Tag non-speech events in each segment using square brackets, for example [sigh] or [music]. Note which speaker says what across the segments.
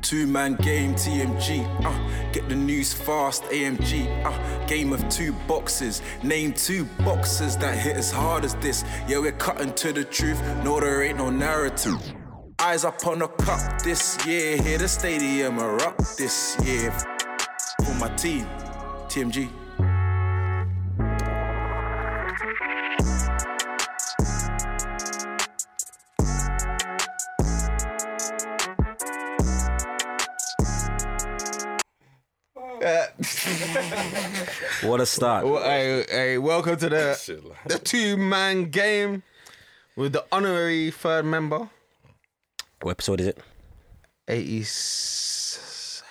Speaker 1: Two man game, TMG. Uh, get the news fast, AMG. Uh, game of two boxes. Name two boxes that hit as hard as this. Yeah, we're cutting to the truth. No, there ain't no narrative. Eyes up on the cup this year. Hear the stadium erupt this year. For my team, TMG.
Speaker 2: What a start.
Speaker 3: Well, hey, hey, welcome to [laughs]
Speaker 4: Shit,
Speaker 3: the
Speaker 4: lad.
Speaker 3: the two man game with the honorary third member.
Speaker 2: What episode is it?
Speaker 3: Eighty seven.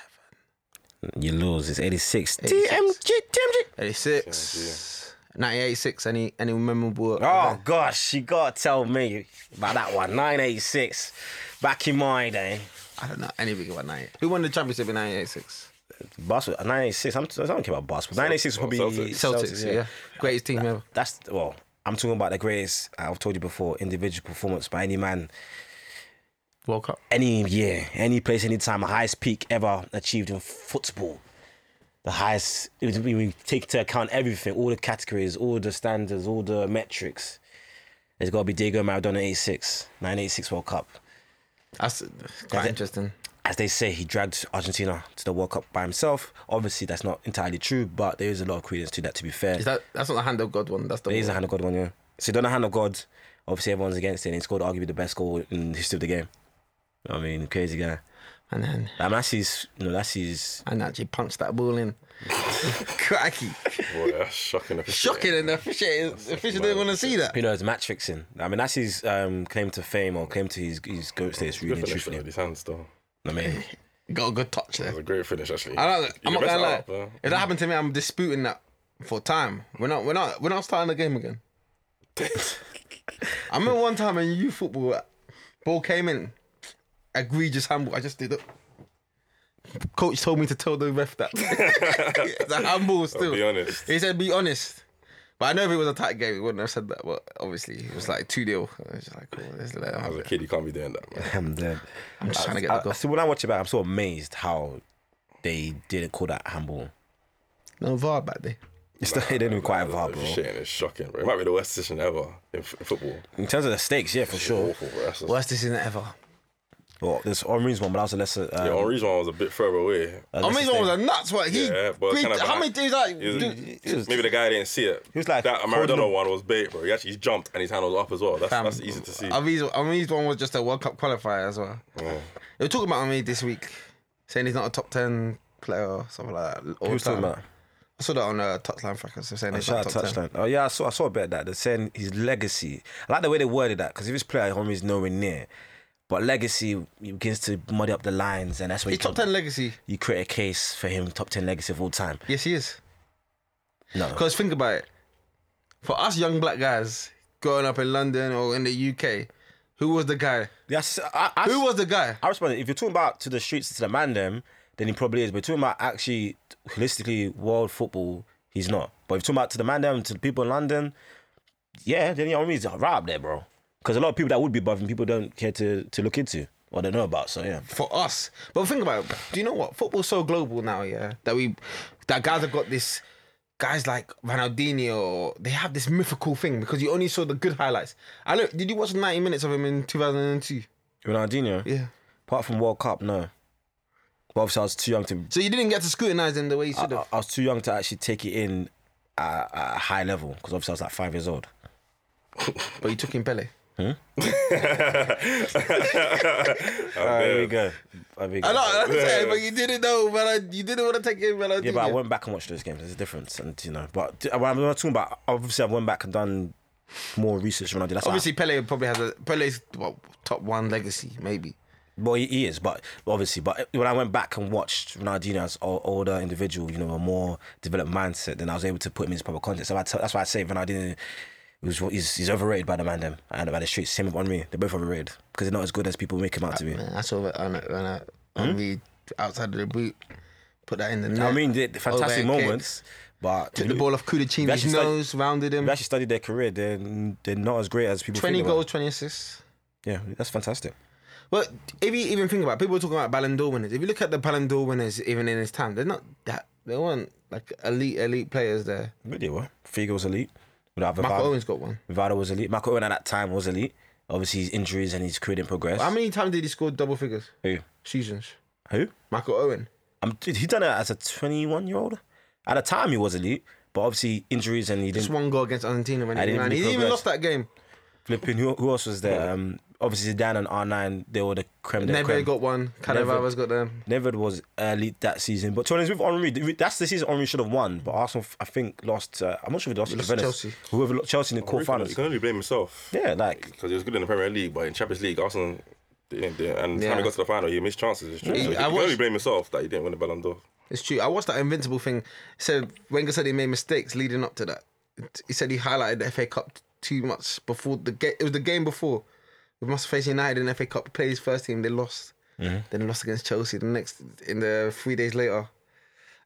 Speaker 2: You lose. It's 86.
Speaker 3: 86.
Speaker 2: TMG, TMG.
Speaker 3: 86. 98.6. Any any memorable?
Speaker 2: Oh gosh, you gotta tell me about that one. 986. Back in my day.
Speaker 3: I don't know anything about 98. Who won the championship in 98.6?
Speaker 2: Basketball, 986. I'm, I don't care about basketball. 986 was probably
Speaker 4: Celtics.
Speaker 3: Celtics. yeah. greatest team ever.
Speaker 2: That's, well, I'm talking about the greatest, I've told you before, individual performance by any man,
Speaker 3: World Cup.
Speaker 2: any year, any place, any time. The highest peak ever achieved in football. The highest, it was- we we take into account everything, all the categories, all the standards, all the metrics. There's got to be Diego Maradona 86, 986 World Cup.
Speaker 3: That's quite interesting.
Speaker 2: as they say, he dragged Argentina to the World Cup by himself. Obviously, that's not entirely true, but there is a lot of credence to that. To be fair,
Speaker 3: Is that that's not the hand of God one? That's the
Speaker 2: there is
Speaker 3: one.
Speaker 2: a hand of God one, yeah. So done a hand of God. Obviously, everyone's against it. And he scored arguably the best goal in the history of the game. I mean, crazy guy.
Speaker 3: and then
Speaker 2: And that's his. You know, that's his.
Speaker 3: and actually punched that ball [laughs] in. Cracky.
Speaker 4: Boy, that's shocking. if it's-
Speaker 3: Shocking, and the official, the official didn't want to see that.
Speaker 2: You know, his match fixing. I mean, that's his um, claim to fame or claim to his his goat status. Really,
Speaker 4: Good
Speaker 2: and
Speaker 4: finish though,
Speaker 2: truthfully,
Speaker 4: with his hands though.
Speaker 2: I mean,
Speaker 3: Got a good touch there.
Speaker 4: That was a great finish actually.
Speaker 3: I don't,
Speaker 4: You
Speaker 3: I'm not
Speaker 4: messed
Speaker 3: gonna lie.
Speaker 4: it up, though.
Speaker 3: if that happened to me, I'm disputing that for time. We're not, we're not, we're not starting the game
Speaker 4: [laughs]
Speaker 3: again. I remember one time in youth football, ball came in, egregious handball. I just did it. Coach told me to tell the ref
Speaker 4: [laughs]
Speaker 3: that. the handball was still.
Speaker 4: Be honest.
Speaker 3: He said, "Be honest." But I know if it was a tight game, he wouldn't have said that. But obviously, it was like two 0 I was just like, cool, let's let it
Speaker 4: As
Speaker 3: happen.
Speaker 4: a kid, you can't be doing that. Man.
Speaker 2: I'm dead.
Speaker 3: I'm just trying to get
Speaker 2: I,
Speaker 3: the goal.
Speaker 2: so when I watch it back, I'm so amazed how they didn't call that handball.
Speaker 3: No VAR back there.
Speaker 2: It's not, it didn't require VAR,
Speaker 4: If
Speaker 2: bro.
Speaker 4: you're shitting, it's shocking. Bro. It might be the worst decision ever in, f- in football.
Speaker 2: In terms of the stakes, yeah, for sure.
Speaker 4: Awful, bro. That's just,
Speaker 3: Worst decision ever.
Speaker 2: Well, there's Henri's one, but that was a lesser. Um,
Speaker 4: yeah, Henri's one was a bit further away.
Speaker 2: a
Speaker 3: I
Speaker 2: lesser
Speaker 3: mean, he
Speaker 2: thing.
Speaker 3: was a nuts. What he?
Speaker 4: Yeah, but
Speaker 3: he-
Speaker 4: kinda
Speaker 3: how
Speaker 4: behind-
Speaker 3: many dudes like?
Speaker 4: He was-
Speaker 3: dude,
Speaker 2: he was-
Speaker 4: maybe the guy didn't see it. He
Speaker 2: was like
Speaker 4: that
Speaker 2: holding
Speaker 4: Maradona
Speaker 2: him.
Speaker 4: one was bait, bro. He actually he jumped and his hand was up as well. That's,
Speaker 3: Fam,
Speaker 4: that's easy to see.
Speaker 3: Ami's, Ami's one was just a World Cup qualifier as well.
Speaker 4: Oh.
Speaker 3: They were talking about Ami this week, saying he's not a top ten player or something like that. all
Speaker 2: Who was talking
Speaker 3: time.
Speaker 2: about?
Speaker 3: I saw that on uh, touchline fracas. They're saying he's not
Speaker 2: Shout out
Speaker 3: top ten.
Speaker 2: touchdown. Oh yeah, I saw. I saw a bit of that. They're saying his legacy. I like the way they worded that because if it's player, Henry's nowhere near. But legacy begins to muddy up the lines, and that's when
Speaker 3: He's
Speaker 2: you,
Speaker 3: top
Speaker 2: can-
Speaker 3: ten legacy.
Speaker 2: you create a case for him top ten legacy of all time.
Speaker 3: Yes, he is.
Speaker 2: No,
Speaker 3: Because think about it. For us young black guys growing up in London or in the UK, who was the guy?
Speaker 2: that's I, I,
Speaker 3: Who was the guy?
Speaker 2: I responded. If you're talking about to the streets to the man them, then he probably is. But if you're talking about actually holistically world football, he's not. But if you're talking about to the man them to the people in London, yeah, then your Henry's right up there, bro. Because a lot of people that would be above him, people don't care to to look into or don't know about. So yeah.
Speaker 3: For us. But think about it. Do you know what? Football's so global now, yeah. That we that guys have got this guys like Ronaldinho, they have this mythical thing because you only saw the good highlights. I look did you watch 90 minutes of him in 2002?
Speaker 2: Ronaldinho,
Speaker 3: Yeah.
Speaker 2: apart from World Cup, no. But obviously, I was too young to.
Speaker 3: So you didn't get to scrutinize him the way you should
Speaker 2: I,
Speaker 3: have.
Speaker 2: I was too young to actually take it in at, at a high level because obviously I was like five years old.
Speaker 3: But you took in
Speaker 2: [laughs]
Speaker 3: Pele.
Speaker 2: there we go. There we go.
Speaker 3: I know, that's what I'm saying, but you didn't know, but I, you didn't want to take in Ronaldinho.
Speaker 2: Yeah, but I went back and watched those games. There's a difference, and you know, but d- when I'm talking about obviously I went back and done more research when I did. That's
Speaker 3: Obviously, Pele probably has a Pele's well, top one legacy, maybe.
Speaker 2: like, well, he, he is, but obviously, but when I went back and watched Ronaldinho as an older individual, you know, a more developed mindset, then I was able to put him into proper context. So I tell- that's why I say Ronaldinho. Was, he's, he's overrated by the man them and by the streets. Same with Henri. They're both overrated because they're not as good as people make him out to be.
Speaker 3: Man, I saw that on when I on the outside of the boot, put that in the net.
Speaker 2: Hmm? I mean, they they're fantastic
Speaker 3: Overhead
Speaker 2: moments, but
Speaker 3: kick,
Speaker 2: if
Speaker 3: took the
Speaker 2: you-
Speaker 3: ball off
Speaker 2: We
Speaker 3: Kudachini's
Speaker 2: actually studied-
Speaker 3: nose, rounded
Speaker 2: if
Speaker 3: him.
Speaker 2: you actually study their career, they're, they're not as great as people
Speaker 3: Twenty
Speaker 2: think they were.
Speaker 3: goals, twenty assists.
Speaker 2: Yeah, that's fantastic.
Speaker 3: Well, if you even think about it, people are talking about Ballon d'Or winners. If you look at the Ballon d'Or winners, even in his time, they're not that. They weren't like elite, elite players there.
Speaker 2: But they were. Figo was elite. Without Vivado,
Speaker 3: Michael Owen's got one.
Speaker 2: Vivado was elite. Michael Owen at that time was elite. Obviously, his injuries and his career didn't progress.
Speaker 3: How many times did he score double figures?
Speaker 2: Who?
Speaker 3: Seasons.
Speaker 2: Who?
Speaker 3: Michael Owen.
Speaker 2: Um, dude, he done it as a 21 year old. At the time, he was elite, but obviously injuries and he
Speaker 3: Just
Speaker 2: didn't.
Speaker 3: one goal against Argentina when
Speaker 2: I
Speaker 3: he
Speaker 2: didn't
Speaker 3: ran. He
Speaker 2: really
Speaker 3: even
Speaker 2: progress.
Speaker 3: lost that game.
Speaker 2: Flipping. Who, who else was there? Um, obviously Dan and R9. They were the creme. de la
Speaker 3: Never
Speaker 2: creme.
Speaker 3: got one. Cannavava's got them.
Speaker 2: Never was elite that season. But to be honest, with Henri, that's the season Henri should have won. But Arsenal, I think, lost. Uh, I'm not sure if they lost,
Speaker 3: Lost
Speaker 2: to Juventus.
Speaker 3: Chelsea.
Speaker 2: Whoever lost Chelsea in the
Speaker 4: You
Speaker 2: quarterfinals.
Speaker 4: can only blame himself.
Speaker 2: Yeah, like
Speaker 4: Because he was good in the Premier League, but in Champions League, Arsenal didn't. didn't and
Speaker 3: Yeah.
Speaker 4: time he got to the final, he missed chances. It's true.
Speaker 3: Yeah.
Speaker 4: So
Speaker 3: I
Speaker 4: he can only
Speaker 3: watched-
Speaker 4: blame himself that he didn't win the Ballon d'Or.
Speaker 3: It's true. I watched that Invincible thing. Said Wenger said he made mistakes leading up to that. He said he highlighted the FA Cup too much before the game. It was the game before. We must face United in FA Cup. Played his first team. They lost.
Speaker 2: Mm-hmm.
Speaker 3: Then lost against Chelsea. The next in the three days later, and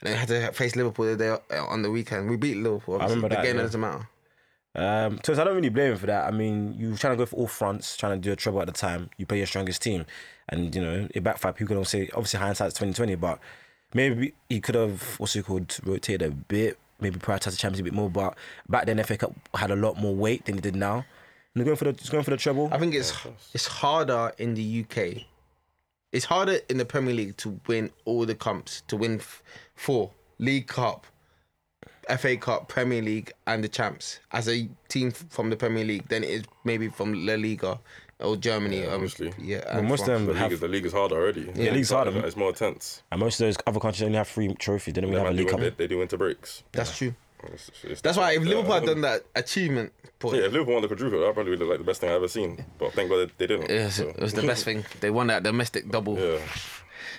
Speaker 3: then had to face Liverpool the day uh, on the weekend. We beat Liverpool. obviously.
Speaker 2: remember
Speaker 3: the
Speaker 2: that,
Speaker 3: game
Speaker 2: yeah.
Speaker 3: doesn't matter.
Speaker 2: Um, so I don't really blame him for that. I mean, you were trying to go for all fronts, trying to do a treble at the time. You play your strongest team, and you know it backfired. People don't say obviously hindsight's twenty twenty, but maybe he could have also could rotate a bit, maybe prioritize the Champions League a bit more. But back then, FA Cup had a lot more weight than it did now. And going for the just going for the treble.
Speaker 3: I think it's it's harder in the UK. It's harder in the Premier League to win all the comps, to win f- four League Cup, FA Cup, Premier League, and the champs as a team f- from the Premier League than it is maybe from La Liga or Germany. um,
Speaker 4: obviously.
Speaker 3: yeah.
Speaker 2: But
Speaker 3: and
Speaker 2: most of
Speaker 3: France.
Speaker 2: them
Speaker 4: The league,
Speaker 2: have,
Speaker 4: is, the league is harder already. Yeah,
Speaker 2: league's harder.
Speaker 4: It's more intense.
Speaker 2: and most of those other countries only have three trophies. They don't really have a
Speaker 4: Man, they,
Speaker 2: league
Speaker 4: do,
Speaker 2: cup.
Speaker 4: they, they do winter breaks.
Speaker 3: That's true.
Speaker 4: It's- it's-
Speaker 3: That's why if
Speaker 4: yeah.
Speaker 3: Liverpool had done that achievement, point,
Speaker 4: Yeah, if Liverpool won the quadruple, that probably would look like the best thing I've ever seen. But thank God they, they didn't.
Speaker 3: Yes,
Speaker 4: so.
Speaker 3: it was the
Speaker 4: [laughs]
Speaker 3: best thing. They won that domestic double.
Speaker 4: Yeah.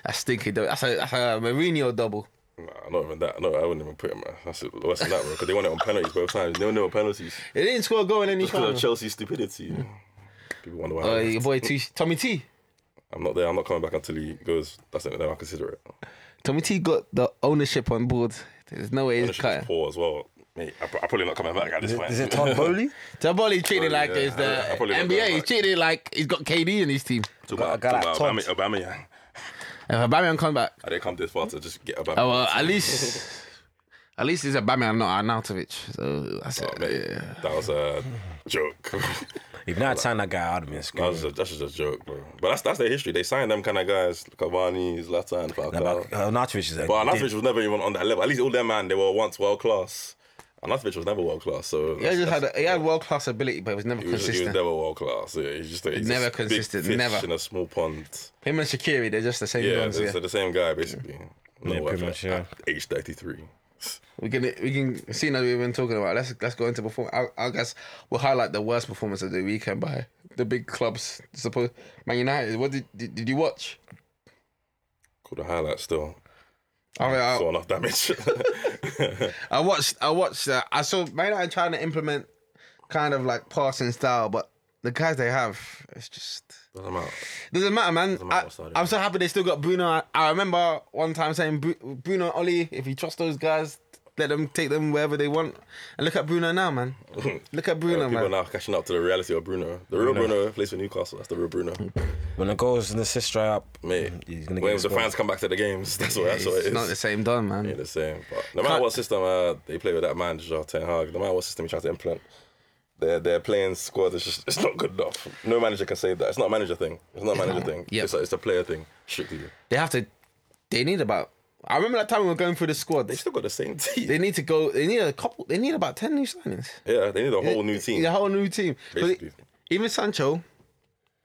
Speaker 3: That's stinky double. That's a, that's a Mourinho double.
Speaker 4: Nah, not even that. No, I wouldn't even put him. uh, That's it, less than that, bro. Because they won it on penalties both times. They won it on penalties.
Speaker 3: They didn't score a goal in any
Speaker 4: Because
Speaker 3: time.
Speaker 4: of Chelsea's stupidity. People wonder why.
Speaker 3: Uh,
Speaker 4: I
Speaker 3: your boy T- Tommy T.
Speaker 4: I'm not there. I'm not coming back until he goes. That's it. Then I'll consider it.
Speaker 3: Tommy T got the ownership on board. There's no way he's
Speaker 4: Ownership is
Speaker 3: cutting.
Speaker 4: poor as well. Mate, I, I'm probably not coming back at this point.
Speaker 2: Is it Todd Bowley?
Speaker 3: Taboli treated
Speaker 4: Well,
Speaker 3: like
Speaker 4: yeah,
Speaker 3: it's the
Speaker 4: I- I probably got
Speaker 3: NBA.
Speaker 4: that
Speaker 3: He's
Speaker 4: right.
Speaker 3: treated like he's got KD in his team.
Speaker 4: Talk about,
Speaker 2: Got- got
Speaker 4: talk
Speaker 2: that
Speaker 4: about Obama, Aubameyang.
Speaker 3: If Aubameyang come back,
Speaker 4: I didn't come this far to just get Obama.
Speaker 3: oh, well, at least
Speaker 4: [laughs]
Speaker 3: at least it's Aubameyang, not Arnautovic. So that's
Speaker 4: Oh,
Speaker 3: it. Yeah.
Speaker 4: That was a
Speaker 3: [laughs]
Speaker 4: joke.
Speaker 2: [laughs] If not, sign that guy out of me.
Speaker 4: that was just, that's just a joke, bro. But that's that's their history. They signed them kind of guys, Cavani, Zlatan, Falcao.
Speaker 2: Arnautovic is a
Speaker 4: But Anatovich was never even on that level. At least all their man, they were once world class. Anatovich was never world class, so
Speaker 3: He just had a, he had world class ability, but it was never
Speaker 4: he, was, he was
Speaker 3: consistent.
Speaker 4: never world class. Yeah, he's just a, he's
Speaker 3: Never
Speaker 4: just a big
Speaker 3: consistent,
Speaker 4: fish
Speaker 3: never.
Speaker 4: in a small pond.
Speaker 3: Him and Shakiri, they're just the same
Speaker 4: Yeah,
Speaker 3: ones.
Speaker 4: they're,
Speaker 3: Yeah.
Speaker 4: they're the same guy basically. No
Speaker 2: Yeah,
Speaker 4: work
Speaker 2: pretty
Speaker 4: at-
Speaker 2: much, yeah.
Speaker 4: at Age thirty three.
Speaker 3: We can we can see now we've been talking about. Let's let's go into perform. I, I guess we'll highlight the worst performance of the weekend by the big clubs. Suppose Man United. What did did, did you watch?
Speaker 4: Called a highlight still.
Speaker 3: I mean, I,
Speaker 4: Saw enough damage.
Speaker 3: [laughs] I watched. I watched. Uh, I saw Man United trying to implement kind of like passing style, but the guys they have, it's just
Speaker 4: Doesn't matter.
Speaker 3: doesn't matter, man.
Speaker 4: matter what
Speaker 3: I,
Speaker 4: style they
Speaker 3: I'm so happy they still got Bruno. I, I remember one time saying Bru- Bruno and Oli, if you trust those guys, let them take them wherever they want. And look at Bruno now,
Speaker 4: [laughs]
Speaker 3: man.
Speaker 4: [clears throat]
Speaker 3: Look at Bruno,
Speaker 4: People
Speaker 3: man.
Speaker 4: are now catching up to the reality of Bruno. The real Bruno, plays for Newcastle. That's the real Bruno,
Speaker 2: When the goals and the assist dry up, mm,
Speaker 4: mate.
Speaker 2: Mm-hmm. He's gonna get
Speaker 4: when
Speaker 2: his
Speaker 4: the
Speaker 2: goal.
Speaker 4: fans come back to the games, [laughs] that's what that's what it
Speaker 3: It's
Speaker 4: is.
Speaker 3: not the same done, man.
Speaker 4: They're the same. But no matter what system uh, they play with that manager, Ten Hag, no matter what system he tries to implement, their their playing squad is just it's not good enough. No manager can say that. It's not a manager thing. It's not a manager thing.
Speaker 3: Yeah.
Speaker 4: It's, a, it's a player thing, strictly. They
Speaker 3: They have to. They need about. I remember that time we were going through the squad. They,
Speaker 4: still got the same team.
Speaker 3: they need to go. They need a couple. They need about ten new signings.
Speaker 4: yeah, they need a whole new team.
Speaker 3: The whole new team. But
Speaker 4: Basically.
Speaker 3: even Sancho,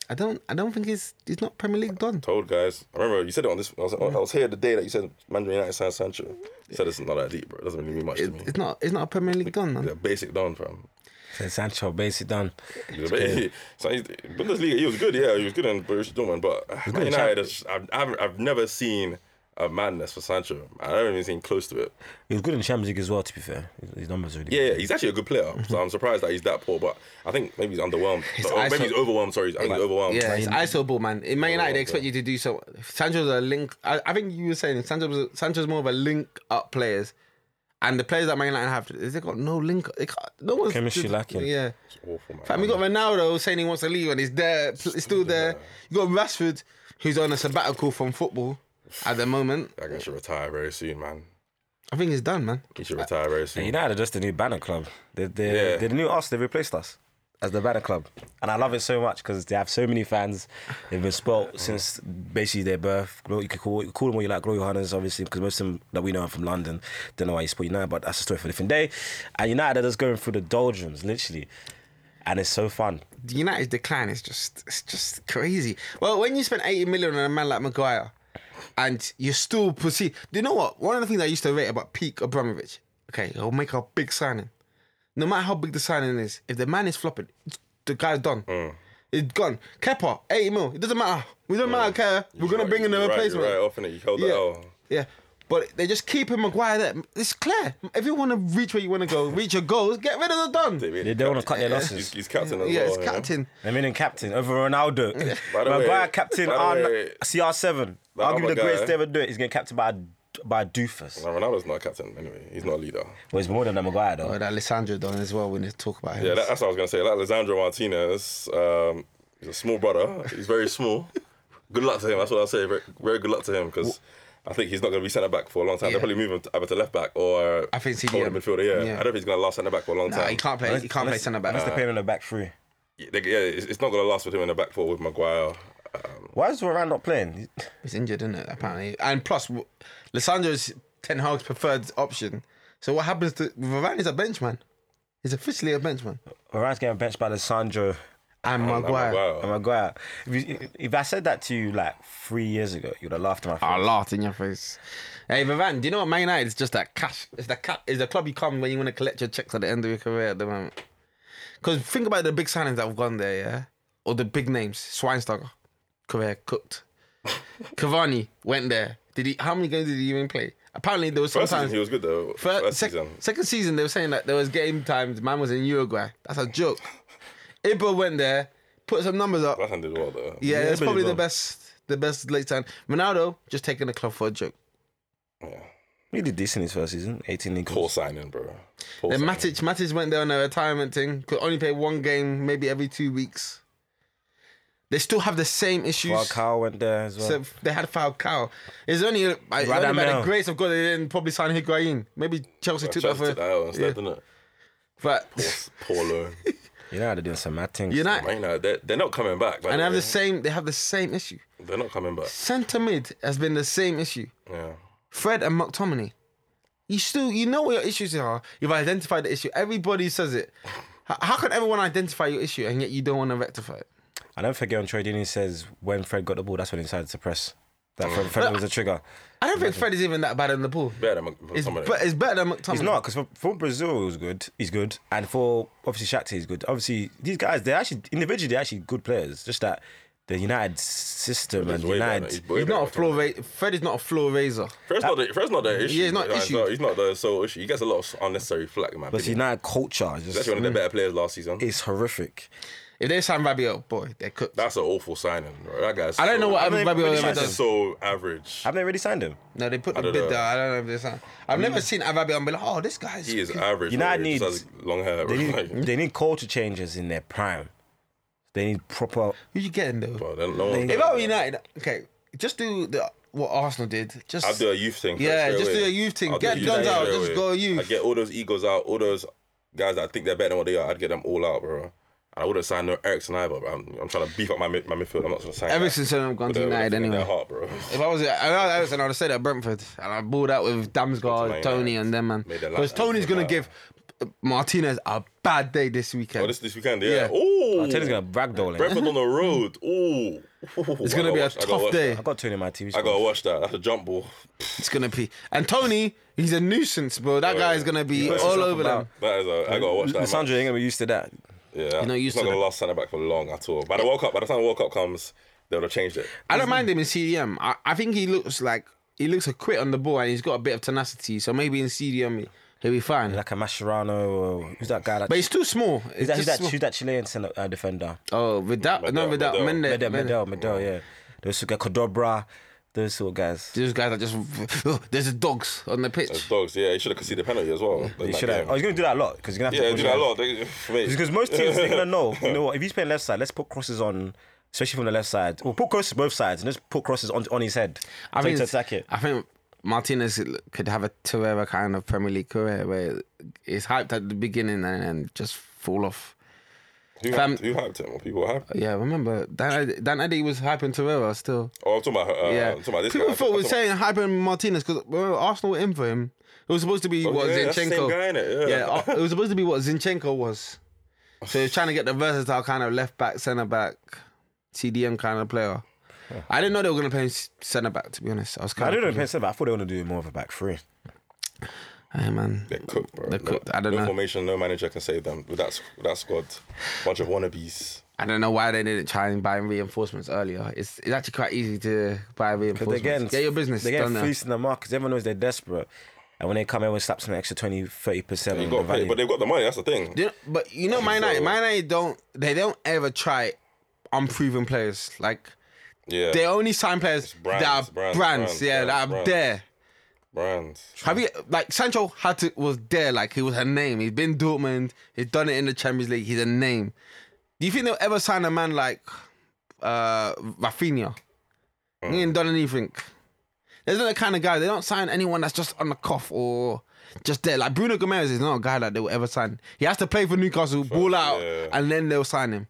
Speaker 3: I don't. I don't think he's he's not Premier League done.
Speaker 4: Told guys, I remember you said it on this. I was, I was here the day that you said Manchester United signed Sancho. You said it's not that deep, bro. It doesn't really mean much to me.
Speaker 3: It's not. It's not a Premier League done, man.
Speaker 4: They're basic down, fam.
Speaker 2: Said Sancho base it down.
Speaker 4: He's a bit- [laughs] so he's, Bundesliga, he was good, yeah, he was good in Borussia Dortmund, but Man United, is- I've, I've, I've never seen a madness for Sancho. I haven't even seen close to it.
Speaker 2: He was good in Champions League as well. To be fair, His- his numbers are really.
Speaker 4: Yeah, yeah, he's actually a good player, so I'm surprised that he's that poor. But I think maybe he's
Speaker 3: [laughs]
Speaker 4: underwhelmed. Or
Speaker 3: eyes
Speaker 4: maybe
Speaker 3: are-
Speaker 4: he's overwhelmed. Sorry, I think he's overwhelmed.
Speaker 3: Yeah, it's ISO ball, man. In Man United, they
Speaker 4: yeah.
Speaker 3: expect you to do so. Sancho's a link. I, I think you were saying Sancho's Sancho's more of a link up players. And the players that Man United have, is they got no link. They can't, no one's
Speaker 2: Chemistry lacking.
Speaker 3: Yeah.
Speaker 4: It's awful, man.
Speaker 3: Fam, you got Ronaldo saying he wants to leave and he's there, pl- he's still there. You got Rashford, who's on a sabbatical from football at the moment.
Speaker 4: That guy should retire very soon, man.
Speaker 3: I think he's done, man.
Speaker 4: He should retire very soon.
Speaker 2: United are just the new banner club. They, they,
Speaker 4: Yeah.
Speaker 2: They're the new us. They replaced us as the banner club. And I love it so much because they have so many fans. They've been
Speaker 4: [laughs]
Speaker 2: spoilt since basically their birth. Glory, you could call, you call them what you like, Glory Hunters, obviously, because most of them that we know are from London. Don't know why you support United, but that's a story for a different day. And United are just going through the doldrums, literally. And it's so fun.
Speaker 3: The United's decline is just it's just crazy. Well, when you spend 80 million on a man like Maguire and you still proceed. Do you know what? One of the things I used to rate about Pete Abramovich, okay, he'll make a big signing. No matter how big the signing is, if the man is flopping, the guy's done.
Speaker 4: Mm.
Speaker 3: It's gone. Kepa, 80 mil. It doesn't matter. We don't matter, care. We're going to bring in a
Speaker 4: You're Mm. right,
Speaker 3: replacement.
Speaker 4: You're right, often you held
Speaker 3: Yeah.
Speaker 4: that L.
Speaker 3: Yeah. But they just keep him Maguire there. It's clear. If you want to reach where you want to go, reach your goals, get rid of the Don.
Speaker 4: They
Speaker 2: They don't want to cut their
Speaker 4: [laughs] He's,
Speaker 2: losses.
Speaker 4: he's captain as
Speaker 3: Yeah,
Speaker 4: well.
Speaker 3: it's
Speaker 4: you know?
Speaker 3: captain.
Speaker 2: I mean, in captain over Ronaldo.
Speaker 4: [laughs] By the way-
Speaker 2: Maguire captain
Speaker 4: by
Speaker 2: R-
Speaker 4: the way-
Speaker 2: CR7. Arguably
Speaker 4: That
Speaker 2: the
Speaker 4: other
Speaker 2: greatest
Speaker 4: guy-
Speaker 2: to ever do it. He's getting captained by a, by a doofus.
Speaker 4: No, Ronaldo's not a captain anyway. He's not a leader.
Speaker 2: Well, it's more than a Maguire, though.
Speaker 3: But Oh, Alessandro Don as well when they talk about him.
Speaker 4: Yeah, that, that's what I was gonna say. Like Lisandro Martinez, um, he's a small brother. He's
Speaker 3: [laughs]
Speaker 4: very small. good luck to him. That's what I'll say. Very, very good luck to him because I think he's not gonna be centre back for a long time.
Speaker 3: Yeah.
Speaker 4: They'll probably move him to, either to left back or
Speaker 3: I think
Speaker 4: or
Speaker 3: CDM.
Speaker 4: the midfielder. Yeah.
Speaker 3: Yeah.
Speaker 4: I don't think he's gonna last centre back for a long
Speaker 3: Nah,
Speaker 4: time.
Speaker 3: he can't play. He can't play
Speaker 2: Unless-
Speaker 3: centre back.
Speaker 2: Unless they play him in the back three.
Speaker 4: Yeah, they- yeah, it's, it's not gonna last with him in the back four with Maguire. Um,
Speaker 2: Why is Varane not playing?
Speaker 3: He's injured, isn't it? Apparently, and plus, w- Lissandro's Ten Hag's preferred option. So what happens to Varane? Is a bench man. He's officially a bench man.
Speaker 2: Varane's getting benched by Lissandro
Speaker 3: And
Speaker 4: like
Speaker 3: Maguire.
Speaker 2: and
Speaker 4: Oh, Maguire.
Speaker 2: Maguire. If, you, if I said that to you like three years ago, you'd have laughed in my face.
Speaker 3: I laughed in your face. Hey Varane, do you know what Man United is just that cash? It's the cat. It's the club you come when you want to collect your checks at the end of your career at the moment. Because think about the big signings that have gone there, yeah, or the big names. Schweinsteiger, career
Speaker 4: [laughs]
Speaker 3: cooked. Cavani went there. Did he? How many games did he even play? Apparently there was
Speaker 4: First
Speaker 3: sometimes
Speaker 4: season, he was good though.
Speaker 3: Fir-
Speaker 4: First
Speaker 3: sec-
Speaker 4: season.
Speaker 3: Second season, they were saying that there was game times. Man was in Uruguay. That's a
Speaker 4: [laughs]
Speaker 3: joke. Ibra went there, put some numbers up.
Speaker 4: Zlatan did well though.
Speaker 3: Yeah, that's
Speaker 2: Ibra
Speaker 3: probably
Speaker 2: did
Speaker 3: the
Speaker 2: well.
Speaker 3: best, the best late time. Ronaldo just taking the club for a joke.
Speaker 4: yeah.
Speaker 2: He did decent his first season, 18 league.
Speaker 4: Poor signing, bro. Poor
Speaker 3: Then
Speaker 4: signing.
Speaker 3: Matic, Matic went there on a retirement thing. Could only play one game, maybe every two weeks. They still have the same issues.
Speaker 2: Falcao went there as well.
Speaker 3: So they had Falcao. It's only, it's only by the
Speaker 2: Radamel.
Speaker 3: grace of God they didn't probably sign Higuain. Maybe Chelsea took that
Speaker 4: Chelsea
Speaker 3: for.
Speaker 4: took that L instead,
Speaker 3: yeah.
Speaker 4: didn't it?
Speaker 3: But
Speaker 4: Yes, Poor
Speaker 3: [laughs]
Speaker 4: loan.
Speaker 2: you know how they're doing some mad things.
Speaker 3: United,
Speaker 4: Man, no, they're, they're not coming back. by
Speaker 3: and
Speaker 4: the
Speaker 3: they have
Speaker 4: way.
Speaker 3: the same. They have the same issue.
Speaker 4: They're not coming back.
Speaker 3: Centre mid has been the same issue.
Speaker 4: Yeah.
Speaker 3: Fred and McTominay. You still, you know what your issues are. You've identified the issue. Everybody says it. H- How can everyone identify your issue and yet you don't want to rectify it?
Speaker 2: I don't forget when Troy Deeney says when Fred got the ball, that's when he decided to press. That Fred,
Speaker 4: [laughs]
Speaker 2: Fred was a trigger.
Speaker 3: I don't think Fred is even that bad on the ball.
Speaker 4: Better than Mc-
Speaker 3: It's,
Speaker 4: McTominay.
Speaker 3: be- it's better than McTominay.
Speaker 2: He's not because for, for Brazil he was good. He's good, and for obviously Shakhtar he's good. Obviously these guys they're actually individually they're actually good players. Just that the United system and
Speaker 4: He's way better.
Speaker 2: United.
Speaker 4: way
Speaker 3: He's
Speaker 4: better
Speaker 3: not a
Speaker 4: than
Speaker 3: floor.
Speaker 4: McTominay.
Speaker 3: Ra- Fred is not a floor raiser.
Speaker 4: Fred's not, the, Fred's not the issue.
Speaker 3: Yeah, he's not
Speaker 4: man.
Speaker 3: issue.
Speaker 4: he's not the sole issue. He gets a lot of unnecessary flack, man.
Speaker 2: But United culture is
Speaker 4: He's
Speaker 2: just,
Speaker 4: actually one of the better players last season.
Speaker 2: [laughs] it's horrific.
Speaker 3: If they sign Rabiot, boy, they're cooked.
Speaker 4: That's an awful signing, bro. That guy's.
Speaker 3: I don't know what
Speaker 4: so,
Speaker 3: Evan
Speaker 2: not even
Speaker 3: Rabiot
Speaker 2: really
Speaker 3: ever
Speaker 2: sure.
Speaker 4: That's
Speaker 3: does.
Speaker 4: so average.
Speaker 2: Have they already signed him?
Speaker 3: No, they put the
Speaker 4: don't
Speaker 3: bid
Speaker 4: know.
Speaker 3: down. I don't know if they sign. I've never seen Rabiot and be like, oh, this guy's.
Speaker 4: He is average.
Speaker 2: United
Speaker 4: bro. He
Speaker 2: needs-
Speaker 4: just has long hair.
Speaker 2: They
Speaker 4: Bro. Like,
Speaker 2: need, they need culture changes in their prime. They need proper.
Speaker 3: Who you getting though?
Speaker 4: bro, they're- no one's
Speaker 3: If
Speaker 4: doing
Speaker 3: I were
Speaker 4: that.
Speaker 3: United, okay, just do the what Arsenal did. Just
Speaker 4: I'll do a youth thing.
Speaker 3: Yeah,
Speaker 4: straight
Speaker 3: just
Speaker 4: away.
Speaker 3: do a youth thing.
Speaker 4: I'll do
Speaker 3: Get
Speaker 4: a youth
Speaker 3: guns
Speaker 4: thing
Speaker 3: out,
Speaker 4: straight
Speaker 3: just
Speaker 4: away.
Speaker 3: go youth.
Speaker 4: I get all those egos out, all those guys that think they're better than what they are. I'd get them all out, bro. And I wouldn't sign no Ericsson either, bro. I'm, I'm trying to beef up my mid- my midfield. I'm not going to sign
Speaker 3: Ever since
Speaker 4: that.
Speaker 3: then, I've gone
Speaker 4: With
Speaker 3: to
Speaker 4: the- with
Speaker 3: United
Speaker 4: the- in their
Speaker 3: anyway.
Speaker 4: heart, bro.
Speaker 3: If I was, if I was Alisson, I would have said at Brentford, and I balled out with Damsgaard,
Speaker 4: Made
Speaker 3: Tony,
Speaker 4: that-
Speaker 3: and them man.
Speaker 4: made that
Speaker 3: Because
Speaker 4: like-
Speaker 3: Tony's
Speaker 4: made
Speaker 3: gonna
Speaker 4: that-
Speaker 3: give uh, Martinez a bad day this weekend.
Speaker 4: Oh, this this weekend,
Speaker 3: Yeah.
Speaker 4: yeah. Oh,
Speaker 2: Tony's gonna
Speaker 4: [laughs]
Speaker 2: bragdoll him.
Speaker 4: Brentford
Speaker 3: [laughs]
Speaker 4: on the road. Oh,
Speaker 3: it's gonna be a tough day.
Speaker 2: I got Tony in my TV.
Speaker 4: I
Speaker 2: squad.
Speaker 4: gotta watch that. That's a jump ball.
Speaker 3: It's gonna be, and Tony, he's a nuisance, bro. That guy's gonna be
Speaker 4: Oh, Yeah.
Speaker 3: all over them.
Speaker 2: about.
Speaker 4: That is a. I gotta watch that.
Speaker 2: Lissandro ain't gonna be used to that.
Speaker 4: man. Yeah,
Speaker 3: not used
Speaker 4: it's not
Speaker 3: to
Speaker 4: gonna
Speaker 3: that.
Speaker 4: last centre back for long at all. By the World Cup, by the time the World Cup comes, they'll have changed it.
Speaker 3: I don't mind him in CDM. I, I think he looks like he looks a quit on the ball, and he's got a bit of tenacity. So maybe in CDM he'll be fine.
Speaker 2: Like a Mascherano or who's that guy? That,
Speaker 3: but he's too small. It's
Speaker 2: who's that, who's
Speaker 3: just
Speaker 2: that,
Speaker 3: small.
Speaker 2: who's that Chilean center, uh, defender?
Speaker 3: Oh, without no
Speaker 4: Medel,
Speaker 3: without
Speaker 4: Medel.
Speaker 3: Mende.
Speaker 2: Medel, Medel, Medel, yeah. There was Suka Cordobra. Those sort of guys.
Speaker 3: Those guys that just [laughs] oh, there's dogs on the pitch.
Speaker 4: As dogs, yeah, he should have conceded a penalty as well.
Speaker 2: They should have. Oh, he's gonna do that a lot because he's gonna have
Speaker 4: Yeah,
Speaker 2: to
Speaker 4: do that a lot. They, mate.
Speaker 2: Because most teams they're gonna know. You know what? If he's playing left side, let's put crosses on, especially from the left side. We'll put crosses both sides and just put crosses on on his head. I mean, to
Speaker 3: it's-
Speaker 2: attack it.
Speaker 3: I think Martinez could have a Torreira kind of Premier League career where it's hyped at the beginning and then just fall off.
Speaker 4: [laughs] who,
Speaker 3: fam-
Speaker 4: hyped, who hyped him? Or people were hyped.
Speaker 3: Yeah, remember Dan, Dan Eddie was hyping Torreira still.
Speaker 4: Oh, I'm talking about. Uh,
Speaker 3: Yeah,
Speaker 4: I'm talking about this
Speaker 3: people
Speaker 4: guy.
Speaker 3: thought
Speaker 4: I'm
Speaker 3: we were
Speaker 4: talking
Speaker 3: saying hyping Martinez because Arsenal were in for him. It was supposed to be what
Speaker 4: yeah,
Speaker 3: Zinchenko.
Speaker 4: that's the same guy, innit? Yeah.
Speaker 3: uh, it was supposed to be what Zinchenko was. So he was trying to get the versatile kind of left back, centre back, CDM kind of player. I didn't know they were going to play him centre back. To be honest, I was kind
Speaker 2: I
Speaker 3: of.
Speaker 2: don't know. Pensacola, but I thought they want to do more of a back three.
Speaker 3: Hey man,
Speaker 4: They're cooked, bro.
Speaker 3: They're
Speaker 4: No-
Speaker 3: cooked. I don't
Speaker 4: no
Speaker 3: know.
Speaker 4: formation, no manager can save them. With that, s- with that squad, bunch of wannabes.
Speaker 3: I don't know why they didn't try and buy reinforcements earlier. It's it's actually quite easy to buy
Speaker 2: But
Speaker 3: reinforcements.
Speaker 2: they're getting,
Speaker 3: Get your business
Speaker 2: They're
Speaker 3: done
Speaker 2: getting
Speaker 3: now.
Speaker 2: fleeced in the market. 'cause Everyone knows they're desperate. And when they come in, we slap some extra 20, 30%
Speaker 4: You
Speaker 2: on the
Speaker 4: got to pay,
Speaker 2: value.
Speaker 4: but they've got the money. That's the thing.
Speaker 3: You know- but you know, Man United,
Speaker 4: So-
Speaker 3: Man United don't they don't ever try unproven players. Like
Speaker 4: Yeah,
Speaker 3: they only sign players
Speaker 4: brands,
Speaker 3: that are brands,
Speaker 4: brands, brands,
Speaker 3: yeah,
Speaker 4: brands,
Speaker 3: that are
Speaker 4: brands.
Speaker 3: there.
Speaker 4: brands.
Speaker 3: Have you like Sancho had to was there like he was a name. He's been Dortmund. He's done it in the Champions League. He's a name. Do you think they'll ever sign a man like uh Rafinha? He ain't done anything. They're not the kind of guy. They don't sign anyone that's just on the cuff or just there. Like Bruno Gomez is not a guy that they will ever sign. He has to play for Newcastle, ball out,
Speaker 4: yeah.
Speaker 3: and then they'll sign him.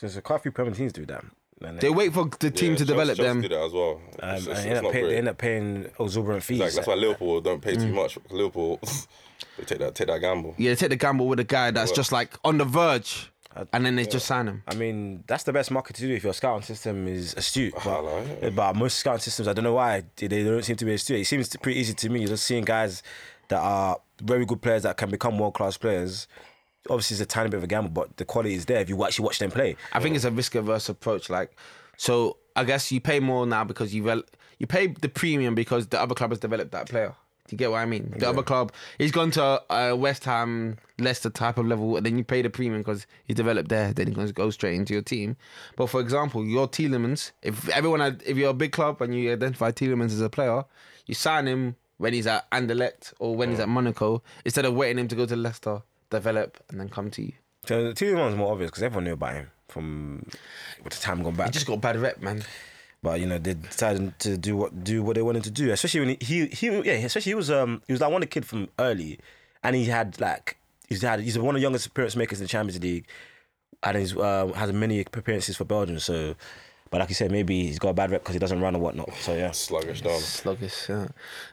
Speaker 2: There's quite a few Premier teams do that. And
Speaker 3: They wait for the team
Speaker 4: Yeah,
Speaker 3: to develop
Speaker 4: Chelsea,
Speaker 3: them.
Speaker 4: Chelsea do that as well.
Speaker 2: Um, and
Speaker 4: It's- it's-
Speaker 2: they,
Speaker 4: it's
Speaker 2: end
Speaker 4: not
Speaker 2: up paying,
Speaker 4: great.
Speaker 2: they end up paying exorbitant fees.
Speaker 4: Exactly. That's why Liverpool don't pay too much. Liverpool, [laughs] they take that take that gamble.
Speaker 3: Mm. Yeah, they take the gamble with a guy that's just like on the verge, and then they just sign him.
Speaker 2: I mean, that's the best market to do if your scouting system is astute. But,
Speaker 4: like it.
Speaker 2: but most scouting systems, I don't know why, they they don't seem to be astute. It seems pretty easy to me. Just seeing guys that are very good players that can become world class players. Obviously, it's a tiny bit of a gamble, but the quality is there if you actually watch them play.
Speaker 3: I think it's a risk averse approach. Like, so I guess you pay more now because you vel- you pay the premium because the other club has developed that player. Do you get what I mean? The other club, he's gone to uh, West Ham, Leicester type of level, and then you pay the premium because he's developed there. Then he's going to go straight into your team. But for example, your Tielemans, if everyone, had, if you're a big club and you identify Tielemans as a player, you sign him when he's at Anderlecht or when he's at Monaco instead of waiting him to go to Leicester, develop, and then come to you.
Speaker 2: So the TV one's more obvious because everyone knew about him from with the time gone back.
Speaker 3: He just got a bad rep, man.
Speaker 2: but you know they decided to do what do what they wanted to do. Especially when he he, he yeah, especially he was um he was like one of the kid from early, and he had like he's had he's one of the youngest appearance makers in the Champions League, and he's um has many appearances for Belgium. So, but like you said, maybe he's got a bad rep because he doesn't run or whatnot. So yeah,
Speaker 4: Sluggish down.
Speaker 3: Sluggish. Yeah.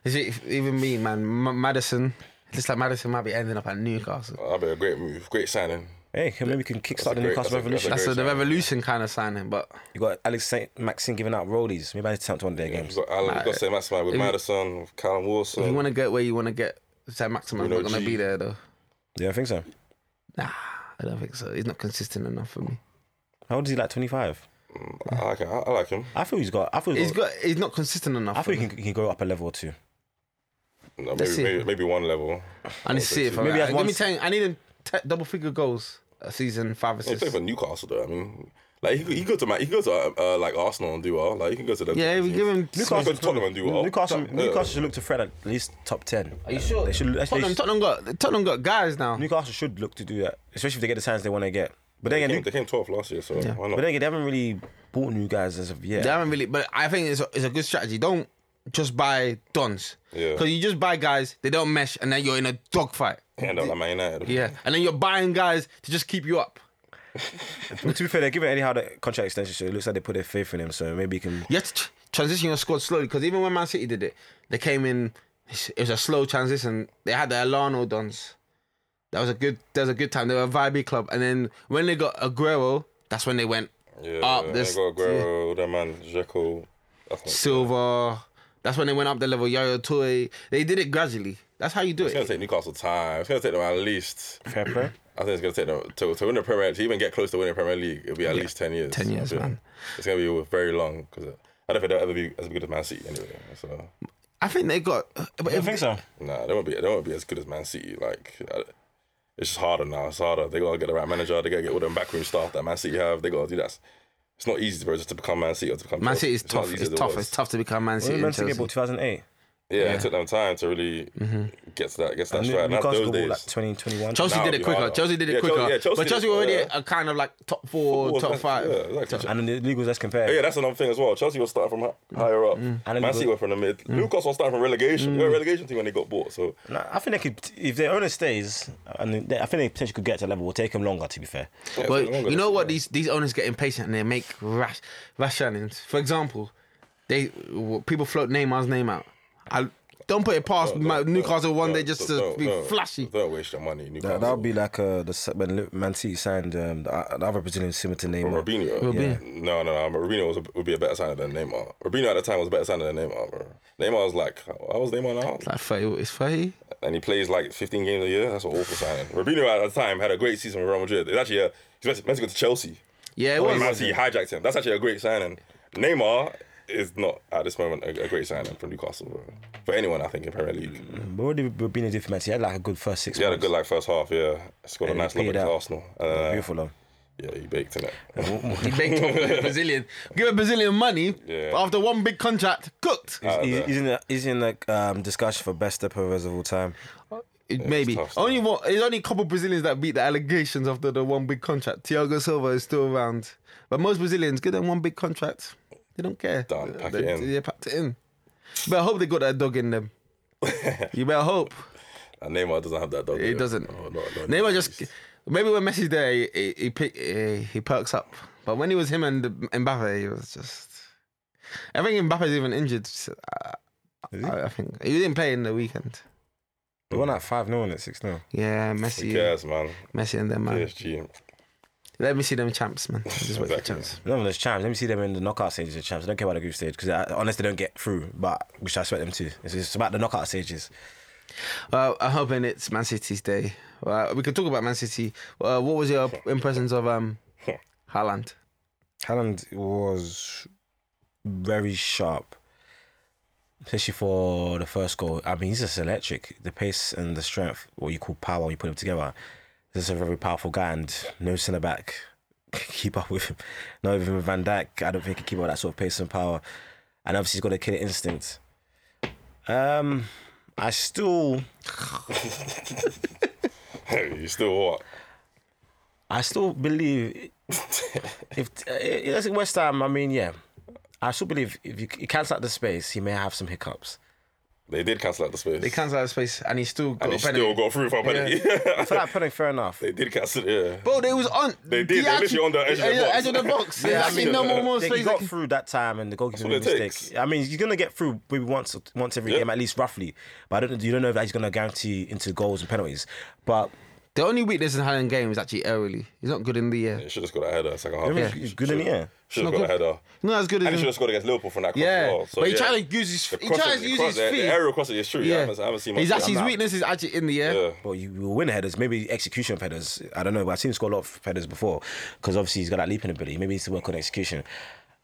Speaker 3: Is it even me, man? M- Madison. Looks like Madison might be ending up at Newcastle.
Speaker 4: That'd be a great move. Great signing.
Speaker 2: hey, can- maybe we can kickstart
Speaker 4: a
Speaker 2: the
Speaker 4: great-
Speaker 2: Newcastle
Speaker 4: that's
Speaker 2: revolution.
Speaker 4: a- that's a great-
Speaker 3: That's a, the
Speaker 4: signing,
Speaker 3: revolution kind of signing, but
Speaker 2: You got Alex Saint Maxine giving out rollies. Maybe I need to turn to one of their
Speaker 4: You've
Speaker 2: games.
Speaker 4: got Alan, you've got St. Maximin with
Speaker 3: if-
Speaker 4: Madison, with Callum
Speaker 3: if you
Speaker 4: Wilson.
Speaker 3: want to get where you want to get, Sam Maximan's
Speaker 4: Bruno
Speaker 3: not going
Speaker 4: G.
Speaker 3: to be there, though.
Speaker 2: Yeah, I think so.
Speaker 3: Nah, I don't think so. He's not consistent enough for me.
Speaker 2: How old is he? Like twenty five.
Speaker 4: Mm, I like him. I I like him.
Speaker 2: I feel he's got. I feel
Speaker 3: He's
Speaker 2: he's got.
Speaker 3: got. He's not consistent enough.
Speaker 2: I
Speaker 3: for
Speaker 2: feel
Speaker 3: me.
Speaker 2: he can, he can go up a level or two.
Speaker 4: No,
Speaker 3: Let's
Speaker 4: maybe,
Speaker 3: see.
Speaker 4: maybe, maybe one level.
Speaker 3: I need to see it.
Speaker 4: Maybe
Speaker 3: From
Speaker 2: he has
Speaker 3: Let
Speaker 2: one
Speaker 3: me
Speaker 2: s-
Speaker 3: tell you, I need him te- double figure goals a season, five
Speaker 4: He played
Speaker 3: assists.
Speaker 4: for Newcastle though. I mean, like he, could- he could go to Ma- he could go to uh, uh, like Arsenal and do well. Like he can go to them.
Speaker 3: Yeah, we give him.
Speaker 4: Newcastle go to Tottenham and do well. uh,
Speaker 2: Newcastle,
Speaker 4: Yeah.
Speaker 2: Newcastle should look to Fred at least top ten.
Speaker 3: Are you sure?
Speaker 2: They should. They
Speaker 3: Tottenham,
Speaker 2: should-
Speaker 3: Tottenham got Tottenham got guys now.
Speaker 2: Newcastle should look to do that, especially if they get the signs they want to get. But then
Speaker 4: They
Speaker 2: again,
Speaker 4: came, they came 12th last year, so why
Speaker 2: but
Speaker 4: not?
Speaker 2: then again, they haven't really bought new guys as of yet.
Speaker 3: They haven't really, but I think it's a, it's a good strategy. Don't just buy dons.
Speaker 4: Yeah.
Speaker 3: Because you just buy guys, they don't mesh, and then you're in a dogfight.
Speaker 4: End up like Man United.
Speaker 3: Yeah. And then you're buying guys to just keep you up.
Speaker 2: But to be fair, they're giving anyhow the contract extension, so it looks like they put their faith in him. So maybe he can.
Speaker 3: You have to tr- transition your squad slowly. Because even when Man City did it, they came in. It was a slow transition. They had the Alano dons. That was a good. That was a good time. They were a vibey club. And then when they got Aguero, that's when they went
Speaker 4: Yeah.
Speaker 3: up.
Speaker 4: they
Speaker 3: This
Speaker 4: got Aguero, that man, Jekyll. That's not-
Speaker 3: Silva. That's when they went up the level. Yaya Toure. They did it gradually. That's how you do
Speaker 4: It's gonna
Speaker 3: it.
Speaker 4: take Newcastle time. It's gonna take them at least.
Speaker 2: Fair play.
Speaker 4: I think it's gonna take them to, to win the Premier League. To even get close to winning the Premier League, it'll be at least ten years.
Speaker 3: 10 years,
Speaker 4: I feel.
Speaker 3: man.
Speaker 4: It's gonna be very long because I don't think they'll ever be as good as Man City anyway. So
Speaker 3: I think they got. But if,
Speaker 2: so.
Speaker 4: nah, they won't be. They won't be as good as Man City. Like I, it's just harder now. It's harder. They gotta get the right manager. They gotta get all them backroom staff that Man City have. They gotta do that. It's not easy, bro, just to become Man City or to become
Speaker 3: Man
Speaker 4: Chelsea.
Speaker 3: City is
Speaker 4: not
Speaker 3: tough.
Speaker 4: as easy
Speaker 3: It's
Speaker 4: as it
Speaker 3: tough.
Speaker 4: was.
Speaker 3: It's tough to become Man City.
Speaker 2: Well,
Speaker 3: and
Speaker 2: Man City
Speaker 3: Chelsea.
Speaker 2: about 2008.
Speaker 4: Yeah, it took them time to really get to that, get to that
Speaker 2: And
Speaker 4: stride. And
Speaker 2: Newcastle
Speaker 4: those
Speaker 2: bought
Speaker 4: days,
Speaker 2: like 2021.
Speaker 3: Chelsea
Speaker 4: Nah,
Speaker 3: did it
Speaker 4: we
Speaker 3: quicker.
Speaker 4: are.
Speaker 3: Chelsea did it
Speaker 4: Yeah,
Speaker 3: quicker.
Speaker 4: Chelsea- yeah, Chelsea
Speaker 3: but
Speaker 4: did
Speaker 3: Chelsea
Speaker 4: it,
Speaker 3: were already
Speaker 4: yeah.
Speaker 3: a kind of like top four,
Speaker 4: Football,
Speaker 3: top
Speaker 4: that's-
Speaker 3: five.
Speaker 4: yeah, exactly.
Speaker 3: Chelsea-
Speaker 2: And the legals, let's compare.
Speaker 4: Oh, yeah, that's another thing as well. Chelsea was starting from hi- higher up.
Speaker 2: Mm. And then
Speaker 4: Man
Speaker 2: they Mm.
Speaker 4: City
Speaker 2: go-
Speaker 4: were from the mid. Newcastle was starting from relegation. They were a relegation team when they got bought. So
Speaker 2: Nah, I think they could, if their owner stays, and they, I think they potentially could get to a level. Will take them longer, to be fair.
Speaker 4: yeah, it took
Speaker 3: But
Speaker 4: longer.
Speaker 3: you know what? These these owners get impatient and they make rash rash signings. For example, they w- people float Neymar's name out. I don't put it past
Speaker 4: No,
Speaker 3: my,
Speaker 4: no,
Speaker 3: Newcastle one
Speaker 4: no,
Speaker 3: day just
Speaker 4: no,
Speaker 3: to
Speaker 4: no,
Speaker 3: be
Speaker 4: no.
Speaker 3: flashy.
Speaker 4: Don't waste your money. Newcastle.
Speaker 2: That that would be like uh, the se- when Li- Man City signed um, the, uh, the other Brazilian similar to Neymar.
Speaker 4: Robinho.
Speaker 3: Robinho.
Speaker 4: No, no, no. Robinho was a, would be a better signer than Neymar. Robinho at the time was a better signer than Neymar, bro. Neymar was like, how was Neymar now?
Speaker 3: Like thirty, it's thirty.
Speaker 4: And he plays like 15 games a year. That's an awful signing. Robinho at the time had a great season with Real Madrid. It's actually a, he's meant to- meant to go to Chelsea.
Speaker 3: Yeah, it
Speaker 4: And Man
Speaker 3: was.
Speaker 4: City hijacked him. That's actually a great signing. Neymar is not at this moment a, a great signing for Newcastle, bro. For anyone, I think in Premier League,
Speaker 3: Mm,
Speaker 2: But what did Robinho do for Man City? He had like a good first six.
Speaker 4: he had a
Speaker 2: months.
Speaker 4: good like first half. Yeah, scored
Speaker 2: And
Speaker 4: a
Speaker 2: he
Speaker 4: nice lob
Speaker 2: peed
Speaker 4: against
Speaker 2: out.
Speaker 4: Arsenal. Uh,
Speaker 2: Beautiful though.
Speaker 4: yeah, he baked in it.
Speaker 3: [laughs] He begged him for a Brazilian. Give a Brazilian money.
Speaker 4: [laughs] Yeah.
Speaker 3: But after one big contract, cooked.
Speaker 2: He's, he's,
Speaker 4: there.
Speaker 2: he's in the, he's in like um, discussion for best stepper of all time.
Speaker 3: It- Maybe
Speaker 4: tough,
Speaker 3: only one. It's only a couple Brazilians that beat the allegations after the one big contract. Thiago Silva is still around, but most Brazilians give them one big contract. They don't care.
Speaker 4: Done, pack
Speaker 3: they,
Speaker 4: it in.
Speaker 3: Yeah, packed it in. But I hope they got that dog in
Speaker 4: [laughs]
Speaker 3: them. you better hope
Speaker 4: And Neymar doesn't have that dog.
Speaker 3: it doesn't. Neymar just maybe when Messi's there, he he, he, pick, he he perks up. But when he was him and Mbappe, he was just. I think Mbappe's even injured. so I, I, I think he didn't play in the weekend.
Speaker 2: They won at five 0 and at six 0
Speaker 3: Yeah,
Speaker 4: Who
Speaker 3: Messi,
Speaker 4: cares, man?
Speaker 3: Messi, and them man.
Speaker 4: PSG.
Speaker 3: Let me see them champs, man. Just wait for
Speaker 4: Exactly.
Speaker 3: champs.
Speaker 2: None of those champs. Let me see them in the knockout stages of champs. I don't care about the group stage because unless they don't get through, but which I expect them to. It's, it's about the knockout stages.
Speaker 3: Well, I'm hoping it's Man City's day. Well, we could talk about Man City. Uh, what was your impressions of um, Haaland?
Speaker 2: Haaland was very sharp, especially for the first goal. I mean, he's just electric. The pace and the strength, what you call power, you put them together. This is a very powerful guy, and no centre back can [laughs] keep up with him. Not even with Van Dijk, I don't think he can keep up with that sort of pace and power. And obviously, he's got a killer instinct. Um, I still,
Speaker 4: [laughs] you still what?
Speaker 2: I still believe if uh, it's West Ham. I mean, yeah, I still believe if you, you cancel out the space, he may have some hiccups.
Speaker 4: They did cancel out the space.
Speaker 3: They cancelled out of space and he still got a
Speaker 4: and they
Speaker 3: penalty.
Speaker 4: still got through for a penalty.
Speaker 2: I feel like putting fair enough.
Speaker 4: [laughs] they did cancel it. Yeah.
Speaker 3: Bro, they was on.
Speaker 4: They did, they literally on the edge of the box.
Speaker 3: edge of the box.
Speaker 4: [laughs]
Speaker 3: There's
Speaker 2: I
Speaker 3: actually
Speaker 2: mean,
Speaker 3: no more, more
Speaker 2: They, he
Speaker 3: space.
Speaker 2: got
Speaker 3: Like,
Speaker 2: through that time, and the goalkeeper made a
Speaker 4: That's what it
Speaker 2: mistake.
Speaker 4: takes.
Speaker 2: I mean, he's gonna get through maybe once, once every
Speaker 4: Yeah.
Speaker 2: game at least, roughly. But I don't, you don't know if he's gonna guarantee into goals and penalties. But
Speaker 3: the only weakness in Haaland game is actually aerially. He's not good in the uh, air.
Speaker 4: They should have scored a header second half.
Speaker 2: I mean, he's good in the air.
Speaker 4: Should have
Speaker 3: Not
Speaker 4: got a
Speaker 3: good.
Speaker 4: header.
Speaker 3: He's not as good
Speaker 4: And
Speaker 3: as
Speaker 4: he should
Speaker 3: him.
Speaker 4: have scored against Liverpool from that cross
Speaker 3: Yeah,
Speaker 4: as well. So,
Speaker 3: but he
Speaker 4: yeah.
Speaker 3: tried to use his.
Speaker 4: The
Speaker 3: He
Speaker 4: crosses-
Speaker 3: tried to
Speaker 4: the
Speaker 3: use
Speaker 4: cross-
Speaker 3: his
Speaker 4: the-
Speaker 3: feet.
Speaker 4: The aerial crosses is true. Yeah. I, haven't, I haven't seen much.
Speaker 3: He's
Speaker 4: of
Speaker 3: actually his
Speaker 4: that.
Speaker 3: weakness is actually in the air.
Speaker 4: Yeah.
Speaker 2: Well, you will win headers, maybe execution of headers. I don't know, but I've seen him score a lot of headers before because obviously he's got that leaping ability. Maybe he needs to work on execution.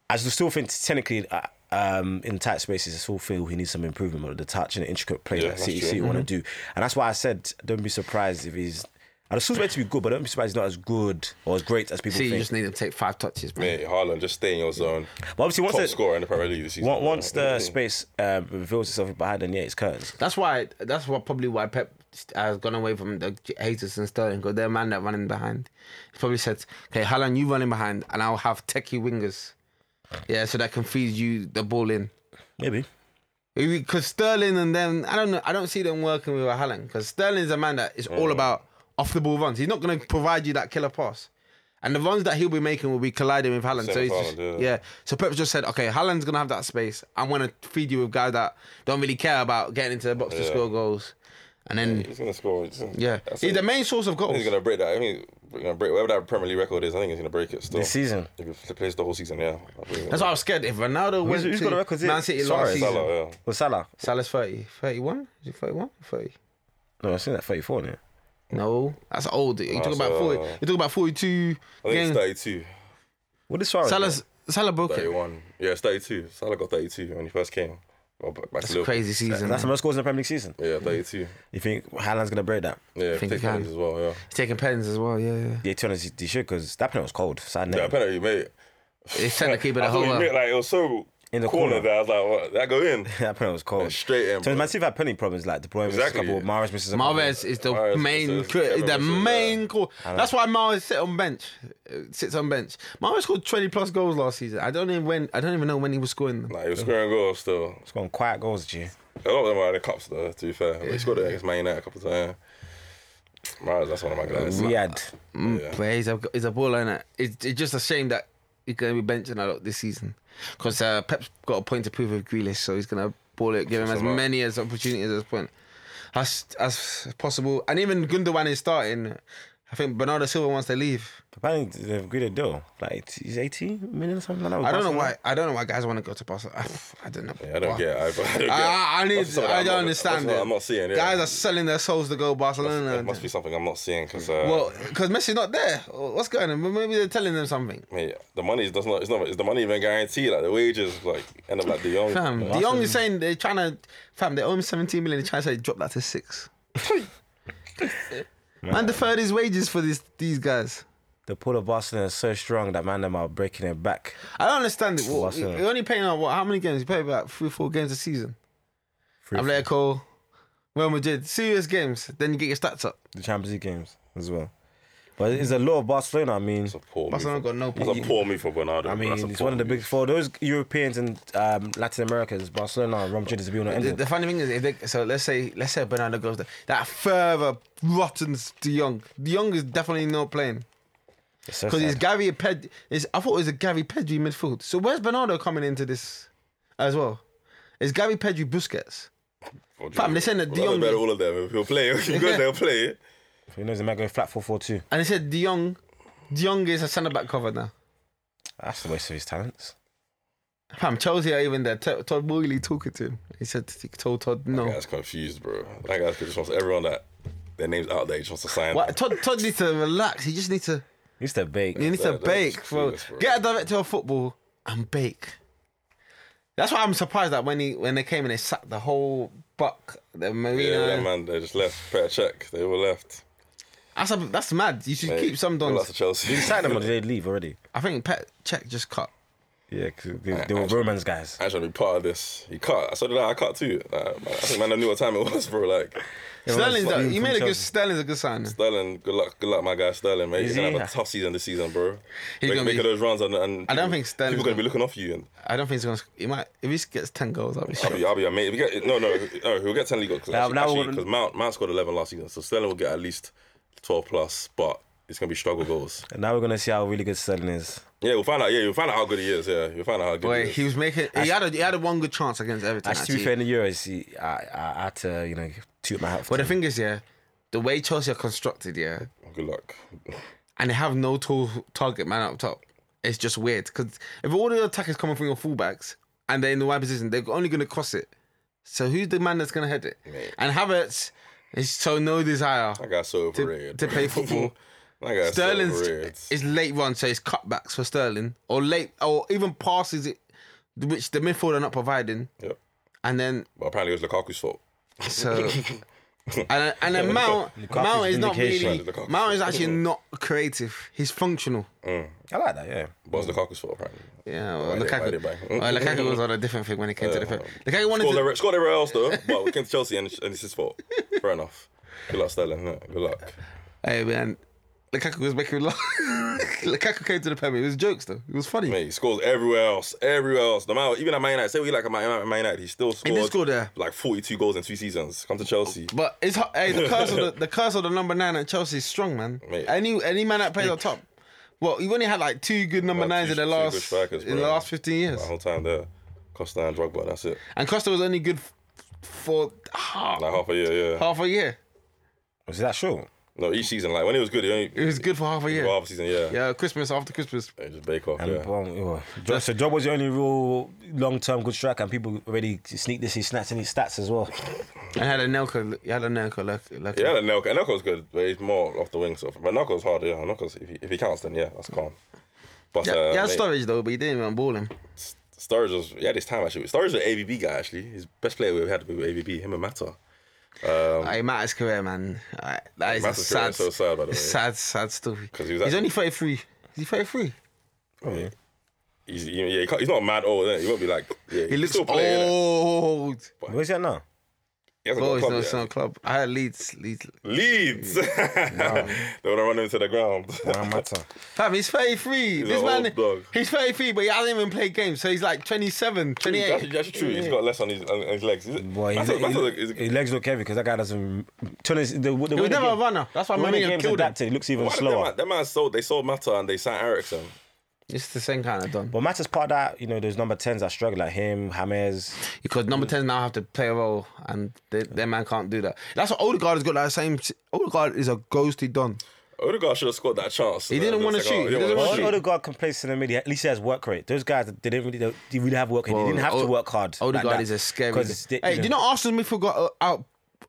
Speaker 2: I just still think technically, uh, um, in tight spaces, I still feel he needs some improvement with the touch and the intricate play
Speaker 4: Yeah,
Speaker 2: that
Speaker 4: that's
Speaker 2: City,
Speaker 4: true. Mm-hmm.
Speaker 2: City want to do. And that's why I said, don't be surprised if he's. I still expect to be good, but don't be surprised he's not as good or as great as people
Speaker 3: See, you
Speaker 2: think.
Speaker 3: just need him to take five touches, man.
Speaker 4: Mate, Haaland, just stay in your zone.
Speaker 2: but obviously, once
Speaker 4: Top
Speaker 2: the,
Speaker 4: scorer in the Premier League this season.
Speaker 2: on- once
Speaker 4: Yeah.
Speaker 2: the space um, reveals itself behind, then yeah, it's curtains.
Speaker 3: That's why. That's what probably why Pep has gone away from the haters and Sterling because they're a man that running behind. He probably said, "Okay, Haaland, you running behind, and I'll have techie wingers, yeah, so that can feed you the ball in."
Speaker 2: Maybe.
Speaker 3: Because Sterling and them, I don't know, I don't see them working with a Haaland because Sterling's a man that is
Speaker 4: Mm.
Speaker 3: all about off the ball runs. He's not going to provide you that killer pass. And the runs that he'll be making will be colliding with Haaland. So
Speaker 4: Same with
Speaker 3: he's just,
Speaker 4: Haaland,
Speaker 3: yeah.
Speaker 4: yeah.
Speaker 3: So Pep's just said, okay, Haaland's gonna have that space. I'm gonna feed you with guys that don't really care about getting into the box to
Speaker 4: Yeah.
Speaker 3: score goals. And then
Speaker 4: He's going to score.
Speaker 3: yeah,
Speaker 4: That's
Speaker 3: he's
Speaker 4: it.
Speaker 3: the main source of
Speaker 4: I
Speaker 3: goals.
Speaker 4: think he's gonna break that. I mean, he's gonna break whatever that Premier League record is. I think he's gonna break it still
Speaker 2: This season.
Speaker 4: If he plays the whole season, yeah. I think he's
Speaker 3: That's why I was scared. If Ronaldo went
Speaker 2: who's
Speaker 3: to
Speaker 2: got the records here?
Speaker 3: Man City last
Speaker 2: Suarez.
Speaker 3: season,
Speaker 4: Salah, yeah.
Speaker 2: Or Salah.
Speaker 3: Salah's 30, 31? Is it 31? 30.
Speaker 2: No, I've seen that 34 now.
Speaker 3: No, that's old. You talk
Speaker 4: That's,
Speaker 3: about
Speaker 4: uh,
Speaker 3: 40. You talk about 42
Speaker 4: I think
Speaker 3: games.
Speaker 4: it's 32,
Speaker 2: What is Suarez?
Speaker 3: Salah's Salah broke it.
Speaker 4: 31. Yeah, it's 32. Salah got 32 when he first came. Well, back
Speaker 3: That's a crazy season.
Speaker 2: That's the
Speaker 3: man.
Speaker 2: most scores in the Premier League season.
Speaker 4: Yeah, 32.
Speaker 2: You think Haaland's gonna break that?
Speaker 4: Yeah, if
Speaker 3: think
Speaker 4: take
Speaker 3: he can.
Speaker 4: penalties as well. Yeah,
Speaker 3: He's taking pens as well. Yeah, yeah.
Speaker 2: [laughs] Yeah, to be honest, he should because that penalty was cold. Side
Speaker 4: yeah
Speaker 2: net.
Speaker 4: penalty, mate.
Speaker 3: They
Speaker 4: [laughs]
Speaker 3: sent the keeper
Speaker 4: I
Speaker 3: the
Speaker 4: thought
Speaker 3: whole.
Speaker 4: you meant, like it was so
Speaker 2: In the
Speaker 4: corner,
Speaker 2: corner.
Speaker 4: that I was like, what? that go in.
Speaker 2: that penalty was cold.
Speaker 4: Yeah, straight in,
Speaker 2: So
Speaker 4: bro.
Speaker 2: Man City have plenty of problems like deployment.
Speaker 4: Exactly.
Speaker 2: Couple, Mahrez misses. a couple.
Speaker 3: Mahrez is the
Speaker 4: Mahrez
Speaker 3: main,
Speaker 4: is the-
Speaker 3: cri- the
Speaker 4: everyone says
Speaker 3: main
Speaker 4: that.
Speaker 3: goal. That's why Mahrez sit on bench, uh, sits on bench. Mahrez scored twenty plus goals last season. I don't even when. I don't even know when he was scoring them.
Speaker 4: Like, he was scoring goals still.
Speaker 2: It's gone quiet goals, G.
Speaker 4: A lot of them are in the cups, though, to be fair. But he scored it against Man United a couple of times. Mahrez, that's one of my guys.
Speaker 2: Riyadh.
Speaker 4: Yeah.
Speaker 3: Mm, But he's a he's a baller, innit? It's, it's just a shame that he's gonna be benching a lot this season because uh, Pep's got a point to prove with Grealish, so he's gonna ball it, give him as
Speaker 4: him up.
Speaker 3: many as opportunities as point as as possible. And even Gundogan is starting. I think Bernardo Silva wants to leave.
Speaker 2: Apparently they've agreed a deal. Like he's 18 million or something like that. with
Speaker 3: I don't know
Speaker 2: Barcelona.
Speaker 3: why. I don't know why guys want to go to Barcelona. [sighs] I don't know. Ah,
Speaker 4: Yeah, I don't get it. either. I, don't get it.
Speaker 3: I, I need.
Speaker 4: That's something
Speaker 3: I
Speaker 4: I'm not-
Speaker 3: don't understand
Speaker 4: that's
Speaker 3: it.
Speaker 4: what I'm not seeing it.
Speaker 3: Guys are selling their souls to go Barcelona.
Speaker 4: There must be something I'm not seeing because uh,
Speaker 3: well, because Messi's not there. What's going on? Maybe they're telling them something.
Speaker 4: mate, the money is- does not. It's not. Is the money even guaranteed? Like the wages, like end up like the young.
Speaker 3: [laughs] Fam, De Jong is saying they're trying to. Fam, they owe him 17 million. They're trying to say drop that to six. Man deferred his wages for these these guys.
Speaker 2: The pull of Barcelona is so strong that man them are breaking it back.
Speaker 3: I don't understand it. Well,
Speaker 2: Barcelona.
Speaker 3: You're only paying out what? How many games? You pay about three, four games a season.
Speaker 2: Free for
Speaker 3: Atletico, Real Madrid, serious games. Then you get your stats up.
Speaker 2: the Champions League games as well. But it's a lot of Barcelona. I mean,
Speaker 4: It's a poor move.
Speaker 3: Barcelona got no E.
Speaker 4: That's a poor move for Bernardo.
Speaker 2: I
Speaker 4: bro. That's a
Speaker 2: mean, it's
Speaker 4: poor
Speaker 2: one of the
Speaker 4: move.
Speaker 2: big four. Those Europeans and um, Latin Americans, Barcelona, and Real Madrid is being on
Speaker 3: The,
Speaker 2: end.
Speaker 3: the funny thing is, if they, so let's say let's say Bernardo goes there. That further rottens De Jong. De Jong is definitely not playing because it's Gary Ped. It's, I thought it was a Gary Pedri midfield. So where's Bernardo coming into this as well? It's Gary Pedri Busquets. Fam, they saying that De
Speaker 4: Well,
Speaker 3: Jong-
Speaker 4: better all of them. If he'll play, [laughs] if he's good, they'll play.
Speaker 2: He knows they might go flat 4 4 2.
Speaker 3: And they said De Jong, De Jong is a centre back cover now.
Speaker 2: That's a waste of his talents.
Speaker 3: Fam, Chelsea are even there. T- Todd Boyle talking to him. He said he told Todd [laughs] no.
Speaker 4: That guy's confused, bro. That guy just wants everyone that their names out there. He just wants to sign.
Speaker 3: What? Todd, Todd needs to relax. He just needs to.
Speaker 2: He used to bake.
Speaker 3: You need
Speaker 4: That-
Speaker 3: to
Speaker 4: that
Speaker 3: bake,
Speaker 4: is
Speaker 3: bro.
Speaker 4: clueless, bro.
Speaker 3: Get a director of football and bake. That's why I'm surprised that when he when they came and they sacked the whole buck, the
Speaker 4: Yeah,
Speaker 3: Marino.
Speaker 4: that man, they just left. Petr check. They all left.
Speaker 3: that's a, that's mad. You should keep some
Speaker 4: done.
Speaker 3: dons.
Speaker 4: Lots of Chelsea.
Speaker 2: Did he sign them or did they leave already?
Speaker 3: I think Pet Check just cut.
Speaker 2: Yeah, 'cause they, they were Romans guys.
Speaker 4: [laughs] I just want to be part of this. He cut. So did I. I cut too. Like, man, I think man, I knew what time it [laughs] was, bro. Like
Speaker 3: Sterling's
Speaker 2: fucking
Speaker 3: a- he made a
Speaker 2: from
Speaker 3: good
Speaker 2: Chelsea.
Speaker 3: Sterling's a good sign.
Speaker 4: Sterling, good luck, good luck, my guy Sterling, mate.
Speaker 2: Is
Speaker 4: He's gonna
Speaker 2: he?
Speaker 4: have a tough season this season, bro.
Speaker 3: He's
Speaker 4: Make-
Speaker 3: gonna
Speaker 4: making
Speaker 3: be-
Speaker 4: those runs and, and
Speaker 3: I don't
Speaker 4: people-
Speaker 3: think Sterling's
Speaker 4: people gonna
Speaker 3: gonna-
Speaker 4: be looking off you. And
Speaker 3: I don't think he's gonna. He might if he gets ten goals. I'll be
Speaker 4: I'll
Speaker 2: Oh,
Speaker 3: sure.
Speaker 4: be, I'll be amazed. If we get, no, no, no, he'll get ten league goals.
Speaker 2: Now-
Speaker 4: Actually,
Speaker 2: now we're
Speaker 4: actually,
Speaker 2: gonna-
Speaker 4: 'cause Mount Mount scored eleven last season, so Sterling will get at least twelve plus, but. It's gonna be struggle goals.
Speaker 2: And Uh, now we're going to see how really good Sterling is.
Speaker 4: Yeah, we'll find out. Yeah, you'll find out how good he is. Yeah, you'll find out how good
Speaker 3: Boy,
Speaker 4: he is.
Speaker 3: he was making. He had a, he had a one good chance against Everton.
Speaker 2: Actually, to be
Speaker 3: actually.
Speaker 2: fair, in the Euros, he, I, I, I had to, you know, toot my hat for
Speaker 3: But the
Speaker 2: him.
Speaker 3: thing is, yeah, the way Chelsea are constructed, yeah,
Speaker 4: Good luck.
Speaker 3: and they have no tall target man up top. It's just weird because if all the attack is coming from your fullbacks and they're in the wide position, they're only going to cross it. So who's the man that's going to head it? And Havertz is so no desire.
Speaker 4: That guy's so overrated.
Speaker 3: to
Speaker 4: bro.
Speaker 3: play
Speaker 4: [laughs]
Speaker 3: football.
Speaker 4: that guy's
Speaker 3: Sterling's
Speaker 4: so overrated.
Speaker 3: is late run, so it's cutbacks for Sterling or late or even passes it, which the midfield are not providing.
Speaker 4: Yep.
Speaker 3: And then
Speaker 4: But apparently it was Lukaku's fault.
Speaker 3: so. And, and then Mount, Mount is not really.
Speaker 2: indication.
Speaker 3: Mount is actually not creative. He's functional.
Speaker 2: I like that, yeah.
Speaker 4: But it was Lukaku's fault, apparently.
Speaker 3: Mm. Yeah, well,
Speaker 4: Right, right,
Speaker 3: Lukaku.
Speaker 4: right.
Speaker 3: well, Lukaku was on a different thing when it came to the
Speaker 4: Yeah.
Speaker 3: film. Lukaku wanted
Speaker 4: Scored,
Speaker 3: to.
Speaker 4: everywhere, scored everywhere else, though. But we came to Chelsea and, and it's his fault. Fair enough. Good luck, Sterling. innit? Good luck.
Speaker 3: Hey man, Lukaku was making [laughs] me laugh. Lukaku came to the Premier. It was jokes though. It was funny.
Speaker 4: Mate, he scores everywhere else. Everywhere else. No matter, even at Man United, say we like at Man Man United, he still scored
Speaker 3: score there. Oh,
Speaker 4: like 42 goals in two seasons. Come to Chelsea.
Speaker 3: But it's hot- hey the curse of the, the curse of the number nine at Chelsea is strong, man.
Speaker 4: Mate.
Speaker 3: Any any man that plays up top. Well, you only had like two good number
Speaker 4: Like,
Speaker 3: nines
Speaker 4: two-
Speaker 3: in the
Speaker 4: two
Speaker 3: last
Speaker 4: good strikers,
Speaker 3: in the
Speaker 4: bro.
Speaker 3: last fifteen years,
Speaker 4: My whole time there. Costa and Drogba, that's it.
Speaker 3: and Costa was only good f- for half,
Speaker 4: Like half a year, yeah.
Speaker 3: half a year.
Speaker 2: Was that short?
Speaker 4: No, each season. Like when it was good, he only.
Speaker 3: It was good for half a year.
Speaker 4: Half a season, yeah.
Speaker 3: Yeah, Christmas after Christmas.
Speaker 4: They Just bake off,
Speaker 2: And
Speaker 4: yeah.
Speaker 2: um, oh, Job- so Job was the only real long-term good striker, and people already sneak this. He snatched in his stats as well.
Speaker 3: And had a Nelka, you had a Nelka, like, like
Speaker 4: Yeah, and Nelka. Nelka's good, but he's more off the wing stuff. But Nelka's hard, yeah. Nelka's, if he, if he counts, then yeah, that's calm. But
Speaker 3: Yeah,
Speaker 4: uh,
Speaker 3: he had
Speaker 4: mate,
Speaker 3: storage though, but he didn't even ball him.
Speaker 4: Sturridge was, he had his time actually. Sturridge was an ABB guy actually. His best player we had was ABB, him and Mata.
Speaker 3: Hey, Matt's career, man. Uh, That is a
Speaker 4: Mata's Um,
Speaker 3: sad,
Speaker 4: career is so sad, by the way.
Speaker 3: sad, sad story.
Speaker 4: 'Cause he was
Speaker 3: He's
Speaker 4: actually-
Speaker 3: only 33. He's 33.
Speaker 2: Yeah.
Speaker 4: He's, he- yeah, he can't- he's not mad old. innit? He won't be like. Yeah,
Speaker 3: He
Speaker 4: he's
Speaker 3: looks
Speaker 4: still playing, innit?
Speaker 3: old.
Speaker 2: Where's
Speaker 3: [laughs]
Speaker 2: that now?
Speaker 4: He hasn't
Speaker 3: Oh,
Speaker 4: got a
Speaker 3: he's
Speaker 4: club
Speaker 3: not
Speaker 4: yet.
Speaker 3: some club. I had Leeds. Leeds.
Speaker 4: Leeds. [laughs] they want to run him to
Speaker 3: [laughs]
Speaker 4: the ground.
Speaker 2: Why matter?
Speaker 3: Fam, he's 33.
Speaker 4: an
Speaker 3: this man,
Speaker 4: old dog.
Speaker 3: he's 33, but he hasn't even played games. So he's like 27,
Speaker 4: [laughs] That's,
Speaker 3: 28.
Speaker 4: that's true. He's got less on his, on his legs. Is it?
Speaker 2: Boy,
Speaker 4: that's
Speaker 2: his,
Speaker 4: a, that's a,
Speaker 2: his,
Speaker 4: is it-
Speaker 2: his legs look heavy because that guy doesn't. Turn his, the, the, the
Speaker 3: He was never a runner. That's why
Speaker 2: The way the
Speaker 3: Mourinho
Speaker 2: game's
Speaker 3: killed him.
Speaker 2: adapted, it looks even
Speaker 4: why did that,
Speaker 2: slower.
Speaker 4: man, that man sold. They sold Mata and they signed Ericsson.
Speaker 3: It's the same kind of done.
Speaker 2: But Matter's part of that, you know, those number 10s that struggle, like him, James.
Speaker 3: Because number 10 now have to play a role, and they, their man can't do that. That's what Odegaard has got. That same. Odegaard is a ghostly don.
Speaker 4: Odegaard should have scored that chance.
Speaker 3: He didn't
Speaker 4: Uh,
Speaker 3: wanna
Speaker 4: the second
Speaker 3: shoot.
Speaker 4: half.
Speaker 3: He didn't
Speaker 4: wanna
Speaker 3: wanna
Speaker 2: Well,
Speaker 3: shoot.
Speaker 2: Odegaard can play center mid. At least he has work rate. Those guys they didn't really, they didn't really have work rate. they didn't have
Speaker 3: O-
Speaker 2: to work hard.
Speaker 3: Oh, Odegaard
Speaker 2: like that.
Speaker 3: is a scary.
Speaker 2: 'Cause they-
Speaker 3: hey, do you know Arsenal midfield got uh, out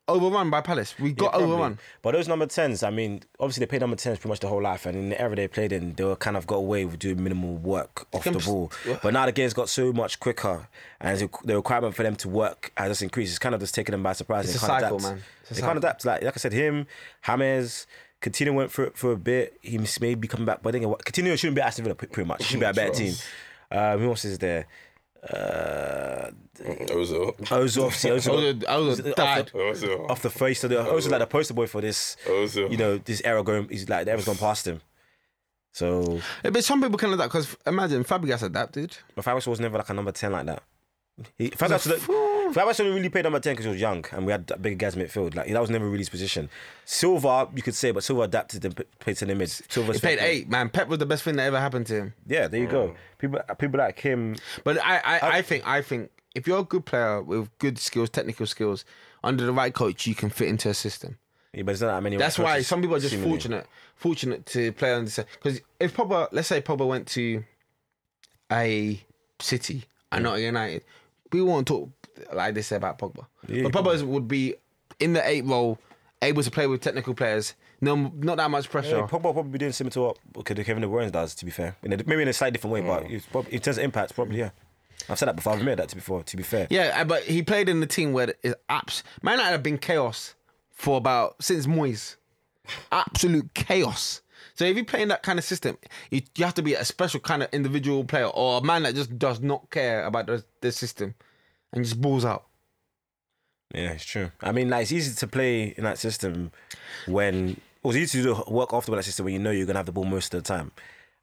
Speaker 3: overrun by Palace? We
Speaker 2: Yeah,
Speaker 3: got
Speaker 2: probably.
Speaker 3: overrun.
Speaker 2: But those number tens, I mean, obviously they played number tens pretty much the whole life, and in the era they played in, they were kind of got away with doing minimal work off the
Speaker 3: Comp-
Speaker 2: ball. But now the game's got so much quicker, and the- the requirement for them to work has just increased. It's kind of just taking them by surprise.
Speaker 3: It's
Speaker 2: they
Speaker 3: a
Speaker 2: can't
Speaker 3: cycle,
Speaker 2: adapt.
Speaker 3: man. It's a
Speaker 2: they can't
Speaker 3: cycle.
Speaker 2: adapt. Like like I said, him, James. Coutinho went for for a bit. He mis- may be coming back, but then Coutinho shouldn't be at Aston Villa p- pretty much. Should be at
Speaker 3: [laughs]
Speaker 2: a better team. Um, who else is there? Uh,
Speaker 4: Ozil.
Speaker 2: Ozil, obviously, Ozil,
Speaker 3: [laughs] Ozil- Ozil
Speaker 2: off the-
Speaker 3: died.
Speaker 4: Ozil.
Speaker 2: off the face of the Ozil like the poster boy for this
Speaker 4: Ozil.
Speaker 2: you know, this era going, he's like, everyone's gone past him. So,
Speaker 3: Yeah, But some people can adapt because imagine Fabregas adapted.
Speaker 2: but Fabregas was never like a number 10 like that. He, Fabregas,
Speaker 3: a fool.
Speaker 2: Fabregas only really played number 10 because he was young and we had that big guys midfield. Like, that was never really his position. Silva, you could say, but Silva adapted and p- played to the mid. Silva
Speaker 3: He played eight, man. Pep was the best thing that ever happened to him.
Speaker 2: Yeah, there you go. People people like him,
Speaker 3: But I, I, I, think, I think if you're a good player with good skills, technical skills, under the right coach, you can fit into a system.
Speaker 2: yeah, but there's not that many.
Speaker 3: That's
Speaker 2: coaches,
Speaker 3: why some people are just
Speaker 2: seemingly.
Speaker 3: fortunate, fortunate to play on this. Because if Pogba, let's say Pogba went to a City and not a United, we won't talk like this about Pogba.
Speaker 2: Yeah,
Speaker 3: but Pogba would be in the eight role, able to play with technical players. No, not that much pressure.
Speaker 2: Yeah, Pogba will probably be doing similar to what okay, the Kevin De Bruyne does, to be fair. In a, maybe in a slightly different way, but it's prob- in terms of impact, probably, yeah. I've said that before. I've admitted that to before, to be fair.
Speaker 3: Yeah, uh, but he played in the team where it's apps. Man United have been chaos for about since Moyes. Absolute chaos. So if you play in that kind of system, you, you have to be a special kind of individual player or a man that just does not care about the, the system and just balls out.
Speaker 2: Yeah, it's true. I mean, like it's easy to play in that system when it was easy to do work off the ball that system when you know you're gonna have the ball most of the time,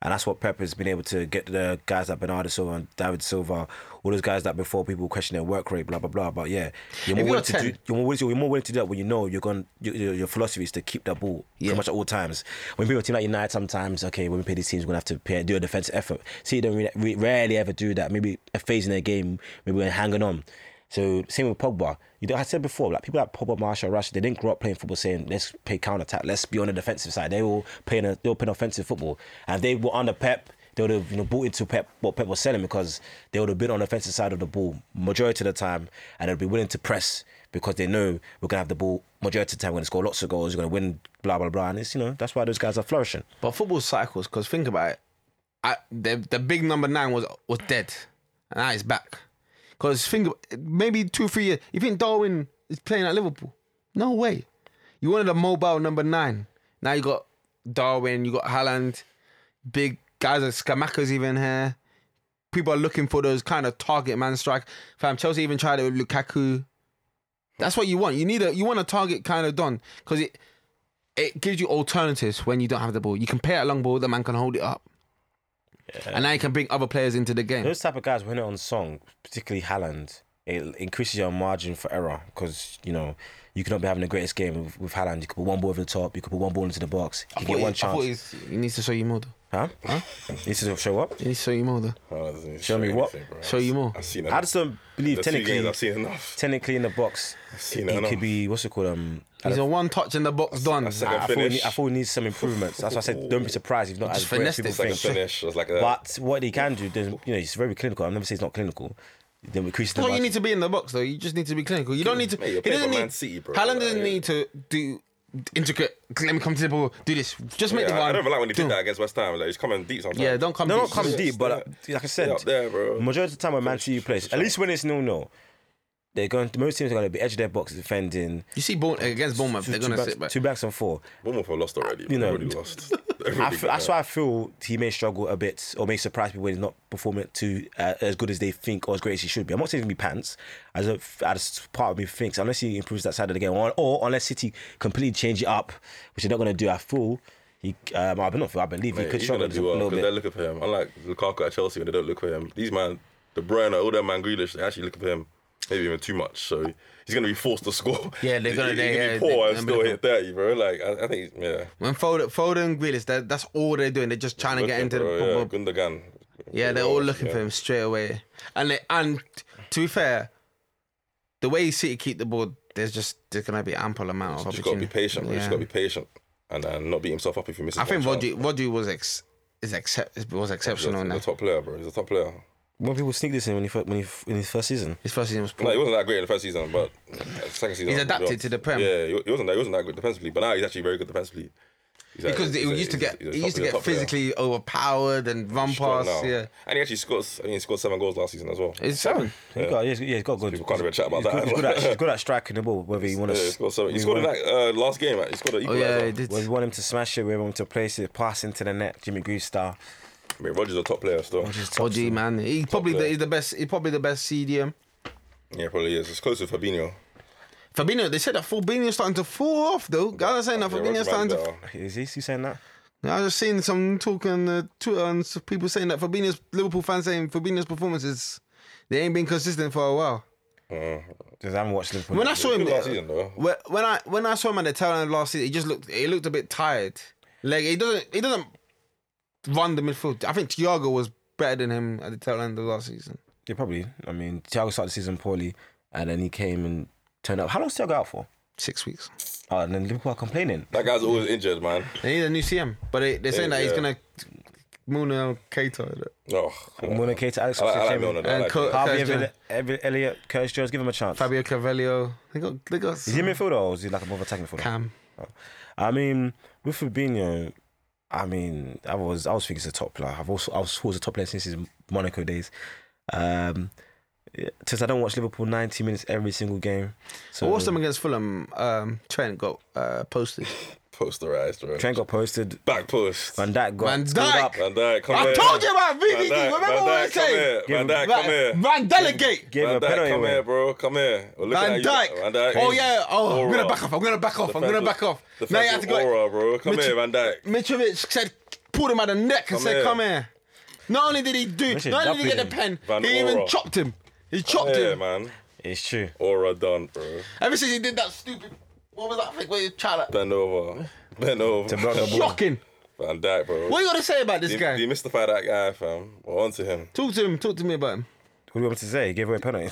Speaker 2: and that's what Pep has been able to get the guys like Bernardo Silva and David Silva, all those guys that before people question their work rate, blah blah blah. But yeah, you're more
Speaker 3: you're
Speaker 2: willing to
Speaker 3: 10.
Speaker 2: do you're more willing to, you're more willing to do that when you know you're going your, your, your philosophy is to keep that ball
Speaker 3: Yeah.
Speaker 2: pretty much at all times. When people team like United, sometimes okay, when we play these teams, we're gonna have to play, do a defensive effort. See, don't really, we rarely ever do that. Maybe a phase in their game, maybe we're hanging on. So same with Pogba. You know, I said before, like people like Pogba, Marshall, Rashford, they didn't grow up playing football saying let's play counter attack, let's be on the defensive side. They all playing a, they were playing offensive football, and if they were under Pep. They would have you know, bought into Pep what Pep was selling because they would have been on the offensive side of the ball majority of the time, and they'd be willing to press because they know we're gonna have the ball majority of the time. We're gonna score lots of goals. We're gonna win. Blah blah blah. And it's you know that's why those guys are flourishing.
Speaker 3: But football cycles, because think about it. I, the, the big number nine was was dead, and now he's back. Because think maybe two three years. You think Darwin is playing at Liverpool? No way. You wanted a mobile number nine. Now you got Darwin. You got Haaland. Big guys like Scamacca's even here. People are looking for those kind of target man strike. Fam, Chelsea even tried it with Lukaku. That's what you want. You need a you want a target kind of done because it it gives you alternatives when you don't have the ball. You can play a long ball, the man can hold it up. And now you can bring other players into the game.
Speaker 2: Those type of guys when they're on song, particularly Haaland, it increases your margin for error because you know you cannot be having the greatest game with, with Haaland. You could put one ball over the top. You could put one ball into the box. You
Speaker 3: thought
Speaker 2: get
Speaker 3: he-
Speaker 2: one
Speaker 3: I thought
Speaker 2: chance.
Speaker 3: he's- he needs to show you more. Though.
Speaker 2: Huh? Huh? This is show up.
Speaker 3: He needs to show you more. Though.
Speaker 4: Oh, that doesn't
Speaker 2: Show me
Speaker 4: say
Speaker 2: what?
Speaker 4: anything, bro.
Speaker 3: Show you more.
Speaker 4: I've seen
Speaker 2: I
Speaker 4: enough.
Speaker 2: just don't believe
Speaker 4: The two games I've
Speaker 2: technically.
Speaker 4: seen enough.
Speaker 2: Technically in the box,
Speaker 4: seen
Speaker 2: it,
Speaker 4: it
Speaker 2: could
Speaker 4: enough.
Speaker 2: be what's it called? Um, I,
Speaker 3: He's a one touch in the box done.
Speaker 4: That's like
Speaker 2: I
Speaker 4: a
Speaker 2: thought we
Speaker 4: finish.
Speaker 2: need, I thought we need some improvements. That's why I said don't be surprised if not as great as
Speaker 3: finessed it. It's
Speaker 2: people
Speaker 3: like
Speaker 4: Like a
Speaker 2: think.
Speaker 4: finish. It's like a.
Speaker 2: But what he can do, there's- you know, he's very clinical. I'll never say he's not clinical. Then increases the
Speaker 3: That's all you
Speaker 2: margin.
Speaker 3: need to be in the box though. You just need to be clinical. You don't need to.
Speaker 4: Mate, you're
Speaker 3: he
Speaker 4: playing
Speaker 3: doesn't
Speaker 4: for
Speaker 3: need.
Speaker 4: Man City, bro.
Speaker 3: Haaland doesn't
Speaker 4: Like-
Speaker 3: need to do intricate. Let me come to the ball. Do this. Just make the
Speaker 4: Yeah, I
Speaker 3: run.
Speaker 4: don't like when he
Speaker 3: do.
Speaker 4: did that against West Ham. Like he's coming deep sometimes.
Speaker 3: Yeah, don't come. [laughs]
Speaker 2: No,
Speaker 3: deep.
Speaker 2: not come
Speaker 3: Just-
Speaker 2: deep, but like, like I said,
Speaker 4: up there, bro.
Speaker 2: majority of the time when Man City plays, at least when it's nil nil, They're going. Most teams are going to be edge of their box defending.
Speaker 3: You see, Bourne, against Bournemouth, they're
Speaker 2: two
Speaker 3: going to
Speaker 2: backs-
Speaker 3: sit back.
Speaker 2: Two backs and four.
Speaker 4: Bournemouth have lost already.
Speaker 2: You
Speaker 4: You
Speaker 2: know,
Speaker 4: know, already
Speaker 3: [laughs]
Speaker 4: lost. They've
Speaker 2: I
Speaker 4: already
Speaker 2: feel, that's
Speaker 4: got
Speaker 2: why I feel he may struggle a bit or may surprise people when he's not performing to uh, as good as they think or as great as he should be. I'm not saying he's gonna be pants, as a as part of me thinks, unless he improves that side of the game, or, or unless City completely change it up, which they're not going to do. I feel he, um, I not feel, I believe
Speaker 4: that.
Speaker 2: he
Speaker 4: Mate,
Speaker 2: could
Speaker 4: he's
Speaker 2: struggle
Speaker 4: gonna
Speaker 2: a
Speaker 4: do
Speaker 2: little
Speaker 4: well because they
Speaker 2: bit.
Speaker 4: look for him. Unlike Lukaku at Chelsea, when they don't look for him, these man, De Bruyne, all that man, Grealish, they actually look for him. Maybe even too much. So he's gonna be forced to score.
Speaker 3: Yeah,
Speaker 4: [laughs]
Speaker 3: they're gonna-
Speaker 4: He's
Speaker 3: they- yeah,
Speaker 4: be poor
Speaker 3: they-
Speaker 4: and
Speaker 3: they're
Speaker 4: still
Speaker 3: gonna be
Speaker 4: hit thirty, bro. Like I, I think, yeah.
Speaker 3: When Foden, Foden and Grealish, that- that's all they're doing. They're just trying to get
Speaker 4: Looking,
Speaker 3: into the
Speaker 4: bro,
Speaker 3: proper
Speaker 4: yeah, Gundogan.
Speaker 3: Yeah, they're all looking
Speaker 4: Yeah.
Speaker 3: for him straight away. And they, and to be fair, the way City keep the ball, there's just there's gonna be ample amount of
Speaker 4: Just gotta
Speaker 3: opportunity.
Speaker 4: be patient. bro. Just
Speaker 3: Yeah.
Speaker 4: gotta be patient and uh, not beat himself up if he misses.
Speaker 3: I think
Speaker 4: one chance.
Speaker 3: Rodri, Rodri was ex is except was exceptional
Speaker 4: He's
Speaker 3: now.
Speaker 4: a top player, bro. He's a top player.
Speaker 2: When people sneak this in when he fir- when he f- in his first season,
Speaker 3: His first season was
Speaker 4: No,
Speaker 3: poor.
Speaker 4: he wasn't that great in the first season, but second season
Speaker 3: He's adapted to the Prem.
Speaker 4: Yeah, he he wasn't that, he wasn't that good defensively, but now he's actually very good defensively. He's like-
Speaker 3: because he
Speaker 4: he's a-
Speaker 3: used to
Speaker 4: he's a-
Speaker 3: get
Speaker 4: he's a
Speaker 3: he
Speaker 4: top-
Speaker 3: used to
Speaker 4: he's
Speaker 3: get
Speaker 4: a top player.
Speaker 3: physically overpowered and run
Speaker 4: Strong
Speaker 3: past.
Speaker 4: now.
Speaker 3: Yeah,
Speaker 4: and he actually scores. I mean, he scored seven goals last season as well.
Speaker 3: it's seven.
Speaker 2: yeah. he got, yeah, he's, yeah, he's got good.
Speaker 4: People can't even chat about
Speaker 2: he's
Speaker 4: that.
Speaker 2: Good, he's, good at, he's good at striking the ball, whether you want
Speaker 4: yeah,
Speaker 2: to.
Speaker 4: he scored seven. He scored in like uh, last game. Like, he scored an
Speaker 3: Oh yeah,
Speaker 4: equaliser.
Speaker 3: it did.
Speaker 2: Whether you want him to smash it, whether you want him to place it, pass into the net, Jimmy Greaves style.
Speaker 4: I mean, Rodgers a top player still.
Speaker 3: Rodri, man, he probably the,
Speaker 4: player.
Speaker 3: he's the best. He's probably the best CDM.
Speaker 4: Yeah, probably is. It's close to Fabinho.
Speaker 3: Fabinho, they said that Fabinho's starting to fall off though. Guys are saying that
Speaker 4: Yeah, Rodgers
Speaker 3: Fabinho's
Speaker 4: might
Speaker 3: starting
Speaker 4: be
Speaker 3: to
Speaker 4: better.
Speaker 2: Is he still saying that?
Speaker 3: Yeah, I just seen some talk on uh, Twitter and some people saying that Fabinho's Liverpool fans saying Fabinho's performances they ain't been consistent for a while.
Speaker 2: Because I haven't watched Liverpool.
Speaker 3: When I saw him
Speaker 4: Good last season though.
Speaker 3: when when I when I saw him at the tail end last season, he just looked he looked a bit tired. Like he doesn't he doesn't run the midfield. I think Thiago was better than him at the tail end of last season.
Speaker 2: Yeah, probably. I mean, Thiago started the season poorly, and then he came and turned up. How long's Thiago out for?
Speaker 3: Six weeks.
Speaker 2: Oh, and then Liverpool are complaining.
Speaker 4: That guy's always injured, man.
Speaker 3: They need a new CM, but they, they're saying that he's
Speaker 4: yeah.
Speaker 3: gonna Muno Keita
Speaker 4: Oh,
Speaker 2: I'm going to cater Alex
Speaker 4: I like, I like
Speaker 2: Oxlade-Chamberlain.
Speaker 4: Milner. though. I
Speaker 3: and
Speaker 4: like
Speaker 3: Co-
Speaker 4: him.
Speaker 2: Harvey
Speaker 3: Curtis
Speaker 2: Everett- Everett- Elliott, Curtis Jones, give him a chance.
Speaker 3: Fabio Carvalho. They got they got
Speaker 2: Is he a midfielder or is he like a more of attacking midfielder?
Speaker 3: Cam.
Speaker 2: I mean, with Fabinho, I mean, I was I was thinking he's a top player. I've also I was always a top player since his Monaco days. Um, yeah, since I don't watch Liverpool 90 minutes every single game, so
Speaker 3: I watched them against Fulham. Um, Trent got uh, posted.
Speaker 4: Posterized, bro.
Speaker 2: Trent got posted.
Speaker 4: Back post.
Speaker 2: Van Dijk got
Speaker 3: Van
Speaker 2: scored
Speaker 3: Dijk!
Speaker 2: up.
Speaker 4: Van Dijk, come
Speaker 3: I
Speaker 4: here.
Speaker 3: told you about
Speaker 4: Van
Speaker 3: VVD.
Speaker 4: Dijk,
Speaker 3: Remember
Speaker 4: Van
Speaker 3: what I
Speaker 4: Dijk,
Speaker 3: said?
Speaker 4: Come here. Van Dijk,
Speaker 3: Van,
Speaker 4: come here.
Speaker 3: Van delegate.
Speaker 2: Gave him
Speaker 4: Van
Speaker 2: a
Speaker 4: Dijk,
Speaker 2: penalty.
Speaker 4: come
Speaker 2: away.
Speaker 4: here, bro. Come here. We're looking
Speaker 3: Van
Speaker 4: at you.
Speaker 3: Dyke.
Speaker 4: Van Dijk.
Speaker 3: Oh yeah. Oh, I'm gonna
Speaker 4: Aura.
Speaker 3: back off. I'm gonna back off. I'm gonna back off. Now you have to
Speaker 4: Defensive
Speaker 3: go.
Speaker 4: Aura, bro. Come
Speaker 3: Mitch-
Speaker 4: here, Van Dijk.
Speaker 3: Mitrovic said, pulled him by the neck and
Speaker 4: Come
Speaker 3: said,
Speaker 4: here.
Speaker 3: "Come here." Not only did he do,
Speaker 2: Mitch is
Speaker 3: not only did he get the
Speaker 2: doubling
Speaker 3: pen,
Speaker 4: Van
Speaker 3: he even
Speaker 4: Aura.
Speaker 3: chopped him. He chopped
Speaker 4: Yeah,
Speaker 3: him.
Speaker 4: man.
Speaker 2: It's true.
Speaker 4: Aura done, bro.
Speaker 3: Ever since he did that stupid, what was that thing where you try that?
Speaker 4: Bend over. Bend over.
Speaker 2: block the
Speaker 4: [laughs]
Speaker 2: ball.
Speaker 3: Shocking.
Speaker 4: Van Dijk, bro.
Speaker 3: What you gotta say about this
Speaker 4: De-
Speaker 3: guy?
Speaker 4: Demystify that guy, fam. Well, onto him.
Speaker 3: Talk to him. Talk to me about him.
Speaker 2: What do you want me to say? He gave away a penalty.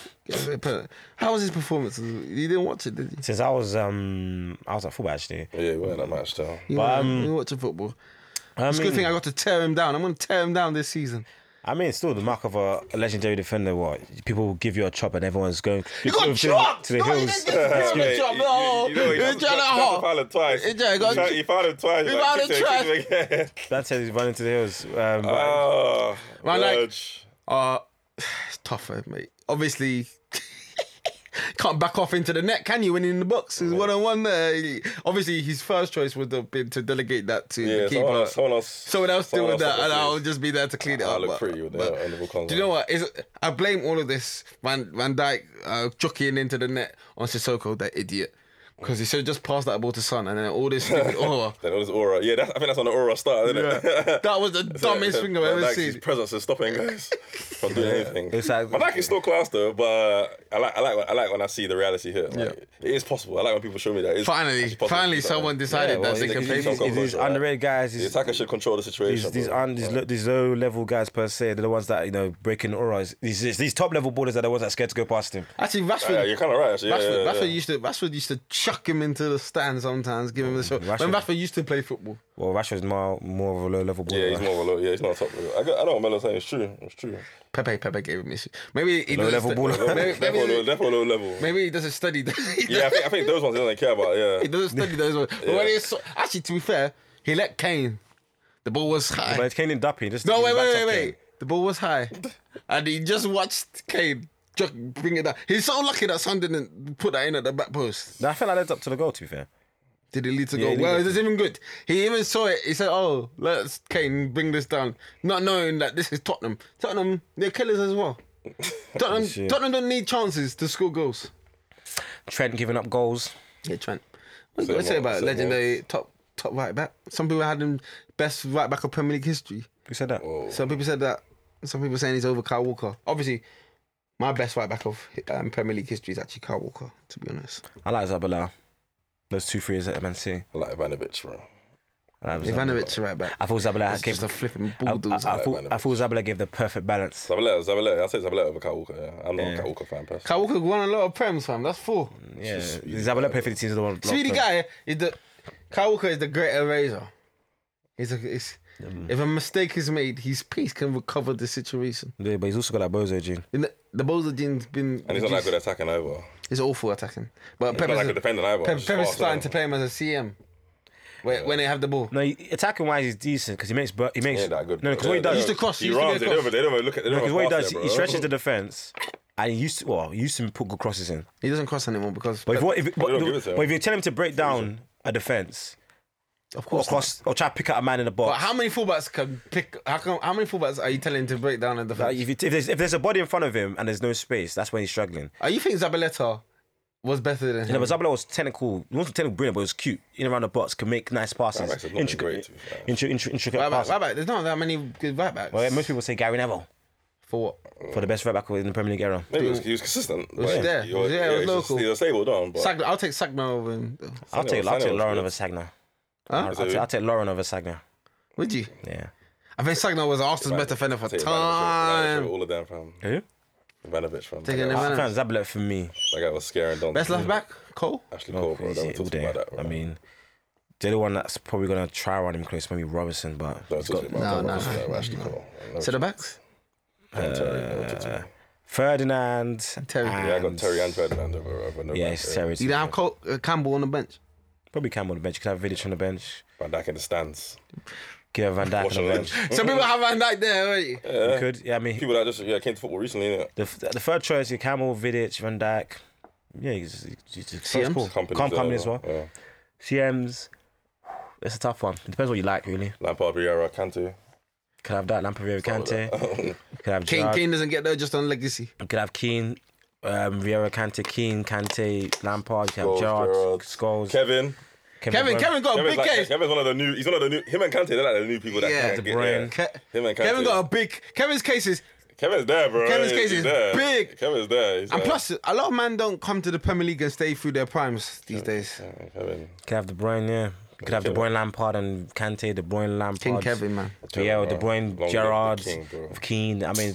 Speaker 3: How was his performance? You didn't watch it, did you?
Speaker 2: Since I was um I was at football actually.
Speaker 4: Yeah, we weren't that match, though. [laughs]
Speaker 3: You,
Speaker 2: But,
Speaker 3: um,
Speaker 2: um,
Speaker 3: you didn't watch the football.
Speaker 2: I
Speaker 3: It's a good thing
Speaker 2: mean,
Speaker 3: I got to tear him down. I'm going to tear him down this season.
Speaker 2: I mean, it's still the mark of a legendary defender. What people will give you a chop and everyone's going.
Speaker 3: You got
Speaker 2: to the-
Speaker 3: dropped!
Speaker 2: to the
Speaker 3: No, you
Speaker 2: hills.
Speaker 3: didn't
Speaker 2: [laughs]
Speaker 3: get dropped.
Speaker 4: Yeah,
Speaker 3: You
Speaker 4: you-
Speaker 3: know,
Speaker 4: you- you know,
Speaker 3: you
Speaker 4: he
Speaker 3: tried that
Speaker 4: tried- tried
Speaker 3: hard.
Speaker 4: to foul him twice.
Speaker 3: He tried,
Speaker 4: He
Speaker 3: got-
Speaker 4: tried- he fouled him twice.
Speaker 3: He
Speaker 4: like,
Speaker 3: fouled him
Speaker 4: kicked him, kicked him again.
Speaker 2: That's how he's running to the hills. Um,
Speaker 3: Uh,
Speaker 4: Oh,
Speaker 3: Man, like-
Speaker 4: Verge.
Speaker 3: Uh, [sighs] it's tougher, mate. Obviously, [laughs] can't back off into the net, can you? When in the box, it's one on one there. Obviously, his first choice would have been to delegate that to
Speaker 4: Yeah,
Speaker 3: the
Speaker 4: someone
Speaker 3: keeper.
Speaker 4: else. Someone else.
Speaker 3: Someone else
Speaker 4: someone
Speaker 3: doing that,
Speaker 4: else
Speaker 3: and
Speaker 4: obviously.
Speaker 3: I'll just be there to clean it
Speaker 4: I
Speaker 3: up.
Speaker 4: look
Speaker 3: but-
Speaker 4: pretty with the-
Speaker 3: but-
Speaker 4: on the Vulcan
Speaker 3: Do you know
Speaker 4: line.
Speaker 3: what? Is I blame all of this Van Van Dyke uh, jockeying into the net on Sissoko, that idiot, because he should have just passed that ball to Son, and then all this.
Speaker 4: [laughs]
Speaker 3: Stupid, oh,
Speaker 4: Then all this aura. Yeah, that's, I think that's on the aura start, isn't
Speaker 3: yeah.
Speaker 4: it?
Speaker 3: that
Speaker 4: [laughs]
Speaker 3: was the dumbest thing I've
Speaker 4: Van
Speaker 3: ever
Speaker 4: Dijk's
Speaker 3: seen.
Speaker 4: presence is stopping guys [laughs] from doing anything.
Speaker 2: It's like-
Speaker 4: Van Dijk is still class though, but uh, I like I like when, I like when I see the reality here. Like, It is possible. I like when people show me that. It's
Speaker 3: Finally,
Speaker 4: actually possible
Speaker 3: finally,
Speaker 4: to do
Speaker 3: someone decided
Speaker 2: well,
Speaker 3: that they
Speaker 2: it's-
Speaker 3: can
Speaker 2: it's-
Speaker 3: play
Speaker 2: it's- it's
Speaker 3: football.
Speaker 2: these
Speaker 4: right?
Speaker 2: underrated guys.
Speaker 4: The
Speaker 2: These,
Speaker 4: attacker should control the situation.
Speaker 2: these, these,
Speaker 4: bro.
Speaker 2: un,
Speaker 3: uh,
Speaker 2: these, lo- these low level guys per se, they're the ones that you know breaking auras. These these, these top level ballers are the ones that are scared to go past him.
Speaker 3: Actually,
Speaker 4: yeah,
Speaker 3: Rashford.
Speaker 4: you're kind of right. Actually. Yeah,
Speaker 3: Rashford,
Speaker 4: yeah, yeah.
Speaker 3: Rashford used to Rashford used to chuck him into the stand sometimes, give him the shot. When
Speaker 2: Rashford-
Speaker 3: Rashford used to play football,
Speaker 2: Well, Rashford's more more of a low level baller.
Speaker 4: Yeah, he's more of a low. Yeah, he's not a top. Level. I, got, I know what Melo's saying. It's true. It's true.
Speaker 3: Pepe Pepe gave him issue. Maybe he
Speaker 2: Low
Speaker 3: doesn't
Speaker 2: level
Speaker 3: stu-
Speaker 2: baller.
Speaker 3: Maybe,
Speaker 4: Definitely, low,
Speaker 3: maybe,
Speaker 4: definitely low level.
Speaker 3: maybe [laughs] he doesn't study. that.
Speaker 4: Yeah, I think, I think those ones he doesn't care about.
Speaker 3: he
Speaker 4: Yeah.
Speaker 3: doesn't study those ones. But when he saw, actually, to be fair, he let Kane. The ball was high.
Speaker 2: [laughs] But it's Kane and Duppy. Just
Speaker 3: no, wait,
Speaker 2: backs
Speaker 3: wait,
Speaker 2: up
Speaker 3: wait,
Speaker 2: Kane.
Speaker 3: wait. The ball was high, and he just watched Kane just bring it down. He's so lucky that Son didn't put that in at the back post.
Speaker 2: I feel like that's up to the goal. To be fair,
Speaker 3: Did it lead to
Speaker 2: it
Speaker 3: goal?
Speaker 2: did
Speaker 3: Well,
Speaker 2: lead
Speaker 3: it was even good. He even saw it. He said, "Oh, let's Kane bring this down," not knowing that this is Tottenham. Tottenham, they're killers as
Speaker 2: [laughs]
Speaker 3: well. Tottenham,
Speaker 2: Shit.
Speaker 3: Tottenham don't need chances to score goals.
Speaker 2: Trent giving up goals.
Speaker 3: Yeah, Trent. What
Speaker 4: Say
Speaker 3: you gonna say
Speaker 4: more,
Speaker 3: about
Speaker 4: say
Speaker 3: legendary top top right back? Some people had him best right back of Premier League history.
Speaker 2: Who said that?
Speaker 3: Some people said that. Some people saying he's over Kyle Walker. Obviously, my best right back of um, Premier League history is actually Kyle Walker. To be honest,
Speaker 2: I like Zabala. Those two threes at Man City.
Speaker 4: I like Ivanovic, bro.
Speaker 2: I like Zabala.
Speaker 3: Ivanovic right back.
Speaker 2: I thought Zabala
Speaker 3: It's
Speaker 2: gave
Speaker 3: just a flipping
Speaker 2: I, I,
Speaker 3: bulldozer.
Speaker 2: I thought, I thought Zabala gave the perfect balance.
Speaker 4: Zabaleta, Zabaleta. I say Zabaleta over Kyle Walker. Yeah. I'm not a Kyle Walker fan personally.
Speaker 3: Kyle Walker won a lot of prems, fam. That's four.
Speaker 4: Mm,
Speaker 2: Yeah, Zabala played for the teams that won.
Speaker 3: Speedy guy is the Kyle Walker is the great eraser. He's a, it's,
Speaker 4: Mm.
Speaker 3: if a mistake is made, his pace can recover the situation.
Speaker 2: Yeah, but he's also got that bozo gene.
Speaker 3: In the, the Bozo Jin's been
Speaker 4: And he's not that good attacking either.
Speaker 3: It's awful attacking. But
Speaker 4: He's
Speaker 3: Pep
Speaker 4: not that
Speaker 3: is,
Speaker 4: good defending either.
Speaker 3: Pep,
Speaker 4: Just
Speaker 3: Pep is
Speaker 4: fast,
Speaker 3: starting to
Speaker 4: isn't
Speaker 3: play him as a CM when, when they have the ball.
Speaker 2: No, he- attacking wise, he's decent because he makes bur- he
Speaker 4: he?
Speaker 2: makes
Speaker 4: He ain't that good.
Speaker 2: no because what he does
Speaker 3: Used to cross,
Speaker 4: He
Speaker 3: used to be a
Speaker 4: runs. They don't
Speaker 3: cross.
Speaker 4: even- they don't even look at. they don't
Speaker 2: because
Speaker 4: even
Speaker 2: what he
Speaker 4: pass
Speaker 2: does
Speaker 4: there,
Speaker 2: he
Speaker 4: bro.
Speaker 2: stretches the defense and he used to well he used to put good crosses in.
Speaker 3: He doesn't cross anymore because
Speaker 2: But if, what, if, but,
Speaker 4: don't give it to
Speaker 2: but
Speaker 4: him.
Speaker 2: if you tell him to break down a defense
Speaker 3: of
Speaker 2: or
Speaker 3: course.
Speaker 2: cross or try to pick out a man in the box,
Speaker 3: But how many fullbacks can pick? How, come, how many fullbacks are you telling to break down the defense?
Speaker 2: like, if, you, if there's if there's a body in front of him and there's no space, that's when he's struggling.
Speaker 3: Are you think Zabaleta was better than him?
Speaker 2: You know, but Zabala was technical. He wasn't technical brilliant, but he was cute in and around the box, can make nice passes,
Speaker 4: Right, so not great,
Speaker 2: intricate,
Speaker 4: to be fair.
Speaker 2: intri- intri- intricate
Speaker 3: right back,
Speaker 2: passes.
Speaker 3: right back. There's not that many good right backs.
Speaker 2: Well, yeah, most people say Gary Neville
Speaker 3: For what?
Speaker 2: for
Speaker 4: Mm.
Speaker 2: the best right back in the Premier League era.
Speaker 4: Maybe he was, he was consistent. Was
Speaker 3: there. He was there, he was local.
Speaker 4: He was stable down, but
Speaker 3: Sagna, I'll take Sagna over him.
Speaker 2: I'll take,
Speaker 4: was-
Speaker 2: I'll take
Speaker 4: Sané was
Speaker 2: Lauren
Speaker 4: good.
Speaker 2: over Sagna.
Speaker 3: Huh?
Speaker 2: I'll, take- I'll take Lauren over Sagna.
Speaker 3: Would you?
Speaker 2: Yeah.
Speaker 3: I think Sagna was Arsenal's best defender for
Speaker 4: I'll take Ivanovic, Ivanovic,
Speaker 3: time.
Speaker 4: all of them from
Speaker 2: Who?
Speaker 4: Ivanovic from.
Speaker 3: Taking him
Speaker 4: That guy
Speaker 3: out.
Speaker 4: was-
Speaker 2: I found Zabala for me.
Speaker 4: that guy was scaring Don.
Speaker 3: Best left back, Cole.
Speaker 4: Ashley Cole, bro. Don't
Speaker 2: All
Speaker 4: talk
Speaker 2: day.
Speaker 4: about that. Bro.
Speaker 2: I mean, the other one that's probably gonna try around him close, maybe Robinson, but
Speaker 4: don't
Speaker 2: he's got
Speaker 4: talk about that.
Speaker 3: No,
Speaker 4: Don't talk
Speaker 3: no.
Speaker 4: about Ashley Cole.
Speaker 3: Centre backs.
Speaker 4: Uh,
Speaker 2: Ferdinand.
Speaker 3: Terry.
Speaker 4: yeah, I got Terry and Ferdinand over over no
Speaker 2: Yeah,
Speaker 4: man,
Speaker 2: it's
Speaker 4: yeah.
Speaker 2: Terry.
Speaker 3: You don't have Cole, uh, Campbell on the bench.
Speaker 2: Probably Cam on the bench. You could have Vidic on the bench.
Speaker 4: Van Dijk in the stands.
Speaker 2: Could have Van Dijk
Speaker 4: Watching
Speaker 2: on the
Speaker 4: the
Speaker 2: bench.
Speaker 4: bench.
Speaker 3: Some people have Van Dijk there already.
Speaker 2: You could. Yeah, I mean,
Speaker 4: [laughs] People that just yeah came to football recently, innit?
Speaker 2: The, the third choice, your Camel, Vidic, Van Dijk. Yeah, he's, he's, he's
Speaker 3: CMs?
Speaker 2: cool. Com-
Speaker 4: Companies
Speaker 2: Company,
Speaker 4: there,
Speaker 2: as well.
Speaker 4: Yeah.
Speaker 2: CMs. It's a tough one. It depends what you like, really.
Speaker 4: Lampard, Vieira, Kante.
Speaker 2: Could have that Lampard, Kante.
Speaker 4: [laughs]
Speaker 2: Could have
Speaker 3: Kane,
Speaker 2: Gerrard.
Speaker 3: Kane doesn't get there just on legacy.
Speaker 2: Could have Keane, um, Vieira, Kante, Keane, Kante, Lampard. Could have
Speaker 4: Scholes,
Speaker 2: Gerrard,
Speaker 4: Gerrard.
Speaker 2: Scholes.
Speaker 4: Kevin.
Speaker 3: Kevin,
Speaker 2: De Bruyne.
Speaker 3: Kevin got a
Speaker 4: Kevin's
Speaker 3: Oh, big
Speaker 4: like,
Speaker 3: case.
Speaker 4: Kevin's one of the new. He's one of the new. Him and Kante, they're like the new people that
Speaker 3: Yeah,
Speaker 4: can't
Speaker 2: De
Speaker 4: get there.
Speaker 2: Bruyne.
Speaker 3: Ke-
Speaker 4: Him and Kante.
Speaker 3: Kevin got a big. Kevin's case is,
Speaker 4: Kevin's there, bro.
Speaker 3: Kevin's case
Speaker 4: He's
Speaker 3: is
Speaker 4: there.
Speaker 3: big.
Speaker 4: Kevin's there. He's
Speaker 3: and
Speaker 4: there.
Speaker 3: plus a lot of men don't come to the Premier League and stay through their primes these days.
Speaker 4: Yeah, Kevin.
Speaker 2: Could have De Bruyne, yeah. Could have De Bruyne, Lampard, and Kante, De Bruyne, Lampard.
Speaker 3: King Kevin, man.
Speaker 2: Yeah, De
Speaker 4: Long live the
Speaker 2: Bruyne, Gerrard,
Speaker 4: king, bro.
Speaker 2: Keane. I mean,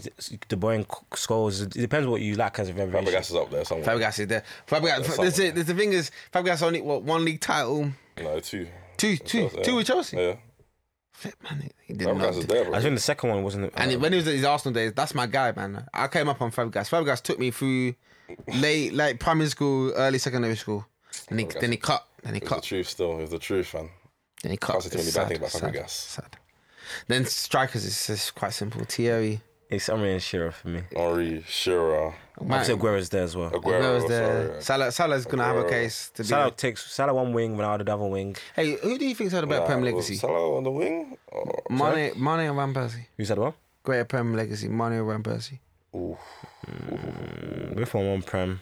Speaker 2: De Bruyne, Scholes. It depends what you like as a variation.
Speaker 4: Fabregas is up there somewhere.
Speaker 3: Fabregas is there. Fabregas.
Speaker 4: that's
Speaker 3: There's,
Speaker 4: something.
Speaker 3: a, there's the thing is Fabregas only what one league title,
Speaker 4: No, two.
Speaker 3: two, two,
Speaker 4: Chelsea,
Speaker 3: two
Speaker 4: yeah.
Speaker 3: with Chelsea.
Speaker 4: Yeah.
Speaker 3: Flip, man, he did
Speaker 4: Fabregas is
Speaker 3: not.
Speaker 4: there, bro.
Speaker 2: I think the second one wasn't.
Speaker 3: And it- when he was at his Arsenal days, that's my guy, man. I came up on Fabregas. Fabregas took me through late, like primary school, early secondary school. And he, then he cut. Then he
Speaker 4: It was
Speaker 3: cut.
Speaker 4: the truth still. It was the truth, man.
Speaker 3: Then he cut.
Speaker 4: That's the too many
Speaker 3: It's
Speaker 4: bad
Speaker 3: sad,
Speaker 4: things about
Speaker 3: sad,
Speaker 4: Fabregas.
Speaker 3: sad. Then strikers is just quite simple. E. Thierry.
Speaker 2: It's Omri and Shearer for me.
Speaker 4: Henri, Shearer,
Speaker 3: Matt,
Speaker 2: Obviously, Aguero's there as well.
Speaker 4: Aguero.
Speaker 3: Aguero's there.
Speaker 4: Sorry.
Speaker 3: Salah, Salah's gonna have a
Speaker 4: Aguero.
Speaker 3: case to be.
Speaker 2: Salah takes Salah one wing, Ronaldo the other wing.
Speaker 3: Hey, who do you think's had a better
Speaker 4: Nah,
Speaker 3: Prem
Speaker 4: was
Speaker 3: legacy?
Speaker 4: Salah on the wing? Or...
Speaker 3: Mane, Mane or Van Persie?
Speaker 2: Who said what?
Speaker 3: Greater Prem legacy, Mane or Van Persie?
Speaker 2: We're from one prem.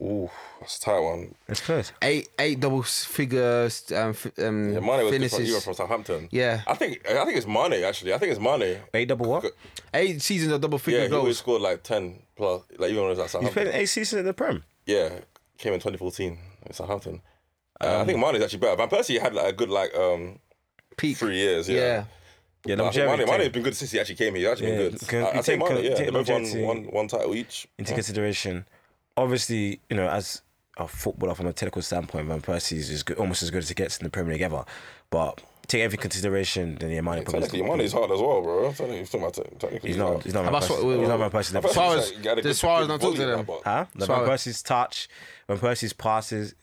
Speaker 4: Ooh, that's a tight one.
Speaker 2: It's close.
Speaker 3: Eight, eight double s- figure um, f- um,
Speaker 4: Yeah, Mane was different.
Speaker 3: finishes.
Speaker 4: He was from Southampton.
Speaker 3: Yeah.
Speaker 4: I think I think it's Mane actually. I think it's Mane.
Speaker 2: Eight double what?
Speaker 3: Eight seasons of double
Speaker 4: Yeah,
Speaker 3: figure
Speaker 4: he always
Speaker 3: goals.
Speaker 4: scored like ten plus. Like even when he was at
Speaker 2: He's
Speaker 4: Southampton.
Speaker 2: played eight seasons in the prem.
Speaker 4: Yeah, came in 2014 in Southampton. Uh,
Speaker 3: Um,
Speaker 4: I think Mane's actually better. Van Persie had like a good like um
Speaker 3: Peak.
Speaker 4: three years. Yeah.
Speaker 3: Yeah.
Speaker 2: Yeah,
Speaker 4: But I think Mane,
Speaker 2: longevity.
Speaker 4: Mane's
Speaker 2: take
Speaker 4: been good since he actually came here. He's actually
Speaker 2: Yeah,
Speaker 4: been good.
Speaker 2: can-
Speaker 4: I, I
Speaker 2: you
Speaker 4: say
Speaker 2: take-
Speaker 4: Mane,
Speaker 2: can-
Speaker 4: yeah.
Speaker 2: take
Speaker 4: They both won
Speaker 2: longevity.
Speaker 4: one, one title each.
Speaker 2: into consideration. Obviously, you know, as a footballer from a technical standpoint, Van Persie is as good, almost as good as it gets in the Premier League ever. But take every consideration, then yeah, Mane
Speaker 4: [laughs] Technically,
Speaker 2: probably.
Speaker 4: Mane's hard as well, bro. I'm telling you, he's talking about technically.
Speaker 2: He's not. He's not my
Speaker 3: About
Speaker 2: person.
Speaker 3: Suarez- wait,
Speaker 2: He's not my
Speaker 3: wait.
Speaker 2: person.
Speaker 4: About
Speaker 2: Huh?
Speaker 3: Suarez-
Speaker 4: He's got a
Speaker 3: did
Speaker 4: good-
Speaker 3: Suarez
Speaker 4: good
Speaker 3: not talk to
Speaker 4: volley
Speaker 3: them?
Speaker 4: now, but-
Speaker 2: Like, Van
Speaker 3: Suarez.
Speaker 2: Persie's touch, Van Persie's passes.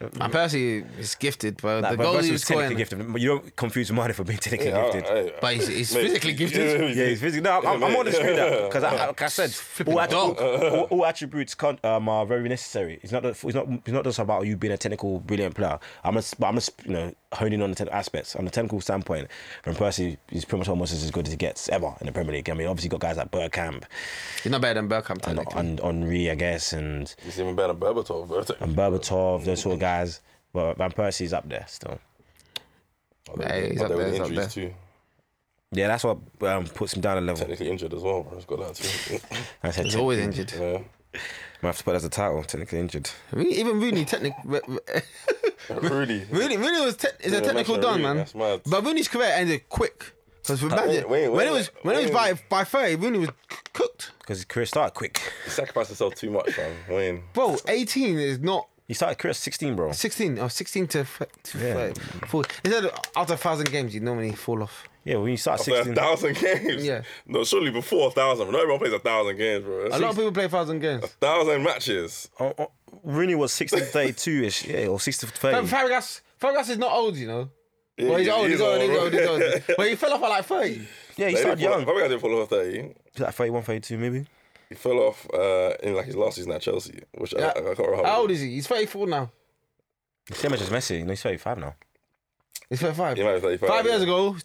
Speaker 4: Mm.
Speaker 3: And Percy is gifted, but
Speaker 2: Like,
Speaker 3: the
Speaker 2: Van
Speaker 3: goal
Speaker 2: Persie
Speaker 3: he was
Speaker 2: was technically
Speaker 3: scoring.
Speaker 2: gifted. But you don't confuse Mane for being technically
Speaker 4: Yeah,
Speaker 2: gifted. [laughs]
Speaker 4: I- I-
Speaker 3: But he's- he's
Speaker 4: Mate,
Speaker 3: physically
Speaker 4: you-
Speaker 3: gifted.
Speaker 2: Yeah, he's physically. No, I'm, I'm
Speaker 4: mate.
Speaker 2: on the screen because I, [laughs] like I said, all, att-
Speaker 3: dog.
Speaker 2: all, all attributes con- um, are very necessary. It's not. that- It's not. It's not just about you being a technical brilliant player. I'm a, but I'm a, you know honing on the technical aspects on the technical standpoint. Van Persie is pretty much almost as good as he gets ever in the Premier League. I mean, obviously you got guys like Bergkamp
Speaker 3: He's not better than Bellingham.
Speaker 2: and,
Speaker 3: technically.
Speaker 2: and Henri, I guess, and
Speaker 4: He's even better than Berbatov, bro.
Speaker 2: and Berbatov, those sort of guys. But Van Persie's up there still.
Speaker 3: Hey, he's
Speaker 4: But
Speaker 3: up
Speaker 4: they were
Speaker 3: there, he's up
Speaker 4: injuries
Speaker 3: there.
Speaker 4: too.
Speaker 2: Yeah, that's what um, puts him down a level.
Speaker 4: Technically injured as well, bro. He's got that too.
Speaker 2: I said,
Speaker 3: He's always injured.
Speaker 4: [laughs]
Speaker 2: [laughs]
Speaker 4: yeah.
Speaker 2: might have to put it as a title. Technically injured.
Speaker 3: Re- Even Rooney, technically,
Speaker 4: Really?
Speaker 3: [laughs] Rooney, Rooney was te- is a
Speaker 4: Yeah,
Speaker 3: technical
Speaker 4: mention
Speaker 3: done,
Speaker 4: Rooney,
Speaker 3: man.
Speaker 4: that's mad.
Speaker 3: But Rooney's career ended quick. Because imagine
Speaker 4: wait, wait,
Speaker 3: when it was when it was
Speaker 4: wait.
Speaker 3: by by thirty, Rooney was c- cooked.
Speaker 2: Because his career started quick.
Speaker 4: He sacrificed himself too much, man.
Speaker 2: [laughs]
Speaker 4: Wayne.
Speaker 3: Bro, eighteen is not
Speaker 2: He started career at 16, bro.
Speaker 3: 16 or 16 to, f- to
Speaker 2: Yeah.
Speaker 3: yeah. They said after a thousand games, you normally fall off.
Speaker 2: Yeah, when you start at
Speaker 4: After
Speaker 2: 16.
Speaker 4: a thousand games.
Speaker 3: Yeah.
Speaker 4: No, surely before a thousand. Not everyone plays a thousand games, bro.
Speaker 3: A lot of people play a thousand games.
Speaker 4: thousand matches.
Speaker 2: Oh, oh, Rooney was 16 32 ish, yeah, or 60
Speaker 3: But
Speaker 2: 30.
Speaker 3: Fabregas, Fabregas is not old, you know. Well, he's old, he's old, he's old, he's
Speaker 4: [laughs]
Speaker 3: old. But he fell off at like 30.
Speaker 2: Yeah, he
Speaker 4: He
Speaker 2: started young.
Speaker 4: Probably didn't follow off 30.
Speaker 2: Like 31, 32, maybe.
Speaker 4: He fell off uh, in like his last season at Chelsea, which I, I can't remember.
Speaker 3: How old is he? He's 34 now.
Speaker 2: Same age as Messi. No, he's 35 now.
Speaker 3: He's 35.
Speaker 4: He might be 35,
Speaker 3: Five years
Speaker 4: yeah.
Speaker 3: ago,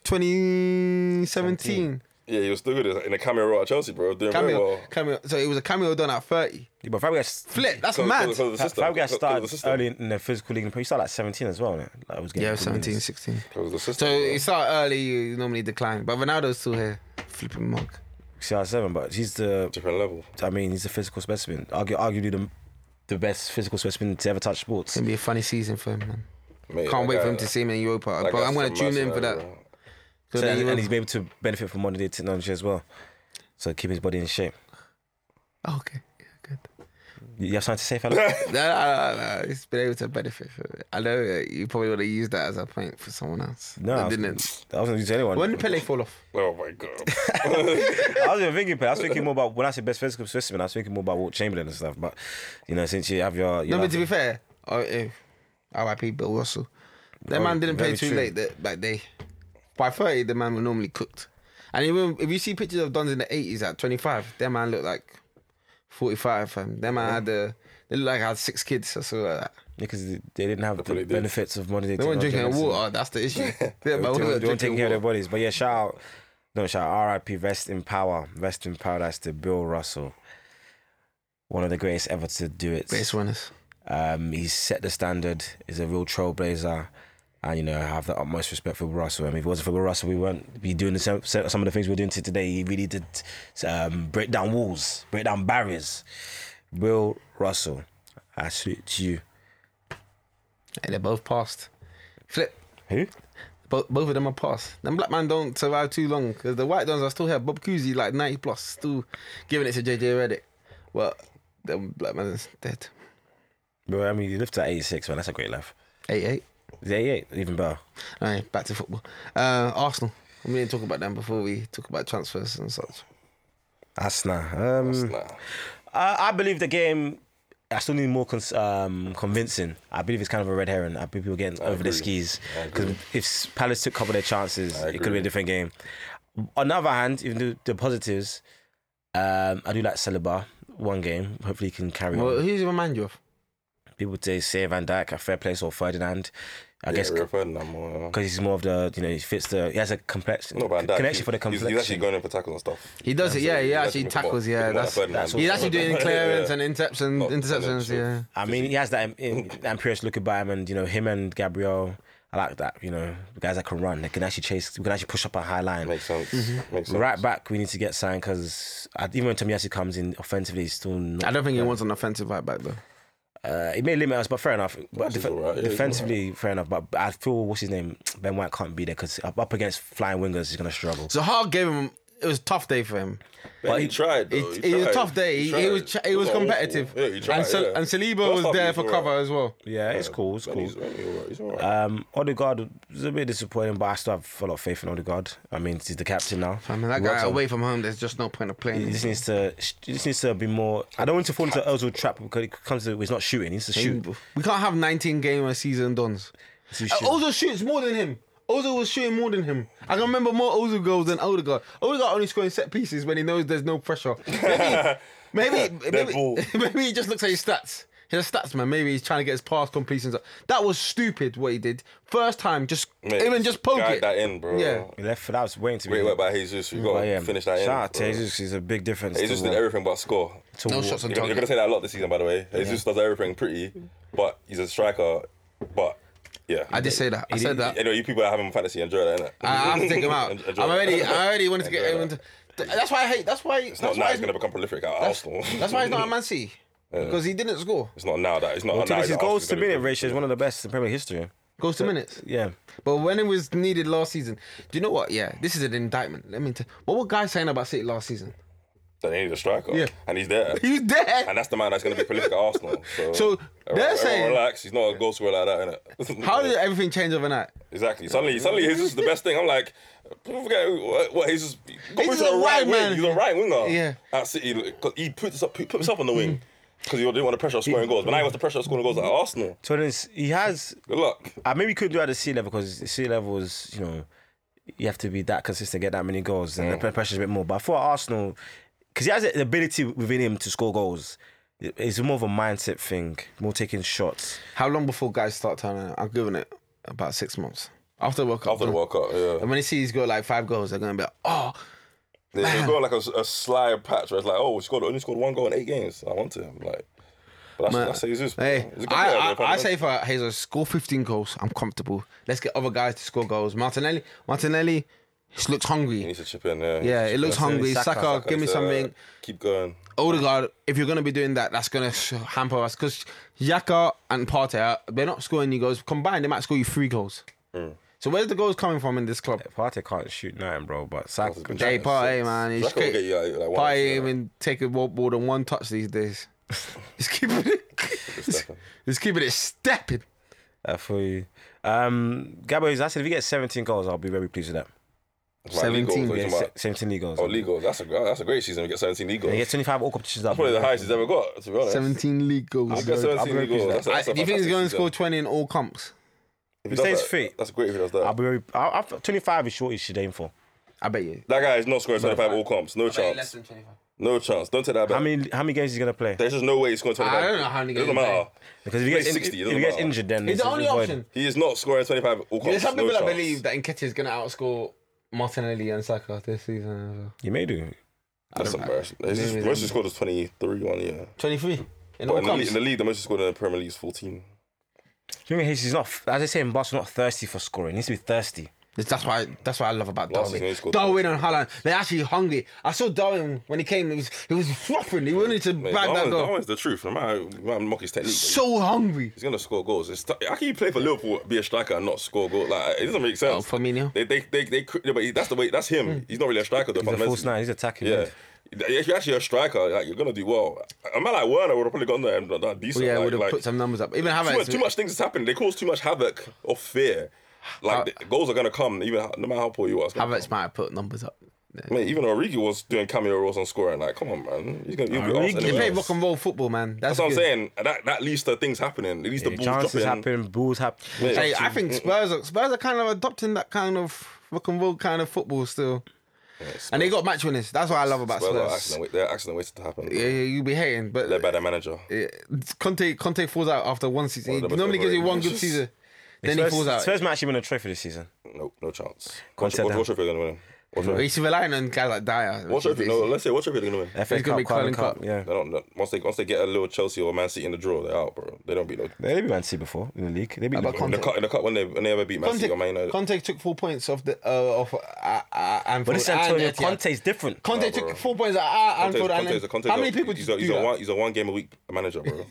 Speaker 3: 2017.
Speaker 4: Yeah, he was still good in a cameo role at Chelsea, bro. Doing very
Speaker 3: Cameo,
Speaker 4: well.
Speaker 3: cameo. So it was a cameo done at 30.
Speaker 2: Yeah, but Fabregas,
Speaker 3: Flip, that's
Speaker 4: Because-
Speaker 3: mad.
Speaker 4: because of the system.
Speaker 2: Fabregas
Speaker 4: Because of the
Speaker 2: started
Speaker 4: system.
Speaker 2: early in the physical league. He started like 17 as well. innit? Like, I was getting
Speaker 3: yeah,
Speaker 2: good
Speaker 3: 17,
Speaker 2: minutes.
Speaker 3: 16.
Speaker 4: Because of the system.
Speaker 3: So
Speaker 4: bro.
Speaker 3: it started early, you normally decline. But Ronaldo's still here. Flipping mug.
Speaker 2: CR7, but he's the
Speaker 4: different level.
Speaker 2: I mean, he's a physical specimen. Argu- arguably the the best physical specimen to ever touch sports.
Speaker 3: It's going to be a funny season for him, man.
Speaker 4: Mate,
Speaker 3: Can't
Speaker 4: that
Speaker 3: wait for
Speaker 4: guy-
Speaker 3: him to see me in Europa.
Speaker 4: that
Speaker 3: But
Speaker 4: guy's
Speaker 3: I'm going to
Speaker 4: some
Speaker 3: tune in
Speaker 4: mad
Speaker 3: for
Speaker 4: man,
Speaker 3: that.
Speaker 4: bro.
Speaker 3: So
Speaker 2: So,
Speaker 3: then
Speaker 2: and,
Speaker 3: you-
Speaker 2: and he's able to benefit from modern day technology as well. So keep his body in shape.
Speaker 3: Oh, okay. Yeah, good.
Speaker 2: You you have something to say,
Speaker 3: [laughs]
Speaker 2: fella?
Speaker 3: No, no, no, no. He's been able to benefit from it. I know uh, you probably would have used that as a point for someone else.
Speaker 2: No, I
Speaker 3: That
Speaker 2: was-
Speaker 3: didn't.
Speaker 2: I wasn't using anyone.
Speaker 3: When did Pele fall off?
Speaker 4: Oh my god.
Speaker 2: I wasn't even thinking. Pep. I was thinking more about when I say best physical specimen. I was thinking more about Walt Chamberlain and stuff. But you know, since you have your, you
Speaker 3: No,
Speaker 2: know,
Speaker 3: but to be fair, oh, eh, R.I.P. Bill Russell. That
Speaker 2: Oh,
Speaker 3: man didn't play
Speaker 2: very
Speaker 3: too
Speaker 2: true.
Speaker 3: late that, that day. By 30, the man was normally cooked. And even if you see pictures of Dons in the 80s at 25, that man looked like 45. Fam. That man had uh, they looked like I had six kids. That's all like that.
Speaker 2: because they didn't have the
Speaker 4: Probably did.
Speaker 2: benefits of modern day
Speaker 3: They weren't
Speaker 2: technology.
Speaker 3: drinking water. That's the
Speaker 2: [laughs]
Speaker 3: issue. yeah,
Speaker 2: They,
Speaker 3: man, we
Speaker 2: weren't-
Speaker 3: weren't
Speaker 2: they weren't
Speaker 3: drinking
Speaker 2: taking care of their
Speaker 3: water.
Speaker 2: bodies. But yeah, shout out, no shout out, R.I.P. Rest in power, rest in paradise to Bill Russell, one of the greatest ever to do it.
Speaker 3: Base winners.
Speaker 2: Um, he's set the standard. He's a real trailblazer, and you know I have the utmost respect for Bill Russell. I mean, if it wasn't for Bill Russell, we wouldn't be doing the same, some of the things we're doing to today. He really did um, break down walls, break down barriers. Bill Russell, I salute to you.
Speaker 3: And they both passed. Flip.
Speaker 2: Who?
Speaker 3: Both, both of them are passed. Them black man don't survive too long because the white dons are still here. Bob Cousy like ninety plus, still giving it to JJ Redick. Well, them black man's dead.
Speaker 2: Bro, I mean, he lived to 86, man. That's a great life.
Speaker 3: Eight eight.
Speaker 2: Is he 88, even better.
Speaker 3: All right, back to football. Uh, Arsenal. I'm going to talk about them before we talk about transfers and such.
Speaker 2: Asna. Um,
Speaker 4: Nah.
Speaker 2: Uh, I believe the game. I still need more cons- um, convincing. I believe it's kind of a red herring. I believe people are getting over
Speaker 4: agree.
Speaker 2: the skis
Speaker 4: I agree.
Speaker 2: because if Palace took a couple of their chances, it could
Speaker 4: agree.
Speaker 2: be a different game. On the other hand, even the, the positives, um, I do like Saliba. One game, hopefully he can carry
Speaker 3: Well,
Speaker 2: on.
Speaker 3: who's he remind you of?
Speaker 2: People say say Van Dijk a fair place or Ferdinand. I guess
Speaker 4: yeah,
Speaker 2: because
Speaker 4: referring them more.
Speaker 2: he's more of the you know he fits the he has a complexion
Speaker 4: Not bad. Dad,
Speaker 2: connection for the
Speaker 4: he's,
Speaker 2: complexion.
Speaker 4: he's actually going in for tackles and stuff.
Speaker 3: He does it. Yeah, he actually
Speaker 4: making
Speaker 3: tackles.
Speaker 4: more-
Speaker 3: Yeah,
Speaker 4: making more
Speaker 3: that's,
Speaker 4: like Ferdinand.
Speaker 3: he's actually doing clearance and interception,
Speaker 4: Not
Speaker 3: interceptions.
Speaker 4: Ferdinand,
Speaker 3: Yeah.
Speaker 2: I mean, he has that in- that imperious look about him, and you know him and Gabriel. I like that. You know, the guys that can run, they can actually chase, we can actually push up a high line.
Speaker 4: Makes sense. Makes sense.
Speaker 2: Right back, we need to get signed because even when Tomiyasu comes in offensively, he's still
Speaker 3: I
Speaker 2: not.
Speaker 3: don't think he wants an offensive right back though.
Speaker 2: Uh, it may limit us, but fair enough. But
Speaker 4: He's
Speaker 2: def-
Speaker 4: alright, yeah, he's
Speaker 2: defensively, fair enough. But I feel what's his name, Ben White can't be there because up, up against flying wingers, he's gonna struggle.
Speaker 3: So Hart gave him it was a tough day for him.
Speaker 4: But he tried. Though.
Speaker 3: It,
Speaker 4: He
Speaker 3: it was a
Speaker 4: tried.
Speaker 3: tough day.
Speaker 4: He
Speaker 3: He,
Speaker 4: tried.
Speaker 3: it was ch- it was
Speaker 4: awful.
Speaker 3: competitive.
Speaker 4: Yeah, he tried.
Speaker 3: and, Sal-
Speaker 4: yeah.
Speaker 3: and Saliba
Speaker 4: First
Speaker 3: was
Speaker 4: half, he
Speaker 3: there for
Speaker 4: alright.
Speaker 3: cover as well.
Speaker 2: Yeah, it's cool. It's
Speaker 4: But
Speaker 2: cool.
Speaker 4: He's, he's alright. He's alright.
Speaker 2: Um, Odegaard was a bit disappointing, but I still have a lot of faith in Odegaard. I mean, he's the captain now.
Speaker 3: I mean, that
Speaker 2: He
Speaker 3: guy
Speaker 2: works on-
Speaker 3: away from home, there's just no point of
Speaker 2: He
Speaker 3: playing.
Speaker 2: just needs to. He just needs to be more. I don't want him to fall into Ozil trap because it comes to he's not shooting. He needs to shoot.
Speaker 3: We can't have 19 game a season dons.
Speaker 2: He needs to
Speaker 3: Uh,
Speaker 2: shoot.
Speaker 3: Ozil shoots more than him. Ozil was shooting more than him. I can remember more Ozil goals than Odegaard. Odegaard only scoring set pieces when he knows there's no pressure. Maybe,
Speaker 4: [laughs]
Speaker 3: maybe,
Speaker 4: ball.
Speaker 3: maybe, [laughs] maybe he just looks at his stats. He's a stats man. Maybe he's trying to get his pass completions up. That was stupid what he did. First time, just
Speaker 4: Mate,
Speaker 3: even just poke
Speaker 4: guide
Speaker 3: it.
Speaker 4: that in, bro.
Speaker 3: Yeah.
Speaker 2: He left for that was waiting to be.
Speaker 4: Great work by Jesus. You got
Speaker 2: But
Speaker 4: to
Speaker 2: yeah,
Speaker 4: finish that in.
Speaker 2: shout out to
Speaker 4: bro.
Speaker 2: Jesus. He's a big difference.
Speaker 4: Jesus
Speaker 2: to
Speaker 4: did
Speaker 2: what-
Speaker 4: everything but score.
Speaker 2: to
Speaker 3: No
Speaker 2: what-
Speaker 3: shots on
Speaker 4: You're, you're
Speaker 3: target.
Speaker 4: gonna say that a lot this season, by the way. Jesus does everything pretty, but he's a striker. But yeah,
Speaker 3: I did say that. I said that.
Speaker 4: You know, you people that have him in fantasy enjoy that, innit?
Speaker 3: I have to take him out.
Speaker 4: [laughs] Enjoy
Speaker 3: I'm already.
Speaker 4: that.
Speaker 3: I already wanted to get
Speaker 4: Enjoy
Speaker 3: him.
Speaker 4: that.
Speaker 3: Into, that's why I hate. That's why.
Speaker 4: It's
Speaker 3: that's
Speaker 4: not now
Speaker 3: why
Speaker 4: he's gonna become prolific at Arsenal.
Speaker 3: That's why he's not a
Speaker 4: [laughs]
Speaker 3: Man City because he didn't score.
Speaker 4: It's not now that. It's not
Speaker 2: Well,
Speaker 4: now.
Speaker 2: Tevez, his
Speaker 4: that
Speaker 2: goals
Speaker 4: Arsenal's
Speaker 2: to
Speaker 4: gonna
Speaker 2: minute
Speaker 4: be-
Speaker 2: ratio is one of the best in Premier League history.
Speaker 3: Goes to minutes.
Speaker 2: Yeah,
Speaker 3: But when it was needed last season, do you know what? Yeah, this is an indictment. Let me tell. What were guys saying about City last season? [laughs]
Speaker 4: That they need a striker.
Speaker 3: Yeah.
Speaker 4: and he's there.
Speaker 3: He was
Speaker 4: And
Speaker 3: there.
Speaker 4: that's the man that's going to be prolific at Arsenal. So,
Speaker 3: So, they're
Speaker 4: everyone
Speaker 3: saying-
Speaker 4: relax. He's not a goal scorer like that, innit?
Speaker 3: How did everything change overnight?
Speaker 4: exactly? Suddenly, suddenly, Jesus is the best thing. I'm like, people forget who- what, what Jesus. He's
Speaker 3: Jesus
Speaker 4: a
Speaker 3: a
Speaker 4: right
Speaker 3: wide
Speaker 4: wing.
Speaker 3: man.
Speaker 4: He's a right winger.
Speaker 3: Yeah. Mm.
Speaker 4: at City because he put himself, put himself on the wing because he didn't want the pressure of scoring goals. But now he wants the pressure of scoring goals at Arsenal.
Speaker 2: so then it's- he has.
Speaker 4: Good luck.
Speaker 2: I mean, we couldn't do that at sea level because sea level is you know you have to be that consistent, get that many goals, and the pressure's a bit more. But for Arsenal, because he has the ability within him to score goals, it's more of a mindset thing, more taking shots.
Speaker 3: How long before guys start turning? out? I'm giving it about six months after the World Cup.
Speaker 4: After the World Cup, yeah.
Speaker 3: And when they see he's got like five goals, they're gonna be like, oh,
Speaker 4: They- They've got like a, a sly patch where it's like, oh, we scored, only scored one goal in eight games. I want to. I'm like, but that's,
Speaker 3: Man,
Speaker 4: that's Jesus. bro.
Speaker 3: hey,
Speaker 4: He's a good player,
Speaker 3: I,
Speaker 4: bro.
Speaker 3: I, I say for Jesus, score 15 goals. I'm comfortable. Let's get other guys to score goals. Martinelli, Martinelli, just looks
Speaker 4: He
Speaker 3: hungry.
Speaker 4: needs to chip in. Yeah,
Speaker 3: Yeah, it looks hungry.
Speaker 2: Saka.
Speaker 3: Saka, give me
Speaker 4: He's, uh,
Speaker 3: something.
Speaker 4: Keep going.
Speaker 3: Odegaard, if you're going to be doing that, that's going to hamper us because Yaka and Partey, uh, they're not scoring you goals. Combined, they might score you three goals.
Speaker 4: Hmm.
Speaker 3: So where's the goals coming from in this club?
Speaker 2: Partey can't shoot nothing, bro. But Saka,
Speaker 4: He's been
Speaker 3: Jay
Speaker 4: trying to
Speaker 3: Partey,
Speaker 4: six.
Speaker 3: man, he's
Speaker 4: Saka will
Speaker 3: straight-
Speaker 4: get you, like, like, one or
Speaker 3: Partey
Speaker 4: two, like,
Speaker 3: even take a walk more than one touch these days. [laughs] He's keeping it.
Speaker 4: stepping.
Speaker 3: [laughs] He's keeping it stepping.
Speaker 2: uh, for you, um, Gabo, I said if he gets 17 goals, I'll be very pleased with that.
Speaker 4: It's about league
Speaker 3: 17,
Speaker 4: goals,
Speaker 2: Yeah,
Speaker 4: it's about-
Speaker 2: se- 17 league goals.
Speaker 4: Oh, league goals. That's a that's a great season. We get 17 league goals.
Speaker 2: He gets 25 all competitions.
Speaker 4: [laughs] That's probably the highest he's ever got. To be honest.
Speaker 3: 17 league
Speaker 4: He
Speaker 3: goals.
Speaker 4: got 17 league goals. That's a-
Speaker 3: I,
Speaker 4: that's a
Speaker 3: do you think he's
Speaker 4: fantastic
Speaker 3: going to
Speaker 4: season.
Speaker 3: score 20 in all comps?
Speaker 4: If
Speaker 2: He
Speaker 4: he
Speaker 2: stays
Speaker 4: does that,
Speaker 2: fit.
Speaker 4: That's great if he does that.
Speaker 2: I'll be very. I, I, 25 is short. He should aim for.
Speaker 3: I bet you.
Speaker 4: that guy is not scoring 25 all comps. No chance.
Speaker 3: 25.
Speaker 4: No chance. Don't take that
Speaker 2: How
Speaker 4: back.
Speaker 2: many how many games is he gonna play?
Speaker 4: There's just no way he's scoring 25.
Speaker 3: I don't know how many
Speaker 4: It doesn't
Speaker 3: games he
Speaker 4: matter.
Speaker 2: Because if he gets,
Speaker 4: Play
Speaker 2: in,
Speaker 4: 60, it
Speaker 2: if
Speaker 4: doesn't
Speaker 2: he gets
Speaker 4: matter.
Speaker 2: injured, then
Speaker 3: He's the
Speaker 2: it's
Speaker 3: only
Speaker 2: void.
Speaker 3: option.
Speaker 4: He is not scoring 25 all comps.
Speaker 3: There's some
Speaker 4: no
Speaker 3: people that
Speaker 4: chance.
Speaker 3: believe that Nketiah is going to outscore Martinelli and Saka this season. as well.
Speaker 2: You may do.
Speaker 4: That's embarrassing. He's just-
Speaker 3: Maybe
Speaker 4: Most he scored was 23 one year.
Speaker 3: 23. In
Speaker 4: But
Speaker 3: all
Speaker 4: in the, league,
Speaker 3: comps.
Speaker 4: in the league, the most he scored in the Premier League is 14.
Speaker 2: You know, he's he's not. As I say, in Barcelona, not thirsty for scoring. He needs to be thirsty.
Speaker 3: That's why that's what I love about
Speaker 4: Last season he
Speaker 3: Darwin.
Speaker 4: scored
Speaker 3: Darwin and Holland, they're actually hungry. I saw Darwin when he came, he was he was fluffing. He wanted to
Speaker 4: Mate,
Speaker 3: bag that
Speaker 4: Darwin's,
Speaker 3: goal.
Speaker 4: Darwin's the truth. No matter, no matter mock his technique.
Speaker 3: So hungry.
Speaker 4: He's gonna score goals. It's t- how can you play for Liverpool, be a striker, and not score goals? Like it doesn't make sense.
Speaker 3: Oh, Firmino.
Speaker 4: They, they, they, they, cr- yeah, but he- that's the way. That's him. He's not really a striker. Though,
Speaker 2: Hmm. He's a false nine. He's attacking.
Speaker 4: Yeah.
Speaker 2: mid.
Speaker 4: If you're actually a striker, like you're gonna do well. A man like Werner would have probably gone there and done decent.
Speaker 3: yeah,
Speaker 4: like,
Speaker 3: would have
Speaker 4: like,
Speaker 3: put some numbers up. Even
Speaker 4: Too much,
Speaker 3: Havertz.
Speaker 4: too much things has happened. They cause too much havoc or fear. Like the goals are gonna come, even how- no matter how poor you are. it's gonna
Speaker 3: Havertz might have put numbers up.
Speaker 4: come. Mate, even Origi was doing cameo roles and scoring. Like, come on, man. He's gonna. He'll be
Speaker 2: Origi-
Speaker 4: asked
Speaker 2: They
Speaker 3: They
Speaker 4: anywhere
Speaker 3: play
Speaker 4: else.
Speaker 3: rock and roll football, man. That's,
Speaker 4: That's what I'm
Speaker 3: good.
Speaker 4: saying. That that leads to things happening. It leads to
Speaker 2: Yeah,
Speaker 4: balls
Speaker 2: chances
Speaker 4: dropping.
Speaker 2: happen. Balls happen.
Speaker 3: Hey, I think Spurs are, Spurs are kind of adopting that kind of rock and roll kind of football still. and they got match winners. That's what I love about
Speaker 4: Well, they're
Speaker 3: Spurs.
Speaker 4: accident, they're accident waited to happen.
Speaker 3: Yeah, yeah, you be hating, but
Speaker 4: Led by their manager.
Speaker 3: Yeah, Conte Conte falls out after one season.
Speaker 4: One of
Speaker 3: he
Speaker 4: the most
Speaker 3: normally gives you one
Speaker 4: overrated
Speaker 3: good season, then he
Speaker 2: Spurs,
Speaker 3: falls out.
Speaker 2: Spurs might actually win a trophy this season.
Speaker 4: Nope, no chance. What
Speaker 2: Conte down.
Speaker 4: what trophy are going to win?
Speaker 3: [laughs]
Speaker 4: What trophy?
Speaker 3: He's relying on guys like Dyer.
Speaker 4: What
Speaker 3: which is-
Speaker 4: trophy? No, let's say what trophy are they going to win?
Speaker 2: FA
Speaker 3: It's
Speaker 2: Cup,
Speaker 3: gonna be
Speaker 2: Carling
Speaker 3: Carling
Speaker 2: Cup.
Speaker 3: Cup.
Speaker 2: Yeah.
Speaker 4: They don't, no, once they once they get a little Chelsea or Man City in the draw, they're out, bro. They don't beat no.
Speaker 2: They beat Man City before in the league. They beat
Speaker 3: About
Speaker 4: In
Speaker 2: Liverpool.
Speaker 4: the
Speaker 3: Conte.
Speaker 4: cup, in the cup, when they when they ever beat Man City or Man
Speaker 3: Conte,
Speaker 4: United,
Speaker 3: Conte took four points off the uh, off uh, uh, Anfield.
Speaker 2: But this
Speaker 3: and
Speaker 2: Antonio
Speaker 3: Etihad.
Speaker 2: Conte is different.
Speaker 3: Conte
Speaker 4: Nah, bro.
Speaker 3: took four points at uh,
Speaker 4: Conte's-
Speaker 3: Anfield. and
Speaker 4: Conte's a- Conte's
Speaker 3: how
Speaker 4: a-
Speaker 3: many people
Speaker 4: He's
Speaker 3: did
Speaker 4: a,
Speaker 3: do
Speaker 4: he's a
Speaker 3: that?
Speaker 4: one he's a one game a week
Speaker 3: [laughs]
Speaker 4: manager, bro.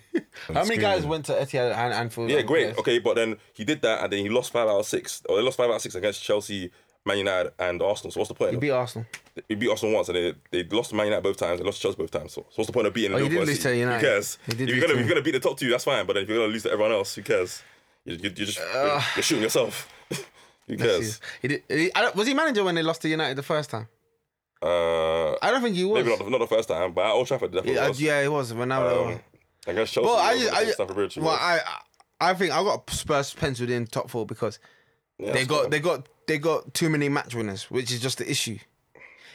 Speaker 3: How many guys went to Etihad and Anfield?
Speaker 4: yeah,
Speaker 3: and-
Speaker 4: Oh, great. Okay, but then he did that, and then he lost five out of six, or they lost five out of six against Chelsea Man United and Arsenal. So what's the point?
Speaker 3: You
Speaker 4: of-
Speaker 3: beat Arsenal.
Speaker 4: They beat Arsenal once and they, they lost to Man United both times. They lost to Chelsea both times. So, so what's the point of beating
Speaker 3: Oh, you
Speaker 4: Liverpool?
Speaker 3: did
Speaker 4: and
Speaker 3: lose to
Speaker 4: City? Who
Speaker 3: United.
Speaker 4: cares?
Speaker 3: You did
Speaker 4: if you're
Speaker 3: lose
Speaker 4: gonna
Speaker 3: to-
Speaker 4: if you're gonna beat the top two, that's fine. But then if you're gonna lose to everyone else, who cares? You, you, you're just
Speaker 3: Uh,
Speaker 4: you're shooting yourself. [laughs] who cares?
Speaker 3: He did, he- I don't- was he manager when they lost to United the first time?
Speaker 4: Uh,
Speaker 3: I don't think he was.
Speaker 4: maybe not the, not the first time, but at Old Trafford definitely.
Speaker 3: yeah,
Speaker 4: was.
Speaker 3: yeah, he was. Ronaldo.
Speaker 4: Um, I guess Chelsea.
Speaker 3: Well, I
Speaker 4: was
Speaker 3: just, I
Speaker 4: against
Speaker 3: just,
Speaker 4: Stamford Bridge,
Speaker 3: well, I, I I think I got Spurs penciled in top four because they
Speaker 4: Yeah, that's
Speaker 3: got
Speaker 4: fine.
Speaker 3: they got they got too many match winners, which is just the issue.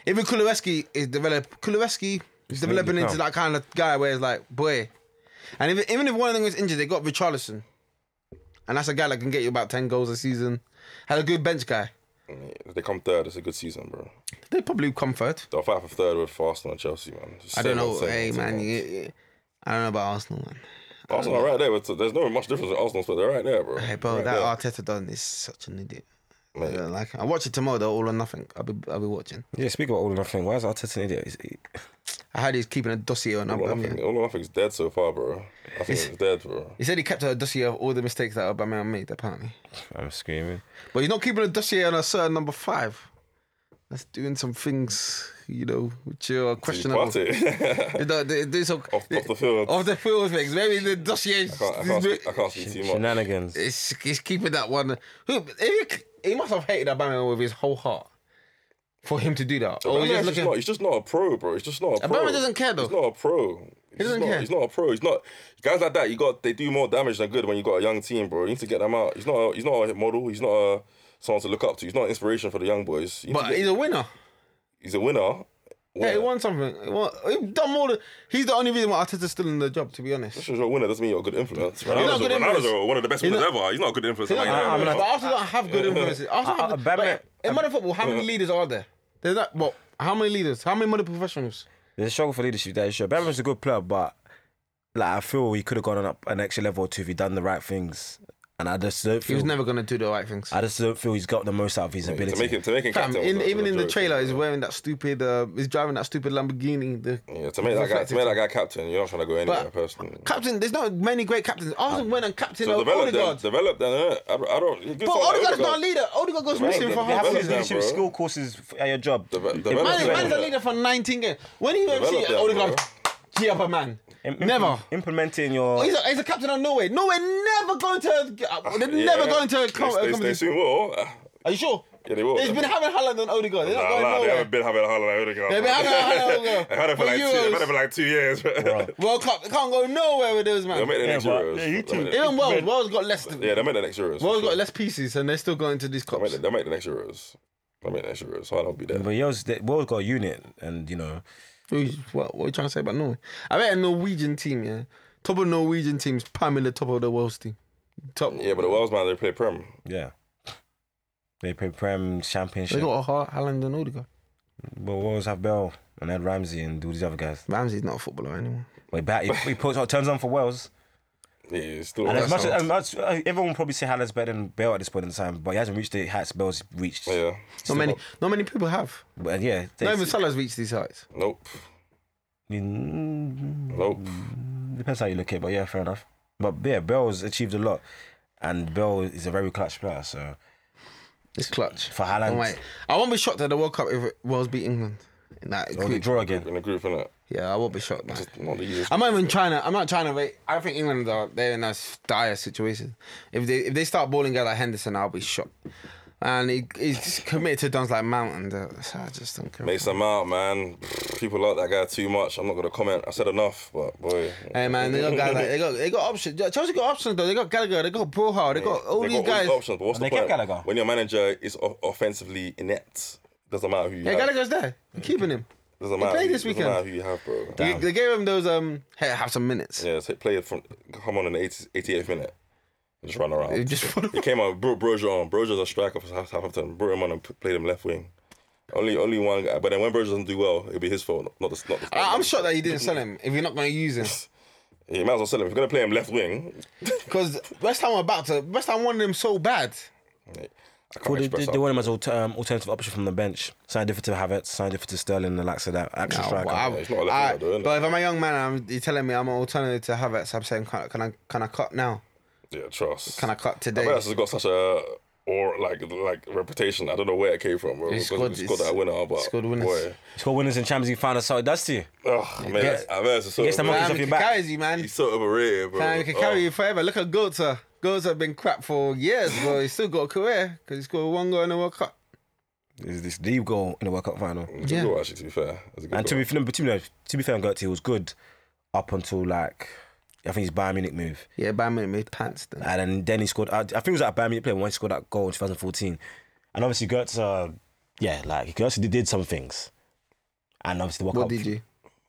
Speaker 3: Even Kuleweski is develop Kuleweski is developing into
Speaker 2: down.
Speaker 3: that kind of guy where it's like boy, and even even if one of them was injured, they got Richarlison, and that's a guy that can get you about ten goals a season. Had a good bench guy.
Speaker 4: If they come third, it's a good season, bro.
Speaker 3: They probably come third.
Speaker 4: They'll fight for third with Arsenal and Chelsea, man. Just
Speaker 3: I don't
Speaker 4: same
Speaker 3: know.
Speaker 4: old, same
Speaker 3: hey
Speaker 4: old, same
Speaker 3: man,
Speaker 4: old.
Speaker 3: you- you- I don't know about Arsenal man.
Speaker 4: Arsenal are right there. But there's no much difference with Arsenal, but they're right there, bro.
Speaker 3: Hey bro,
Speaker 4: right
Speaker 3: that
Speaker 4: there.
Speaker 3: Arteta done is such an idiot. I
Speaker 4: Mate.
Speaker 3: don't like. it. I watch it tomorrow. though, all or nothing. I'll be I'll be watching.
Speaker 2: Yeah, speak about all or nothing. Why is Arteta an idiot? He's- he-
Speaker 3: I heard he's keeping a dossier on
Speaker 4: All or
Speaker 3: Aubameyang.
Speaker 4: nothing. All or nothing's dead so far, bro. I think it's dead, bro.
Speaker 3: He said he kept a dossier of all the mistakes that Aubameyang made, apparently.
Speaker 2: I'm screaming.
Speaker 3: But he's not keeping a dossier on a certain number five. That's doing some things, you know, which are questionable.
Speaker 4: [laughs]
Speaker 3: [laughs]
Speaker 4: Party.
Speaker 3: They don't- they- they- so-
Speaker 4: off, off the field.
Speaker 3: Off the field things. Maybe the dossier. is-
Speaker 4: I can't, I can't, speak, I can't speak too much.
Speaker 2: Shenanigans.
Speaker 3: It's, he's keeping that one. Who? If he, he must have hated Aubameyang with his whole heart for him to do that. Or he's
Speaker 4: Aubameyang's
Speaker 3: just
Speaker 4: Oh, just
Speaker 3: Oh, looking.
Speaker 4: not, he's just not a pro, bro. He's just not a pro.
Speaker 3: Aubameyang doesn't care, though.
Speaker 4: He's not a pro. He
Speaker 3: doesn't
Speaker 4: not,
Speaker 3: care.
Speaker 4: He's not a pro. He's not guys like that. You got they do more damage than good when you got a young team, bro. You need to get them out. He's not. A, he's not a model. He's not a someone to look up to. He's not an inspiration for the young boys. You need to
Speaker 3: but
Speaker 4: get-
Speaker 3: he's a winner.
Speaker 4: he's a winner.
Speaker 3: Yeah, he
Speaker 4: Winner.
Speaker 3: won something. He won, he done more. Than, he's the only reason why Arteta's still in the job, to be honest.
Speaker 4: Just 'cause you're a winner doesn't mean you're a good influence.
Speaker 3: not
Speaker 4: Ronaldo's,
Speaker 3: good
Speaker 4: Ronaldo's
Speaker 3: influence.
Speaker 4: a- one of the best
Speaker 3: He's
Speaker 4: winners
Speaker 3: not-
Speaker 4: ever. He's not a good influence. at Man
Speaker 2: not-
Speaker 4: United,
Speaker 2: I'm
Speaker 4: bro.
Speaker 2: not-
Speaker 3: But Arsenal don't have
Speaker 4: [laughs]
Speaker 3: good influences. Arsenal
Speaker 2: Uh,
Speaker 3: have
Speaker 2: uh,
Speaker 3: good,
Speaker 2: Aubameyang-
Speaker 3: but in modern football, how many leaders are there? There's not. What? How many leaders? How many modern professionals?
Speaker 2: There's a struggle for leadership there, sure. Bellman's a good player, but like I feel he could have gone on up an extra level or two if he'd done the right things. And I just don't
Speaker 3: He
Speaker 2: feel
Speaker 3: was never gonna do the right things.
Speaker 2: I just don't feel he's got the most out of his
Speaker 4: To
Speaker 2: ability.
Speaker 4: make him, to make him
Speaker 3: Fam,
Speaker 4: captain
Speaker 3: in,
Speaker 4: was a-
Speaker 3: even
Speaker 4: was a
Speaker 3: in the
Speaker 4: joke,
Speaker 3: trailer,
Speaker 4: bro.
Speaker 3: he's wearing that stupid. Uh, he's driving that stupid Lamborghini. The
Speaker 4: Yeah, to make that guy, to make that guy captain, you're not trying to go anywhere
Speaker 3: But-
Speaker 4: personally.
Speaker 3: captain. There's not many great captains. Arsenal went and captained
Speaker 4: So develop them,
Speaker 3: Odegaard.
Speaker 4: develop them. innit? I, I don't. Good
Speaker 3: But
Speaker 4: for
Speaker 3: Odegaard's
Speaker 4: Odegaard.
Speaker 3: not a leader. Odegaard goes
Speaker 4: Develop
Speaker 3: missing
Speaker 4: them,
Speaker 3: for half
Speaker 2: Have
Speaker 3: a
Speaker 4: develop
Speaker 2: his
Speaker 3: season.
Speaker 4: them.
Speaker 2: leadership
Speaker 4: bro.
Speaker 2: skill courses f- at your job.
Speaker 4: Deve-
Speaker 2: Im-
Speaker 4: develop
Speaker 3: Man,
Speaker 4: them.
Speaker 3: man's a leader for 19 games. When do you ever see
Speaker 4: Develop them,
Speaker 3: Odegaard
Speaker 4: bro.
Speaker 3: G up a man?
Speaker 2: im-
Speaker 3: Never.
Speaker 2: implementing your.
Speaker 3: He's a, he's a captain of Norway. Norway never going to. Uh, they're
Speaker 4: Ah, Yeah,
Speaker 3: never
Speaker 4: yeah.
Speaker 3: going to.
Speaker 4: They-
Speaker 3: Com-
Speaker 4: they,
Speaker 3: uh,
Speaker 4: they,
Speaker 3: competition.
Speaker 4: soon will. Ah,
Speaker 3: Are you sure?
Speaker 4: Yeah, they will.
Speaker 3: It's been having Haaland and Odegaard. They're
Speaker 4: Nah,
Speaker 3: not going
Speaker 4: nah, they
Speaker 3: nowhere.
Speaker 4: haven't been having Haaland and Odegaard.
Speaker 3: They've been having Haaland and Odegaard.
Speaker 4: [laughs] They had it for
Speaker 3: For
Speaker 4: like two.
Speaker 3: Euros.
Speaker 4: They've had it for like
Speaker 2: [laughs]
Speaker 4: two years. bro. [laughs] They'll
Speaker 3: World Cup. They can't go nowhere with those man.
Speaker 4: make the next
Speaker 2: but-
Speaker 4: Euros.
Speaker 2: yeah, you
Speaker 4: They'll make the-
Speaker 3: Even World. World's got less.
Speaker 4: Yeah, they make the next Euros. for
Speaker 3: World's
Speaker 4: sure.
Speaker 3: got less pieces, and they're still going to these
Speaker 4: They'll make
Speaker 3: cups.
Speaker 4: the- They'll make the next Euros. They'll make the next Euros. Haaland will be there.
Speaker 2: But yours, the world got a unit, and you know,
Speaker 3: Who's- What, what are you trying to say about Norway? I bet a Norwegian team, yeah, top of Norwegian teams, palming the top of the world's team. Top.
Speaker 4: Yeah, but the Wales man, they play Prem.
Speaker 2: yeah. They play Prem
Speaker 3: They
Speaker 2: Championship.
Speaker 3: got a Har- Haaland and Odegaard.
Speaker 2: But Wolves have Bell and Ed Ramsey and all these other guys.
Speaker 3: Ramsey's not a footballer anymore.
Speaker 2: But he, bat- he, he puts, turns on for Wales.
Speaker 4: Yeah, it's still.
Speaker 2: And as much as,
Speaker 4: Yeah.
Speaker 2: as much, uh, everyone will probably say Haaland's better than Bell at this point in time, but he hasn't reached the heights Bell's reached.
Speaker 3: Not many. Not many people have.
Speaker 2: But yeah,
Speaker 3: Not
Speaker 2: it's-
Speaker 3: even Salah's reached these heights.
Speaker 4: Nope.
Speaker 2: Mm,
Speaker 4: Nope.
Speaker 2: depends how you look at it, but yeah, fair enough. But yeah, Bell's achieved a lot, and Bell is a very clutch player. So
Speaker 3: It's clutch
Speaker 2: For Haaland.
Speaker 3: Don't wait. I won't be shocked at the World Cup if Wales beat England in that
Speaker 2: oh, the
Speaker 3: group.
Speaker 2: draw again.
Speaker 4: In a group, innit?
Speaker 3: Yeah, I won't be shocked, man.
Speaker 4: Just not the easiest.
Speaker 3: I'm not even trying to. I'm not trying to rate. I think England are they're in a s- dire situation. If they if they start balling out like Henderson, I'll be shocked. And he, he's committed to dons like Mountain. though, So I just don't care.
Speaker 4: Mason Mount, man. People like that guy too much. I'm not gonna comment. I said enough, but boy.
Speaker 3: Hey man, they got guys
Speaker 4: [laughs]
Speaker 3: like they got they got options. Chelsea got options though. They got Gallagher. They got Broha. They got all
Speaker 4: They
Speaker 3: these
Speaker 4: got all
Speaker 3: guys.
Speaker 4: these options, but what's
Speaker 2: And
Speaker 4: the
Speaker 2: they kept
Speaker 4: point?
Speaker 2: Gallagher.
Speaker 4: When your manager is o- offensively inept, doesn't matter who you
Speaker 3: yeah,
Speaker 4: have.
Speaker 3: Gallagher's there. I'm keeping him.
Speaker 4: doesn't matter.
Speaker 3: played
Speaker 4: who,
Speaker 3: this
Speaker 4: doesn't
Speaker 3: weekend.
Speaker 4: matter who you have, bro.
Speaker 3: They, they gave him those um. Hey, have some minutes.
Speaker 4: Yeah, so play it from come on in the 80, 88th minute. And just run around.
Speaker 3: They just put him-
Speaker 4: He came out, brought Brozier on. Brozier's a striker for South- Southampton. Brought him on and p- played him left wing. Only, only one guy. But then when Brozier doesn't do well, it'll be his fault. Not the, not the
Speaker 3: I- I'm shocked that you didn't sell him if you're not going to use him.
Speaker 4: You might as well sell him. If you're gonna play him left wing,
Speaker 3: Because West Ham were about to. West Ham wanted him so bad.
Speaker 4: I can't
Speaker 2: Well, they, they,
Speaker 4: express how
Speaker 2: they want him as alter, um, alternative option from the bench. Signed different to Havertz, signed different to Sterling, and the likes of that. Action
Speaker 3: Oh,
Speaker 2: striker.
Speaker 3: well, I-
Speaker 4: it's not a left
Speaker 3: I-
Speaker 4: winger though, innit?
Speaker 3: but if I'm a young man and I'm, you're telling me I'm an alternative to Havertz, I'm saying, can I, can I, can I cut now?
Speaker 4: Yeah, trust.
Speaker 3: Can I cut today?
Speaker 4: Havertz has got such a or like like reputation. I don't know where it came from. Bro,
Speaker 3: He
Speaker 4: because
Speaker 3: scored-
Speaker 4: we scored that winner, but
Speaker 3: scored winners.
Speaker 4: boy,
Speaker 2: Score winners in Champions League final, so it does to you.
Speaker 4: oh man,
Speaker 2: gets-
Speaker 4: I mean, it's so
Speaker 2: gets the
Speaker 4: overrated.
Speaker 2: monkeys off
Speaker 3: we
Speaker 2: your
Speaker 3: can
Speaker 2: back.
Speaker 3: carry you, man.
Speaker 4: He's so overrated, bro.
Speaker 3: Man, we can
Speaker 4: Oh.
Speaker 3: carry you forever. Look at Goethe. Goethe have been crap for years, but he's still got a career because he scored one goal in the World Cup.
Speaker 2: Is this the goal in the World Cup final?
Speaker 4: It's a
Speaker 3: Yeah.
Speaker 4: good goal, actually, to be fair. It's a good
Speaker 2: And to
Speaker 4: goal.
Speaker 2: be, to be, to be fair, Gertie was good up until like I think his Bayern Munich move.
Speaker 3: Yeah, Bayern Munich made pants then.
Speaker 2: And then, then he scored. I, I think it was at Bayern Munich player when he scored that goal in 2014. And obviously, Götze, uh, yeah, like Götze did, did some things. And obviously, the World
Speaker 3: What
Speaker 2: Cup
Speaker 3: did you?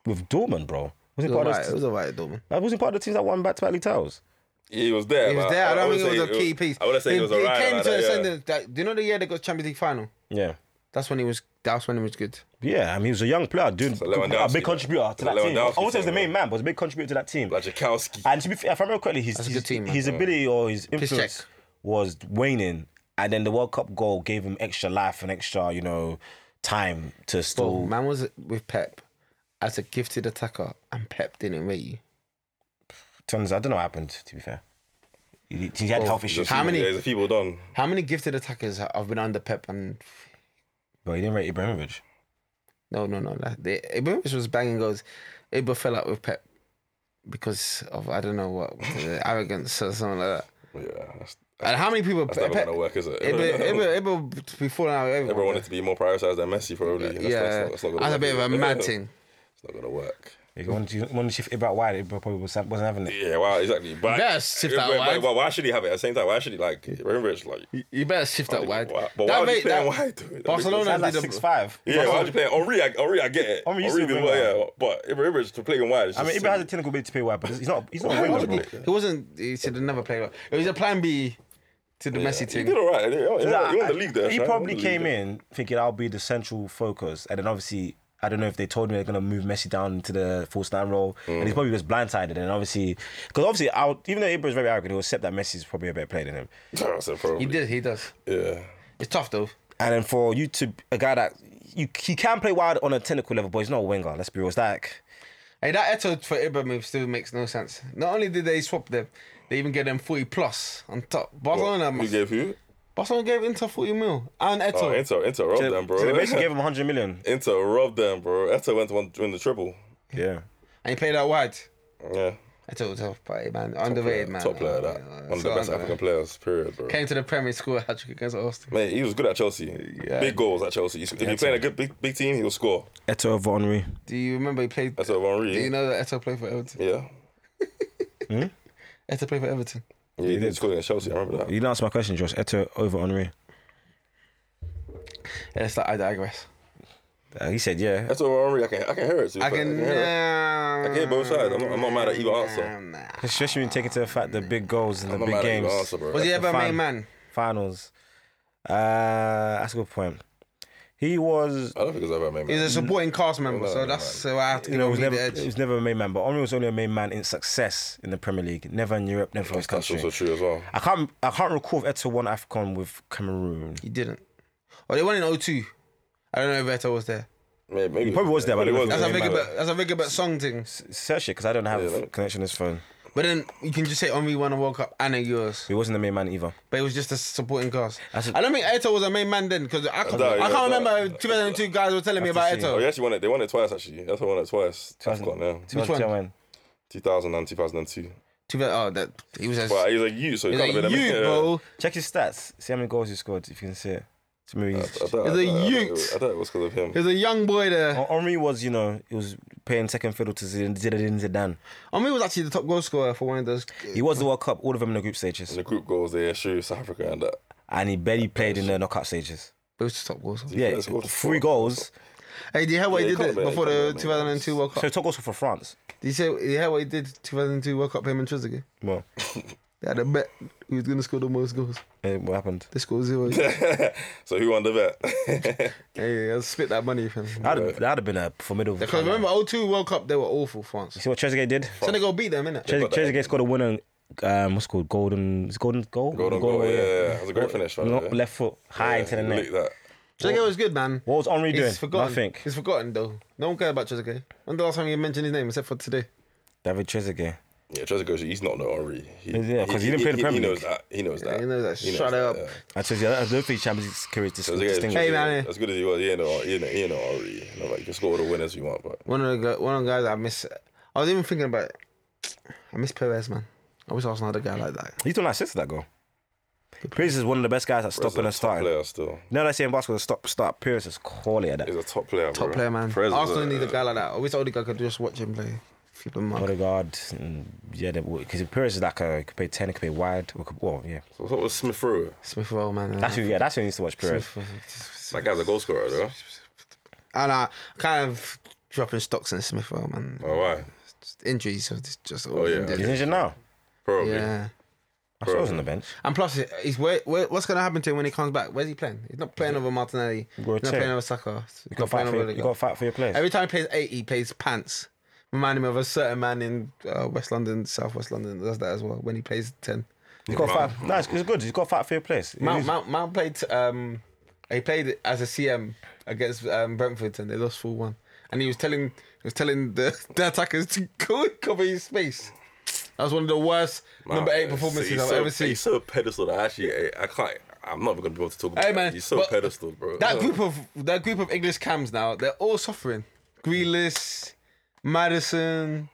Speaker 2: with Dortmund, bro.
Speaker 3: It
Speaker 2: Wasn't
Speaker 3: was
Speaker 2: part,
Speaker 3: alright.
Speaker 2: of
Speaker 3: It
Speaker 2: those,
Speaker 3: was alright, Dortmund.
Speaker 2: that wasn't part of the teams that won back-to-back league titles.
Speaker 4: He was there.
Speaker 3: He was
Speaker 4: man.
Speaker 3: there. I don't
Speaker 4: wouldn't
Speaker 3: think it
Speaker 4: say
Speaker 3: was a key piece.
Speaker 4: I would have said he was
Speaker 3: It
Speaker 4: alright.
Speaker 3: came
Speaker 4: like
Speaker 3: to
Speaker 4: that,
Speaker 3: a
Speaker 4: yeah.
Speaker 3: sentence that- do you know the year they got Champions League final?
Speaker 2: Yeah,
Speaker 3: That's when he was. That's when he was good.
Speaker 2: yeah. I mean, he was a young player, doing
Speaker 4: a Lewandowski,
Speaker 2: a big contributor to
Speaker 4: man.
Speaker 2: that
Speaker 4: It's a
Speaker 2: team. I won't
Speaker 4: Lewandowski
Speaker 2: say he was the
Speaker 4: thing,
Speaker 2: main man, but he was a big contributor to that team.
Speaker 4: Like Jakowski.
Speaker 2: And to be fair, if I remember correctly, his,
Speaker 3: a
Speaker 2: his,
Speaker 3: good team, man.
Speaker 2: his ability or his influence
Speaker 3: check.
Speaker 2: was waning, and then the World Cup goal gave him extra life and extra, you know, time to
Speaker 3: Well,
Speaker 2: still.
Speaker 3: man was with Pep as a gifted attacker, and Pep didn't rate you.
Speaker 2: Turns, I don't know what happened. To be fair, he, he had health issues,
Speaker 4: Just-
Speaker 3: How many-
Speaker 4: There's a people done.
Speaker 3: How many gifted attackers have been under Pep? And
Speaker 2: but he didn't rate Ibrahimovic.
Speaker 3: no, no, no. Like, they, Ibrahimovic was banging goals. Ibra fell out with Pep because of I don't know
Speaker 4: [laughs]
Speaker 3: what the arrogance or something like that.
Speaker 4: Yeah, that's,
Speaker 3: And how many people?
Speaker 4: that's never
Speaker 3: Pep-
Speaker 4: gonna work, is it?
Speaker 3: Ibra,
Speaker 4: [laughs]
Speaker 3: Ibra, Ibra be falling out with everyone.
Speaker 4: Everyone wanted to be more prioritized than Messi, probably. That's,
Speaker 3: yeah,
Speaker 4: that's not, that's, not gonna
Speaker 3: that's a
Speaker 4: work,
Speaker 3: bit of
Speaker 4: is
Speaker 3: a
Speaker 4: it? [laughs]
Speaker 3: mad thing.
Speaker 4: it's not gonna work.
Speaker 2: If you wanted to, want to shift Ibra wide, Ibra probably was, wasn't having it.
Speaker 4: Yeah, wow, exactly. But
Speaker 3: Better shift that
Speaker 4: but- but-
Speaker 3: wide.
Speaker 4: but why should he have it at the same time? Why should he like Ibrahimovic? Like,
Speaker 3: You- You better shift that wide.
Speaker 4: why- but
Speaker 3: that
Speaker 4: why would you
Speaker 3: made-
Speaker 4: play him
Speaker 3: that-
Speaker 4: wide? dude? That makes no
Speaker 3: Barcelona
Speaker 4: sense.
Speaker 2: That's
Speaker 3: did
Speaker 2: like
Speaker 3: a-
Speaker 2: six five.
Speaker 4: Yeah, why would you play Henri? I, Henri, I get it.
Speaker 2: Henri
Speaker 4: Henri,
Speaker 2: used to
Speaker 4: did
Speaker 2: bring
Speaker 4: well,
Speaker 2: that.
Speaker 4: yeah. But Ibrahimovic to play him wide. is
Speaker 2: I mean,
Speaker 4: just
Speaker 2: Ibra has a
Speaker 4: silly.
Speaker 2: technical ability to play wide, but he's not. He's not a
Speaker 4: Why
Speaker 2: winger,
Speaker 4: [laughs] would
Speaker 2: bro.
Speaker 4: he?
Speaker 3: He wasn't. He should have never played. well. It was a plan B to the Messi
Speaker 4: He
Speaker 3: team.
Speaker 4: did all right. He, he, won- he
Speaker 2: Nah,
Speaker 4: won the league there.
Speaker 2: He
Speaker 4: Sean.
Speaker 2: probably
Speaker 4: won the
Speaker 2: came
Speaker 4: league
Speaker 2: in thinking I'll be the central focus, and then obviously I don't know if they told me they're gonna move Messi down to the false nine role, and
Speaker 4: Mm.
Speaker 2: he's probably just blindsided. And obviously, because obviously, I would, even though Ibra's very arrogant, he'll accept that Messi's probably a better player than him.
Speaker 4: [laughs] there. I said probably.
Speaker 3: He did. He does.
Speaker 4: Yeah.
Speaker 3: It's tough though.
Speaker 2: And then for you to a guy that you he can play wide on a technical level, but he's not a winger. Let's be real. It's like
Speaker 3: Hey, that Eto for Ibra move still makes no sense. Not only did they swap them, they even gave them forty plus on top. Barcelona,
Speaker 4: Who
Speaker 3: must,
Speaker 4: gave who?
Speaker 3: Barcelona gave Inter forty mil and Eto.
Speaker 4: Oh, Inter, Inter robbed them, bro.
Speaker 2: so they basically gave him 100 million.
Speaker 4: [laughs] Inter robbed them, bro. Eto went to one, win the triple.
Speaker 2: Yeah.
Speaker 3: and he played out wide.
Speaker 4: Yeah.
Speaker 3: Eto was a tough player, man. Underrated, man.
Speaker 4: Top player, that.
Speaker 3: Oh,
Speaker 4: One of the
Speaker 3: so
Speaker 4: best
Speaker 3: underrated.
Speaker 4: African players, period, bro.
Speaker 3: Came to the Premier School hat trick against Arsenal.
Speaker 4: Man, he was good at Chelsea. Big goals at Chelsea. If you're playing a good big, big team, he'll score.
Speaker 2: Eto over Henry.
Speaker 3: Do you remember he played?
Speaker 4: That's over Henri.
Speaker 3: Do you know that Eto played for Everton?
Speaker 4: Yeah.
Speaker 3: Eto played for Everton.
Speaker 4: Yeah, he, did score against Chelsea. I remember that.
Speaker 2: You didn't answer my question, Josh. Eto over Henry.
Speaker 3: Yeah, it's like I digress.
Speaker 2: Uh, he said, yeah.
Speaker 4: That's over Henri. I can, I can hear it. to be
Speaker 3: I
Speaker 4: fair.
Speaker 3: can.
Speaker 4: hear it.
Speaker 3: Nah,
Speaker 4: I can hear both sides. I'm not, I'm not mad at either answer.
Speaker 3: nah.
Speaker 2: Especially when you take into effect the big goals and the
Speaker 4: I'm not
Speaker 2: big
Speaker 4: mad at
Speaker 2: games.
Speaker 4: either answer, bro.
Speaker 3: Was he
Speaker 4: That's-
Speaker 3: ever a
Speaker 2: Fine.
Speaker 3: main man?
Speaker 2: finals. Uh, that's a good point. He was,
Speaker 4: I don't think it's ever made.
Speaker 3: He's a supporting cast member, so
Speaker 4: no,
Speaker 3: that's so I have to
Speaker 2: you
Speaker 3: give
Speaker 2: know,
Speaker 3: him
Speaker 2: was
Speaker 3: the
Speaker 2: never,
Speaker 3: edge.
Speaker 2: he was never a main man, but Henry was only a main man in success in the Premier League, never in Europe, never for his
Speaker 4: That's
Speaker 2: country.
Speaker 4: also true as well.
Speaker 2: I can't, I can't recall if Eto won Afcon with Cameroon.
Speaker 3: He didn't. Oh, they won in 02. I don't know if Eto was there.
Speaker 4: Maybe, maybe he
Speaker 2: probably was there, but I don't
Speaker 3: That's
Speaker 2: Yeah,
Speaker 3: a
Speaker 2: it
Speaker 3: big
Speaker 2: matter.
Speaker 3: about that's a big about song thing.
Speaker 2: Search it because I don't have
Speaker 4: Yeah, that-
Speaker 2: connection on his phone.
Speaker 3: But then you can just say Henri won a World Cup and a Euros,
Speaker 2: He wasn't the main man either.
Speaker 3: but it was just a supporting cast. I
Speaker 2: That's a-
Speaker 3: I don't think Eto was a main man then because I can't,
Speaker 4: No, yeah,
Speaker 3: I can't
Speaker 4: no.
Speaker 3: remember. 2002 guys were telling me about
Speaker 2: see.
Speaker 3: Eto.
Speaker 4: Oh, they actually won it. They won it twice, actually. That's why I won it twice. AFCON, yeah.
Speaker 3: Which one?
Speaker 4: 2000 and 2002.
Speaker 3: 2000 oh, that he was a,
Speaker 4: But he was a youth, so he
Speaker 3: he was
Speaker 4: can't have
Speaker 3: a
Speaker 4: been a
Speaker 3: youth,
Speaker 4: man.
Speaker 3: bro.
Speaker 2: Check his stats. See how many goals he scored. If you can see it. So maybe
Speaker 3: Uh,
Speaker 2: he's-
Speaker 4: I thought-
Speaker 3: He's
Speaker 4: I
Speaker 3: a
Speaker 4: thought- I
Speaker 3: youth.
Speaker 4: thought it- I thought it was because of him.
Speaker 3: He was a young boy there.
Speaker 2: Henry was, you know, he was playing second fiddle to Zid- Zinedine Zidane.
Speaker 3: Henri was actually the top goal scorer for one of those.
Speaker 2: He was the World Cup, all of them in the group stages,
Speaker 4: The group goals there, sure, South Africa and uh, that.
Speaker 2: and he barely played in the knockout stages.
Speaker 3: He was the top goal scorer.
Speaker 2: Yeah,
Speaker 4: Yeah, scored
Speaker 2: three
Speaker 4: four.
Speaker 2: goals.
Speaker 3: Hey, do you hear what
Speaker 4: Yeah,
Speaker 3: he
Speaker 4: he
Speaker 3: did
Speaker 4: can't be-
Speaker 3: before
Speaker 4: he
Speaker 3: the
Speaker 4: can't be-
Speaker 3: 2002 World
Speaker 2: [laughs]
Speaker 3: Cup?
Speaker 2: So talk also for France.
Speaker 3: Do you say you hear what he did 2002 World Cup him and Trezeguet?
Speaker 2: Well,
Speaker 3: They had a bet who was gonna score the most goals.
Speaker 2: eh, what happened?
Speaker 3: They scored zero. yeah,
Speaker 4: so who won the bet?
Speaker 3: yeah, I'll split that money for him.
Speaker 2: That'd, that'd have been a formidable.
Speaker 3: Because
Speaker 2: You
Speaker 3: remember 02 World Cup they were awful France.
Speaker 2: see what Trezeguet did?
Speaker 3: Senegal beat them, innit?
Speaker 2: Trez-
Speaker 4: got that.
Speaker 2: Trezeguet scored a winner. Um, what's it called golden? It's golden goal.
Speaker 4: Golden goal, yeah, yeah. That was a great finish, man.
Speaker 2: Not
Speaker 4: yeah.
Speaker 2: left foot high into
Speaker 4: [laughs]
Speaker 2: the
Speaker 4: Yeah,
Speaker 2: net.
Speaker 4: licked that.
Speaker 3: Trezeguet was good, man.
Speaker 2: What was Henri doing?
Speaker 3: He's forgotten.
Speaker 2: Nothing.
Speaker 3: He's forgotten though. No one cared about Trezeguet. When the last time you mentioned his name except for today?
Speaker 2: David Trezeguet.
Speaker 4: Yeah, Trezeguet, he's not no Henri. He,
Speaker 2: Yeah, 'cause he didn't play the Premier
Speaker 4: He knows
Speaker 2: League.
Speaker 4: that. He knows that.
Speaker 3: he knows that.
Speaker 4: He knows
Speaker 3: Shut
Speaker 4: that,
Speaker 3: up.
Speaker 4: yeah.
Speaker 2: I told you, I don't think Champions League career is dis-
Speaker 4: Trezeguet is
Speaker 2: distinguished.
Speaker 3: Hey, man.
Speaker 4: As good as he was, he ain't no, he ain't, he ain't no Henri. You know, like, you can score all the winners you want, but
Speaker 3: One of the gu- one of the guys I miss. I was even thinking about. I miss Perez, man. I wish I was another guy like that.
Speaker 2: He's done like six of that goal. Pires is one of the best guys at stopping and
Speaker 4: He's a top
Speaker 2: starting.
Speaker 4: player still.
Speaker 2: You know what I say in basketball, stop, start. Pires is quality at that.
Speaker 4: He's a top player.
Speaker 3: Top
Speaker 4: bro.
Speaker 3: player, man.
Speaker 4: Perez is
Speaker 3: Arsenal
Speaker 4: a-
Speaker 3: need a guy like that. I wish Odegaard could just watch him play. Flip him up.
Speaker 2: Odegaard, mm, yeah, because Pires is like a could play ten, he could play wide. Or could, well, yeah,
Speaker 4: So What was Smith Rowe?
Speaker 3: Smith Rowe, man.
Speaker 2: that's who. Yeah, that's who needs to watch Pires.
Speaker 4: That guy's a goal scorer, though.
Speaker 3: And I kind of dropping stocks in Smith Rowe, man.
Speaker 4: Oh, why?
Speaker 3: Injuries, so it's just all
Speaker 4: Oh, yeah.
Speaker 3: injured.
Speaker 2: He's injured now.
Speaker 4: Probably.
Speaker 3: Yeah.
Speaker 2: I saw he was on the bench.
Speaker 3: And plus, he's where, where, what's going to happen to him when he comes back? Where's he playing? He's not playing over Martinelli. He's not
Speaker 2: Rotate.
Speaker 3: playing over Saka.
Speaker 2: You
Speaker 3: He's not
Speaker 2: got to fight
Speaker 3: playing
Speaker 2: for
Speaker 3: over
Speaker 2: your, you
Speaker 3: Odegaard.
Speaker 2: got to fight for your players.
Speaker 3: Every time he plays eight, he plays pants. Reminding me of a certain man in uh, West London, Southwest London, that does that as well when he plays 10.
Speaker 2: you got to fight. No, it's, it's good. You got to fight for your players. It
Speaker 3: Mount,
Speaker 2: is-
Speaker 3: Mount, Mount played, um, he played as a CM against um, Brentford and they lost 4 1. And he was telling he was telling the, [laughs] the attackers to go and cover his space. That was one of the worst
Speaker 4: Man,
Speaker 3: number eight
Speaker 4: he's-
Speaker 3: performances
Speaker 4: he's
Speaker 3: I've
Speaker 4: so,
Speaker 3: ever seen.
Speaker 4: He's so pedestal that actually, I, I can't. I'm not even gonna be able to talk about.
Speaker 3: Hey
Speaker 4: it.
Speaker 3: man,
Speaker 4: he's so
Speaker 3: but
Speaker 4: pedestal, bro. Oh.
Speaker 3: That group of that group of English cams now, they're all suffering. Grealish, Madison,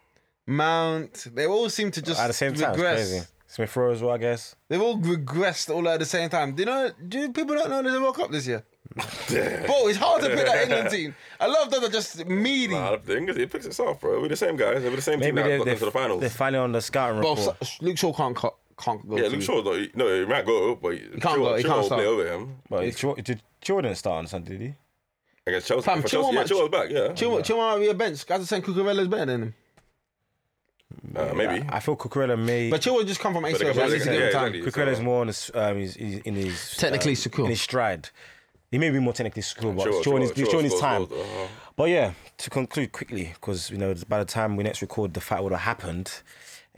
Speaker 3: Mount, they all seem to just
Speaker 2: at the same time,
Speaker 3: regress.
Speaker 2: it's crazy. Smith Rowe as well, I guess.
Speaker 3: They've all regressed all at the same time. Do you know? Do people not know there's a World Cup this year? Bro, it's hard to pick that
Speaker 4: [laughs]
Speaker 3: England team. A lot of them are just meaty.
Speaker 4: [laughs] Nah, the English, it picks itself, bro. We're the same guys. We're the same
Speaker 2: Maybe
Speaker 4: team
Speaker 2: they,
Speaker 4: that got
Speaker 2: they,
Speaker 4: them to the finals.
Speaker 2: they're finally on the scouting
Speaker 3: Bro,
Speaker 2: report.
Speaker 3: so- Luke Shaw can't cut, can't go.
Speaker 4: yeah,
Speaker 3: through.
Speaker 4: Luke Shaw, though, he- no, he might go, but he
Speaker 3: can't go, he can't start.
Speaker 4: play over him
Speaker 2: but it's, Jor- did Jordan start on Sunday, did he?
Speaker 4: against Chelsea.
Speaker 3: Fam,
Speaker 4: for
Speaker 3: Chilwell
Speaker 4: Chelsea, yeah,
Speaker 3: might-
Speaker 4: Chilwell's back, yeah.
Speaker 3: Chilwell, Chilwell might be a bench. Guys are saying Cucurella's better than him.
Speaker 4: Uh, maybe.
Speaker 2: I feel Cucurella may.
Speaker 3: But Chilwell just come from ACL.
Speaker 4: they can-
Speaker 3: so at least
Speaker 4: yeah,
Speaker 3: give him time.
Speaker 4: exactly.
Speaker 2: Cucurella's more on his, um, he's, he's in his
Speaker 3: Technically
Speaker 2: um,
Speaker 3: secure.
Speaker 2: in his stride. He may be more technically secure, but
Speaker 4: Chilwell,
Speaker 2: he's showing his,
Speaker 4: Chilwell,
Speaker 2: he's showing his
Speaker 4: Chilwell's
Speaker 2: time.
Speaker 4: goals, uh-huh.
Speaker 2: But yeah, to conclude quickly, because you know by the time we next record, the fight would have happened.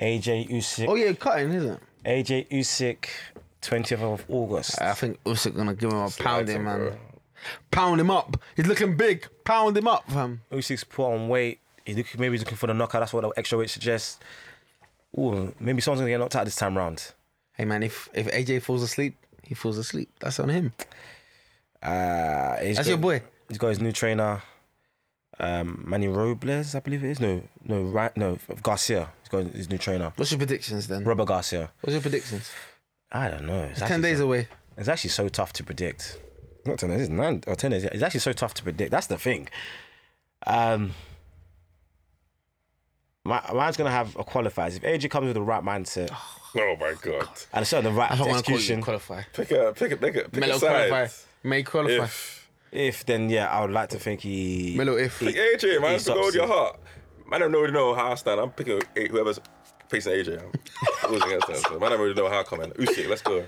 Speaker 2: AJ Usyk,
Speaker 3: Oh yeah, Uh. cutting isn't it?
Speaker 2: AJ Usyk, twentieth of August.
Speaker 3: I think Usyk gonna give him a pounding,
Speaker 4: him,
Speaker 3: man.
Speaker 4: bro.
Speaker 3: Pound him up. He's looking big. Pound him up, fam.
Speaker 2: Usyk's put on weight. He's looking, maybe he's looking for the knockout. That's what the extra weight suggests. Ooh, maybe someone's gonna get knocked out this time round.
Speaker 3: Hey man, if if AJ falls asleep, he falls asleep. That's on him.
Speaker 2: Uh, he's
Speaker 3: That's
Speaker 2: got-
Speaker 3: your boy.
Speaker 2: He's got his new trainer, um, Manny Robles, I believe it is. No, no, right, no, Garcia. He's got his new trainer,
Speaker 3: What's your predictions then?
Speaker 2: Robert Garcia.
Speaker 3: What's your predictions?
Speaker 2: I don't know. It's
Speaker 3: Ten
Speaker 2: actually,
Speaker 3: days away.
Speaker 2: it's actually so tough to predict. Not ten days, it's nine or ten days. It's actually so tough to predict. That's the thing. Um, my, mine's gonna have a qualifiers. If AJ comes with the right mindset
Speaker 4: Oh my god.
Speaker 2: and a certain right
Speaker 3: I don't want to call you
Speaker 2: execution,
Speaker 3: qualify.
Speaker 4: Pick a pick a pick a pick
Speaker 3: Melo
Speaker 4: a side.
Speaker 3: qualify. May qualify.
Speaker 4: If
Speaker 2: if then yeah, I would like to think he.
Speaker 3: Melo
Speaker 4: [laughs]
Speaker 3: if.
Speaker 4: pick AJ, man,
Speaker 2: He's
Speaker 4: so go with your
Speaker 2: upset.
Speaker 4: heart. Man, I don't really know how I stand. I'm picking A- whoever's facing AJ. I'm [laughs] who's against them. So man, I don't really know how I come in. Usyk, let's go.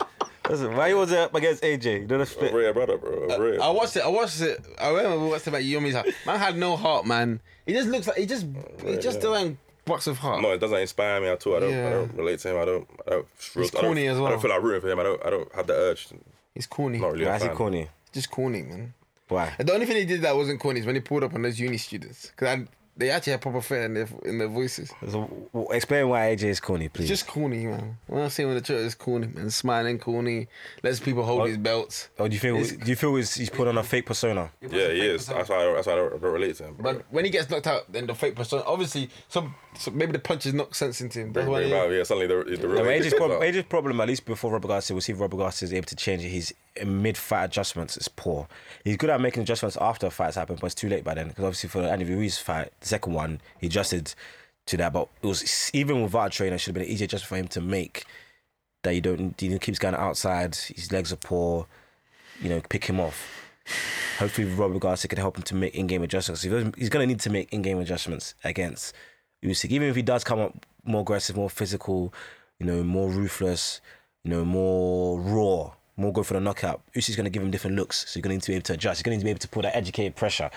Speaker 2: Listen, why was it up against AJ? You don't expect.
Speaker 4: Rare brother, bro. Rare.
Speaker 3: I watched it. I watched it. I remember we watched it about Yumi's heart. Man had no heart, man. He just looks like he just he just
Speaker 4: yeah.
Speaker 3: doing box of heart.
Speaker 4: No, it doesn't inspire me at all. I don't, I
Speaker 3: Yeah.
Speaker 4: don't relate to him. I don't. I don't feel,
Speaker 3: He's
Speaker 4: I don't,
Speaker 3: corny as
Speaker 4: I
Speaker 3: well.
Speaker 4: don't feel like rooting for him. I don't. I don't have the urge.
Speaker 3: He's corny.
Speaker 4: Not really.
Speaker 2: Why
Speaker 4: a
Speaker 2: is he
Speaker 4: fan.
Speaker 2: corny?
Speaker 3: Just corny, man.
Speaker 2: Why?
Speaker 3: And the only thing he did that wasn't corny is when he pulled up on those uni students because they actually had proper fear in their in their voices.
Speaker 2: So, w- explain why AJ is corny, please.
Speaker 3: Just corny, man. When I see him in the church, it's corny, man. Smiling, corny. Lets people hold his belts.
Speaker 2: or do you feel?
Speaker 3: It's-
Speaker 2: Do you feel he's, he's put on a fake persona?
Speaker 4: Yeah, he is. That's why. I don't, that's why I don't, I don't relate to him. bro.
Speaker 3: But when he gets knocked out, then the fake persona. Obviously, some, some maybe the punches knock sense into him. That's why.
Speaker 4: Bring
Speaker 3: he-
Speaker 4: him out, yeah, suddenly the the real
Speaker 2: No,
Speaker 4: AJ
Speaker 2: AJ's,
Speaker 4: comes
Speaker 2: problem,
Speaker 4: out.
Speaker 2: AJ's problem, at least before Robert Garcia, we'll see if Robert Garcia is able to change it. His mid-fight adjustments is poor. He's good at making adjustments after fights happen, but it's too late by then. Because obviously for Andy Ruiz's fight, the second one, he adjusted to that. But it was even without a trainer, it should have been an easier adjustment for him to make. That you don't, he keeps going outside. His legs are poor. You know, pick him off. Hopefully, Robert Garcia can help him to make in-game adjustments. He doesn't- He's going to need to make in-game adjustments against Usyk. Even if he does come up more aggressive, more physical, you know, more ruthless, you know, more raw, more go for the knockout. Usyk's going to give him different looks, so you're going to need to be able to adjust. He's going to need to be able to put that educated pressure,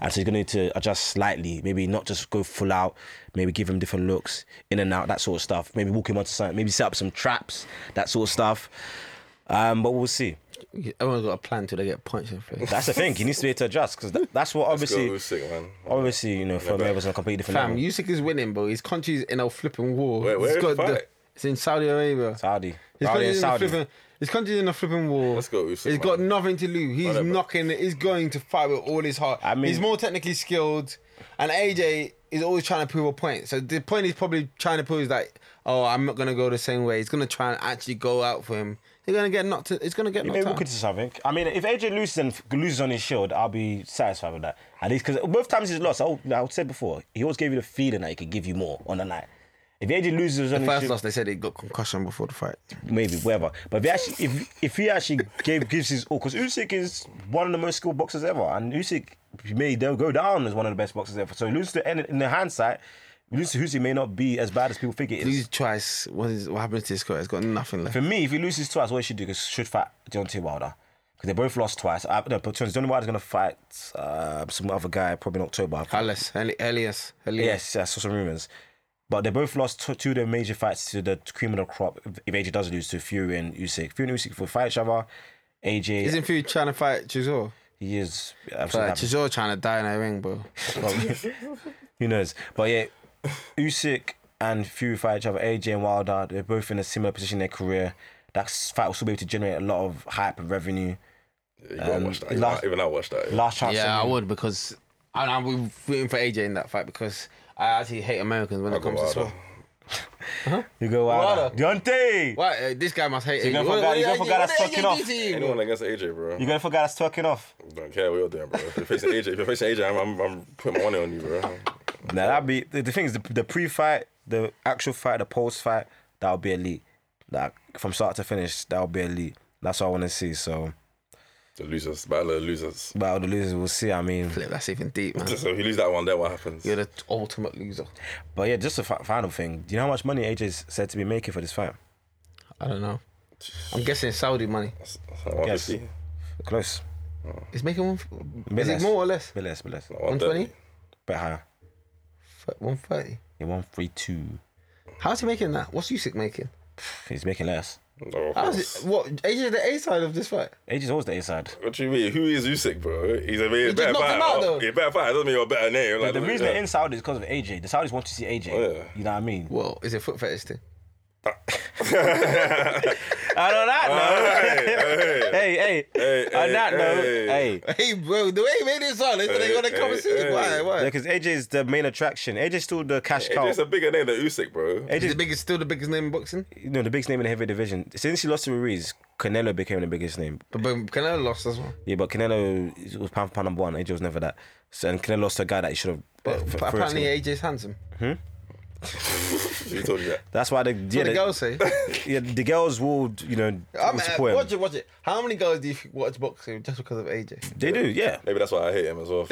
Speaker 2: and so he's going to need to adjust slightly. Maybe not just go full out. Maybe give him different looks, in and out, that sort of stuff. Maybe walk him onto something. Maybe set up some traps, that sort of stuff. Um, but we'll see.
Speaker 3: Everyone's got a plan till they get punched in the face.
Speaker 2: That's the thing. He needs to be able to adjust because that's what obviously,
Speaker 4: Who's sick, man?
Speaker 2: obviously, you know, for me, it was on a completely different
Speaker 3: Fam,
Speaker 2: level.
Speaker 3: Usyk is winning, bro. His country's in a flipping war.
Speaker 4: Where- where
Speaker 3: He's
Speaker 4: is
Speaker 3: got
Speaker 4: the
Speaker 3: the-
Speaker 4: fight?
Speaker 3: it's in Saudi Arabia.
Speaker 2: Saudi,
Speaker 3: His
Speaker 2: Saudi,
Speaker 3: country's, in a
Speaker 2: Saudi.
Speaker 3: flipping, his country's in a flipping war.
Speaker 4: Let's go Usyk,
Speaker 3: He's got
Speaker 4: man.
Speaker 3: nothing to lose. He's
Speaker 4: Whatever.
Speaker 3: knocking. He's going to fight with all his heart.
Speaker 2: I mean-
Speaker 3: he's more technically skilled, and AJ is always trying to prove a point. So the point he's probably trying to prove is that, oh, I'm not gonna go the same way. He's gonna try and actually go out for him. He's gonna get knocked. He's gonna get knocked
Speaker 2: Maybe we
Speaker 3: out.
Speaker 2: could do something. I mean, if AJ loses and loses on his shield, I'll be satisfied with that. At least because both times he's lost, I would- I said before, he always gave you the feeling that he could give you more on the night. If AJ loses on his
Speaker 3: First
Speaker 2: shield,
Speaker 3: loss, they said he got concussion before the fight.
Speaker 2: maybe whatever. But if he actually, if, if he actually gave gives his all, because Usyk is one of the most skilled boxers ever, and Usyk may they'll go down as one of the best boxers ever. So lose to in the hindsight, lose to Usyk may not be as bad as people think it is.
Speaker 3: Lose twice. What is what happens to this guy? He's got nothing left.
Speaker 2: For me, if he loses twice, what he should do is should fight Deontay Wilder. Because they both lost twice. I, no, but Deontay Wilder's going to fight uh, some other guy probably in October.
Speaker 3: Alice, Eli- Elias, Elias.
Speaker 2: Yes, I saw some rumors. But they both lost two, two of their major fights to the cream of the crop. If- If AJ does lose to Fury and Usyk, Fury and Usyk will fight each other. AJ,
Speaker 3: Isn't Fury trying to fight Chisor?
Speaker 2: he is. I've seen
Speaker 3: Like,
Speaker 2: that.
Speaker 3: Chisor trying to die in a ring, bro.
Speaker 2: [laughs] Who knows? But yeah, Usyk and Fury fight each other. AJ and Wilder, they're both in a similar position in their career. That fight will still be able to generate a lot of hype and revenue.
Speaker 4: You gotta watch
Speaker 3: Um,
Speaker 4: that. Even
Speaker 2: last-
Speaker 4: I- even I watched that.
Speaker 2: Last chance.
Speaker 3: Yeah, I
Speaker 2: Saloon.
Speaker 3: would because I, I'm rooting for AJ in that fight because I actually hate Americans when it
Speaker 4: go
Speaker 3: comes to
Speaker 4: Wilder.
Speaker 3: sport.
Speaker 2: You go Wilder.
Speaker 3: Wilder.
Speaker 2: Deontay!
Speaker 3: Why uh, this guy must hate? AJ.
Speaker 2: gonna
Speaker 3: What-
Speaker 2: forget-
Speaker 3: what
Speaker 2: you gonna
Speaker 3: did
Speaker 2: forget
Speaker 3: AJ
Speaker 2: that's
Speaker 3: what did
Speaker 2: fucking
Speaker 3: AJ do to you?
Speaker 4: Anyone against AJ, bro?
Speaker 2: You're going to forget us talking off.
Speaker 4: Don't care what you're doing, bro. If you're facing AJ, if you're facing AJ, I'm, I'm, I'm putting my money on you, bro.
Speaker 2: Now, that'd be the, the thing is the, the pre fight, the actual fight, the post fight, that'll be elite. Like from start to finish, that'll be elite. That's what I want to see. So,
Speaker 4: The losers, battle of the losers.
Speaker 2: but all the losers, we'll see. I mean,
Speaker 3: Flip, That's even deep, man.
Speaker 4: So if you lose that one, then what happens?
Speaker 3: You're the ultimate loser.
Speaker 2: but yeah, just a fi- final thing. Do you know how much money AJ's said to be making for this fight?
Speaker 3: I don't know. I'm guessing Saudi money.
Speaker 4: That's- that's 150.
Speaker 2: Close.
Speaker 3: He's making one. Is it
Speaker 2: less.
Speaker 3: more or less?
Speaker 2: Bit less, bit less.
Speaker 4: One thirty.
Speaker 3: 120?
Speaker 2: Bit higher.
Speaker 3: One thirty.
Speaker 2: He won 3 2.
Speaker 3: How's he making that? What's Usyk making?
Speaker 2: He's making less.
Speaker 4: No, of
Speaker 3: How's
Speaker 4: course.
Speaker 3: it? What AJ the A side of this fight?
Speaker 2: AJ's always the inside.
Speaker 4: What do you mean? Who is Usyk, bro? He's a
Speaker 3: just
Speaker 4: better
Speaker 3: knocked
Speaker 4: fighter.
Speaker 3: him out, though.
Speaker 4: He's a better fighter. Doesn't mean you're a better name. Like,
Speaker 2: The
Speaker 4: doesn't-
Speaker 2: reason
Speaker 4: yeah.
Speaker 2: they're in Saudi is because of AJ. The Saudis want to see AJ.
Speaker 4: yeah.
Speaker 2: You know what I mean?
Speaker 3: Well, is it foot fetish thing? [laughs]
Speaker 2: And on that note, [laughs] hey, hey,
Speaker 4: Hey,
Speaker 2: on
Speaker 4: hey,
Speaker 2: that note, hey.
Speaker 4: hey.
Speaker 3: Hey, bro, the way he made it sound, they said they want to come and see
Speaker 4: hey,
Speaker 3: it. Why?
Speaker 4: hey.
Speaker 3: Why?
Speaker 2: Because AJ is the main attraction. AJ's still the cash cow.
Speaker 4: AJ's a bigger name than Usyk, bro.
Speaker 3: He's
Speaker 2: AJ's
Speaker 3: the biggest, still the biggest name in boxing.
Speaker 2: you know, the biggest name in the heavy division. Since he lost to Ruiz, Canelo became the biggest name.
Speaker 3: But, but Canelo lost as well.
Speaker 2: Yeah, but Canelo was pound for pound number one. AJ was never that. So, and Canelo lost to a guy that he should have.
Speaker 3: But,
Speaker 2: [laughs]
Speaker 3: but apparently AJ's handsome.
Speaker 4: Who told you that?
Speaker 2: that's why they, yeah,
Speaker 3: What the
Speaker 2: the,
Speaker 3: girls
Speaker 2: [laughs]
Speaker 3: say.
Speaker 2: yeah, the girls will, you know,
Speaker 3: I'm,
Speaker 2: will
Speaker 3: uh,
Speaker 2: support him.
Speaker 3: watch it, watch it. How many girls do you think watch boxing just because of AJ?
Speaker 2: They do, yeah.
Speaker 4: Maybe that's why I hate him
Speaker 3: [laughs]
Speaker 4: as well.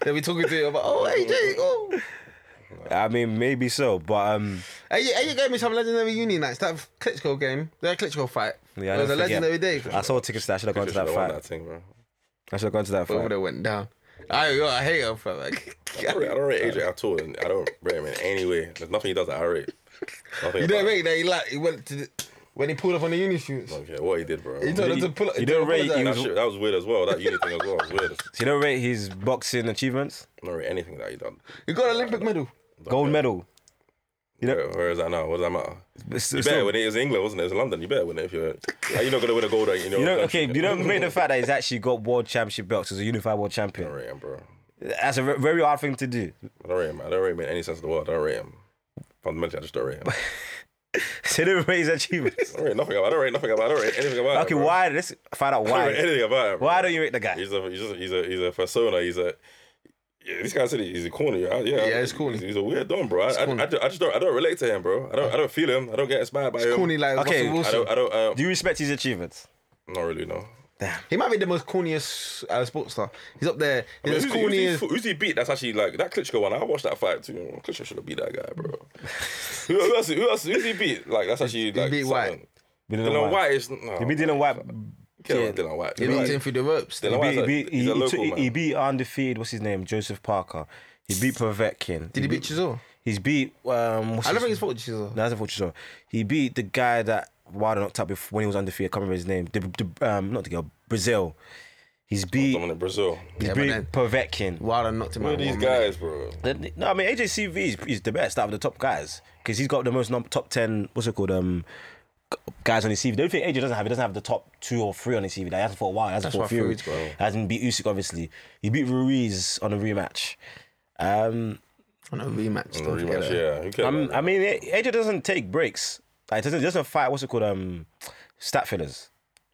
Speaker 3: They'll be talking to you about, oh, AJ, oh. [laughs]
Speaker 2: I mean, maybe so, but um,
Speaker 3: AJ, AJ gave me some legendary uni nights. That Klitschko game, that Klitschko fight.
Speaker 2: yeah, I
Speaker 3: it was a
Speaker 2: don't forget.
Speaker 3: legendary day.
Speaker 2: I saw tickets that I should have gone to
Speaker 4: Should've
Speaker 2: that
Speaker 4: won
Speaker 2: fight.
Speaker 4: that thing, bro.
Speaker 2: I should have gone to that
Speaker 3: What
Speaker 2: fight.
Speaker 3: would have went down? I, yo, I hate him, fam.
Speaker 4: I don't rate- I don't rate AJ at all. and I don't rate him in any way. There's nothing he does that I rate.
Speaker 3: [laughs]
Speaker 4: Nothing
Speaker 3: You
Speaker 4: about
Speaker 3: know what I
Speaker 4: him.
Speaker 3: mean? That he like, he went to the, when he pulled up on the uni shoots.
Speaker 4: I don't care what he did, bro.
Speaker 3: He told him
Speaker 2: You-
Speaker 3: to pull up.
Speaker 2: you don't rate-
Speaker 4: that,
Speaker 2: was-
Speaker 4: shit, that was weird as well. That uni thing as well was weird. I
Speaker 2: So you don't rate his boxing achievements?
Speaker 4: don't rate anything that he done.
Speaker 3: You got an Olympic medal.
Speaker 2: Gold medal. You know,
Speaker 4: Where, where is that now? What does that matter?
Speaker 2: it's-
Speaker 4: You
Speaker 2: it's
Speaker 4: better
Speaker 2: still-
Speaker 4: win it. It's England, wasn't it? It's London. You better win it if you're. Like, you're not gonna win a gold. You know.
Speaker 2: you know, okay, you don't rate [laughs] the fact that he's actually got world championship belts as a unified world
Speaker 4: I don't
Speaker 2: champion.
Speaker 4: rate him, bro.
Speaker 2: That's a ve- very hard thing to do. [laughs]
Speaker 4: I don't rate him. I don't rate him in any sense of the word. I don't rate him. Fundamentally, I just don't rate him. I
Speaker 2: So they don't rate his achievements.
Speaker 4: don't rate nothing about. I don't rate nothing about. I don't rate anything about.
Speaker 2: Okay,
Speaker 4: him, bro.
Speaker 2: why? Let's find out
Speaker 4: I don't rate
Speaker 2: why.
Speaker 4: anything about him.
Speaker 2: Why
Speaker 4: bro.
Speaker 2: don't you rate the guy?
Speaker 4: He's a he's a he's a, he's a persona. He's a yeah, this guy said he- he's a corny. I, yeah,
Speaker 3: Yeah, he's corny.
Speaker 4: He's, he's a weird don, bro. I, I, I, ju- I just don't I don't relate to him, bro. I don't I don't feel him. I don't get inspired by him.
Speaker 3: Corny like
Speaker 2: Um, Okay,
Speaker 3: Russell
Speaker 4: I
Speaker 3: Wilson.
Speaker 4: don't I don't. I don't
Speaker 2: Do you respect his achievements?
Speaker 4: not really no.
Speaker 3: He might be the most corniest uh, sports star. He's up there. He's as
Speaker 4: Who's he,
Speaker 3: corny
Speaker 4: who's,
Speaker 3: as.
Speaker 4: he, who's he beat? That's actually like that Klitschko one. I watched that fight too. Klitschko should have beat that guy,
Speaker 3: [laughs]
Speaker 4: bro. who, who else? Who else? Who's he beat? Like that's actually like
Speaker 3: beat White.
Speaker 4: something.
Speaker 2: Dylan
Speaker 4: Dylan White is no.
Speaker 2: He beat Dylan White.
Speaker 4: Kill him, Dylan White.
Speaker 3: He
Speaker 4: Dylan
Speaker 3: beats
Speaker 4: White-
Speaker 3: him through the ropes.
Speaker 4: Dylan
Speaker 2: He
Speaker 4: White's
Speaker 2: beat, he
Speaker 4: a-
Speaker 2: beat, he,
Speaker 4: he's a local
Speaker 2: he,
Speaker 4: man.
Speaker 2: he beat undefeated. What's his name? Joseph Parker. He beat Povetkin.
Speaker 3: Did he beat Chisel?
Speaker 2: He's beat. Um, what's
Speaker 3: I don't
Speaker 2: his-
Speaker 3: think he's fought Chisel.
Speaker 2: No, that's unfortunate. He beat the guy that Wilder knocked out before, when he was undefeated. I can't remember his name. The, the, um, not the girl, Brazil. He's beat,
Speaker 4: Dominic Brazil.
Speaker 2: he's
Speaker 3: Yeah, but
Speaker 2: beat
Speaker 3: then-
Speaker 2: Povetkin.
Speaker 3: Wilder knocked him
Speaker 4: Who are
Speaker 3: out.
Speaker 4: these
Speaker 3: one minute.
Speaker 4: guys, bro?
Speaker 2: Then- No, I mean AJCV is, is the best out of the top guys because he's got the most num- top ten. What's it called? Um, g- guys on his CV. The only thing AJ doesn't have, he doesn't have the top two or three on his CV. Like, he hasn't fought a while. He hasn't
Speaker 3: That's
Speaker 2: fought
Speaker 3: why
Speaker 2: Fury.
Speaker 3: Fury's got
Speaker 2: He hasn't beat Usyk, obviously. He beat Ruiz on a rematch. Um,
Speaker 3: On a rematch. Don't forget
Speaker 4: Rematch,
Speaker 3: that.
Speaker 4: yeah. Who cares?
Speaker 2: um, I mean, A- AJ doesn't take breaks. Like, doesn't doesn't fight. What's it called? Um, stat fillers.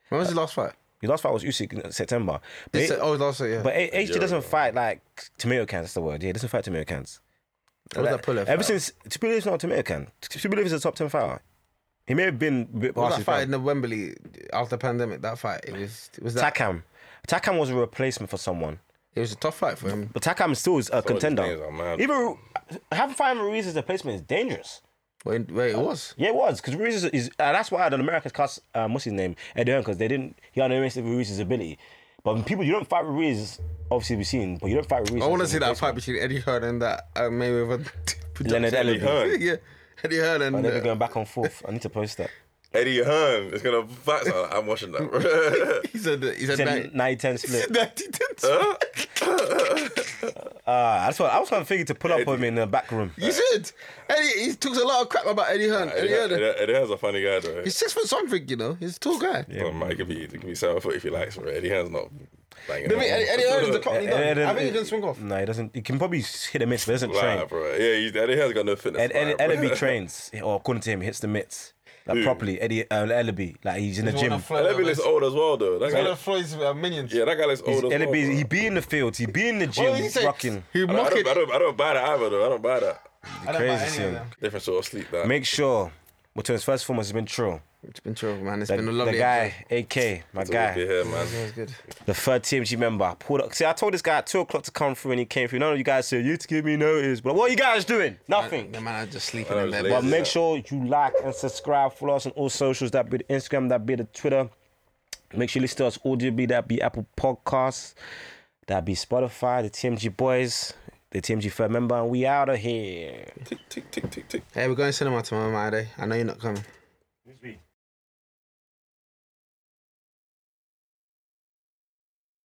Speaker 3: When was the last fight?
Speaker 2: His last fight was Usyk in September. But
Speaker 3: This,
Speaker 2: A-
Speaker 3: oh, last fight, yeah.
Speaker 2: [laughs] but
Speaker 3: But
Speaker 2: A- AJ
Speaker 4: year
Speaker 2: doesn't
Speaker 4: ago.
Speaker 2: fight like tomato cans. That's the word. Yeah, he doesn't fight tomato cans.
Speaker 3: what was
Speaker 2: Like,
Speaker 3: that pull
Speaker 2: Ever since Tupulive's not a Jamaican. Tupulive is a top ten fighter. He may have been a bit
Speaker 3: What was
Speaker 2: past
Speaker 3: that
Speaker 2: his
Speaker 3: fight
Speaker 2: prime.
Speaker 3: in the Wembley after pandemic? That fight, it was it was that
Speaker 2: Takam. Takam was a replacement for someone,
Speaker 3: it was a tough fight for him.
Speaker 2: but Takam still is a
Speaker 4: names
Speaker 2: contender.
Speaker 4: are mad.
Speaker 2: Even Ru- having five Ruiz as a replacement is dangerous.
Speaker 3: Where, where it was,
Speaker 2: Yeah, it was because Ruiz is, is and that's why the Americans cast um, what's his name Eddie Hearn because they didn't he underestimated Ruiz's ability. But when people you don't fight Ruiz, obviously we've seen, but you don't fight Ruiz.
Speaker 3: I want to
Speaker 2: as a
Speaker 3: see that
Speaker 2: replacement.
Speaker 3: fight between Eddie Hearn and that uh, Mayweather. [laughs]
Speaker 2: Leonard
Speaker 4: Eddie
Speaker 2: Ellerby.
Speaker 4: Hearn.
Speaker 3: yeah, Eddie Hearn and
Speaker 2: And they've
Speaker 3: uh,
Speaker 2: been going back and forth. I need to post that.
Speaker 4: Eddie Hearn is gonna fight. someone. I'm watching that. bro.
Speaker 3: [laughs] [laughs] he said he said
Speaker 2: It's a
Speaker 3: nine- [laughs]
Speaker 2: 9-10 split.
Speaker 3: 90-10. [laughs]
Speaker 2: Ah, that's what I was trying to figure to pull up on him in the back room.
Speaker 3: You should. Eddie, he talks a lot of crap about Eddie Hearn. Eddie
Speaker 4: Eddie,
Speaker 3: Hearn.
Speaker 4: Eddie, Eddie Hearn's a funny guy, though.
Speaker 3: He's six foot something, you know. He's a tall guy.
Speaker 4: Yeah, oh, man, it could be, it could be seven foot if he likes, bro. Eddie Hearn's not. Banging
Speaker 3: Maybe Eddie, Eddie Hearn is the company
Speaker 2: And- and-
Speaker 3: done. I think he
Speaker 2: and-
Speaker 3: can swing off.
Speaker 2: No, he doesn't. He can probably hit a miss, but doesn't
Speaker 4: [laughs] Nah,
Speaker 2: train.
Speaker 4: bro. Yeah, he's, Eddie Hearn's got no fitness.
Speaker 2: Ed, Ed,
Speaker 4: bro.
Speaker 3: [laughs]
Speaker 2: Ellaby
Speaker 4: [laughs]
Speaker 2: trains, or according to him, hits the mitts like properly. Eddie uh, Ellaby, like he's in the gym.
Speaker 4: Ellaby looks old as well, though. That guy,
Speaker 3: Taylor Floyd's uh, minions.
Speaker 4: yeah, that guy looks
Speaker 2: He's-
Speaker 4: old as well.
Speaker 2: Ellaby,
Speaker 4: bro.
Speaker 2: he be in the field, he be in the
Speaker 3: What
Speaker 2: gym,
Speaker 3: did he
Speaker 2: he's
Speaker 3: say?
Speaker 2: rocking.
Speaker 3: He
Speaker 4: I don't, I,
Speaker 3: mocked
Speaker 4: don't,
Speaker 3: it.
Speaker 4: I, don't, I don't buy that either, though. I don't buy that.
Speaker 3: I don't
Speaker 2: Crazy
Speaker 3: buy any of
Speaker 2: thing.
Speaker 3: them.
Speaker 4: Different sort of sleep, that.
Speaker 2: Make sure, which is first and foremost has been true.
Speaker 3: It's been true, man. It's
Speaker 2: The,
Speaker 3: been a
Speaker 2: the
Speaker 3: lovely
Speaker 2: guy, AK, my
Speaker 4: That's what we
Speaker 2: guy,
Speaker 4: did here, man.
Speaker 3: episode. It was good.
Speaker 2: the third TMG member. Pulled up. See, I told this guy at two o'clock to come through, and he came through. None of you guys said you to give me notice, but what are you guys doing? Nothing.
Speaker 3: The man is just sleeping
Speaker 4: I
Speaker 3: in
Speaker 4: was
Speaker 3: bed.
Speaker 4: lazy.
Speaker 2: But
Speaker 4: Yeah.
Speaker 2: make sure you like and subscribe, follow us on all socials. That be the Instagram, that be the Twitter. Make sure you listen to us audibly. That be Apple Podcasts. That be Spotify. The TMG Boys. The TMG Fair member, and we out of here.
Speaker 4: Tick, tick, tick, tick, tick.
Speaker 3: Hey, we're going to cinema tomorrow, my day. I know you're not coming.
Speaker 2: This week.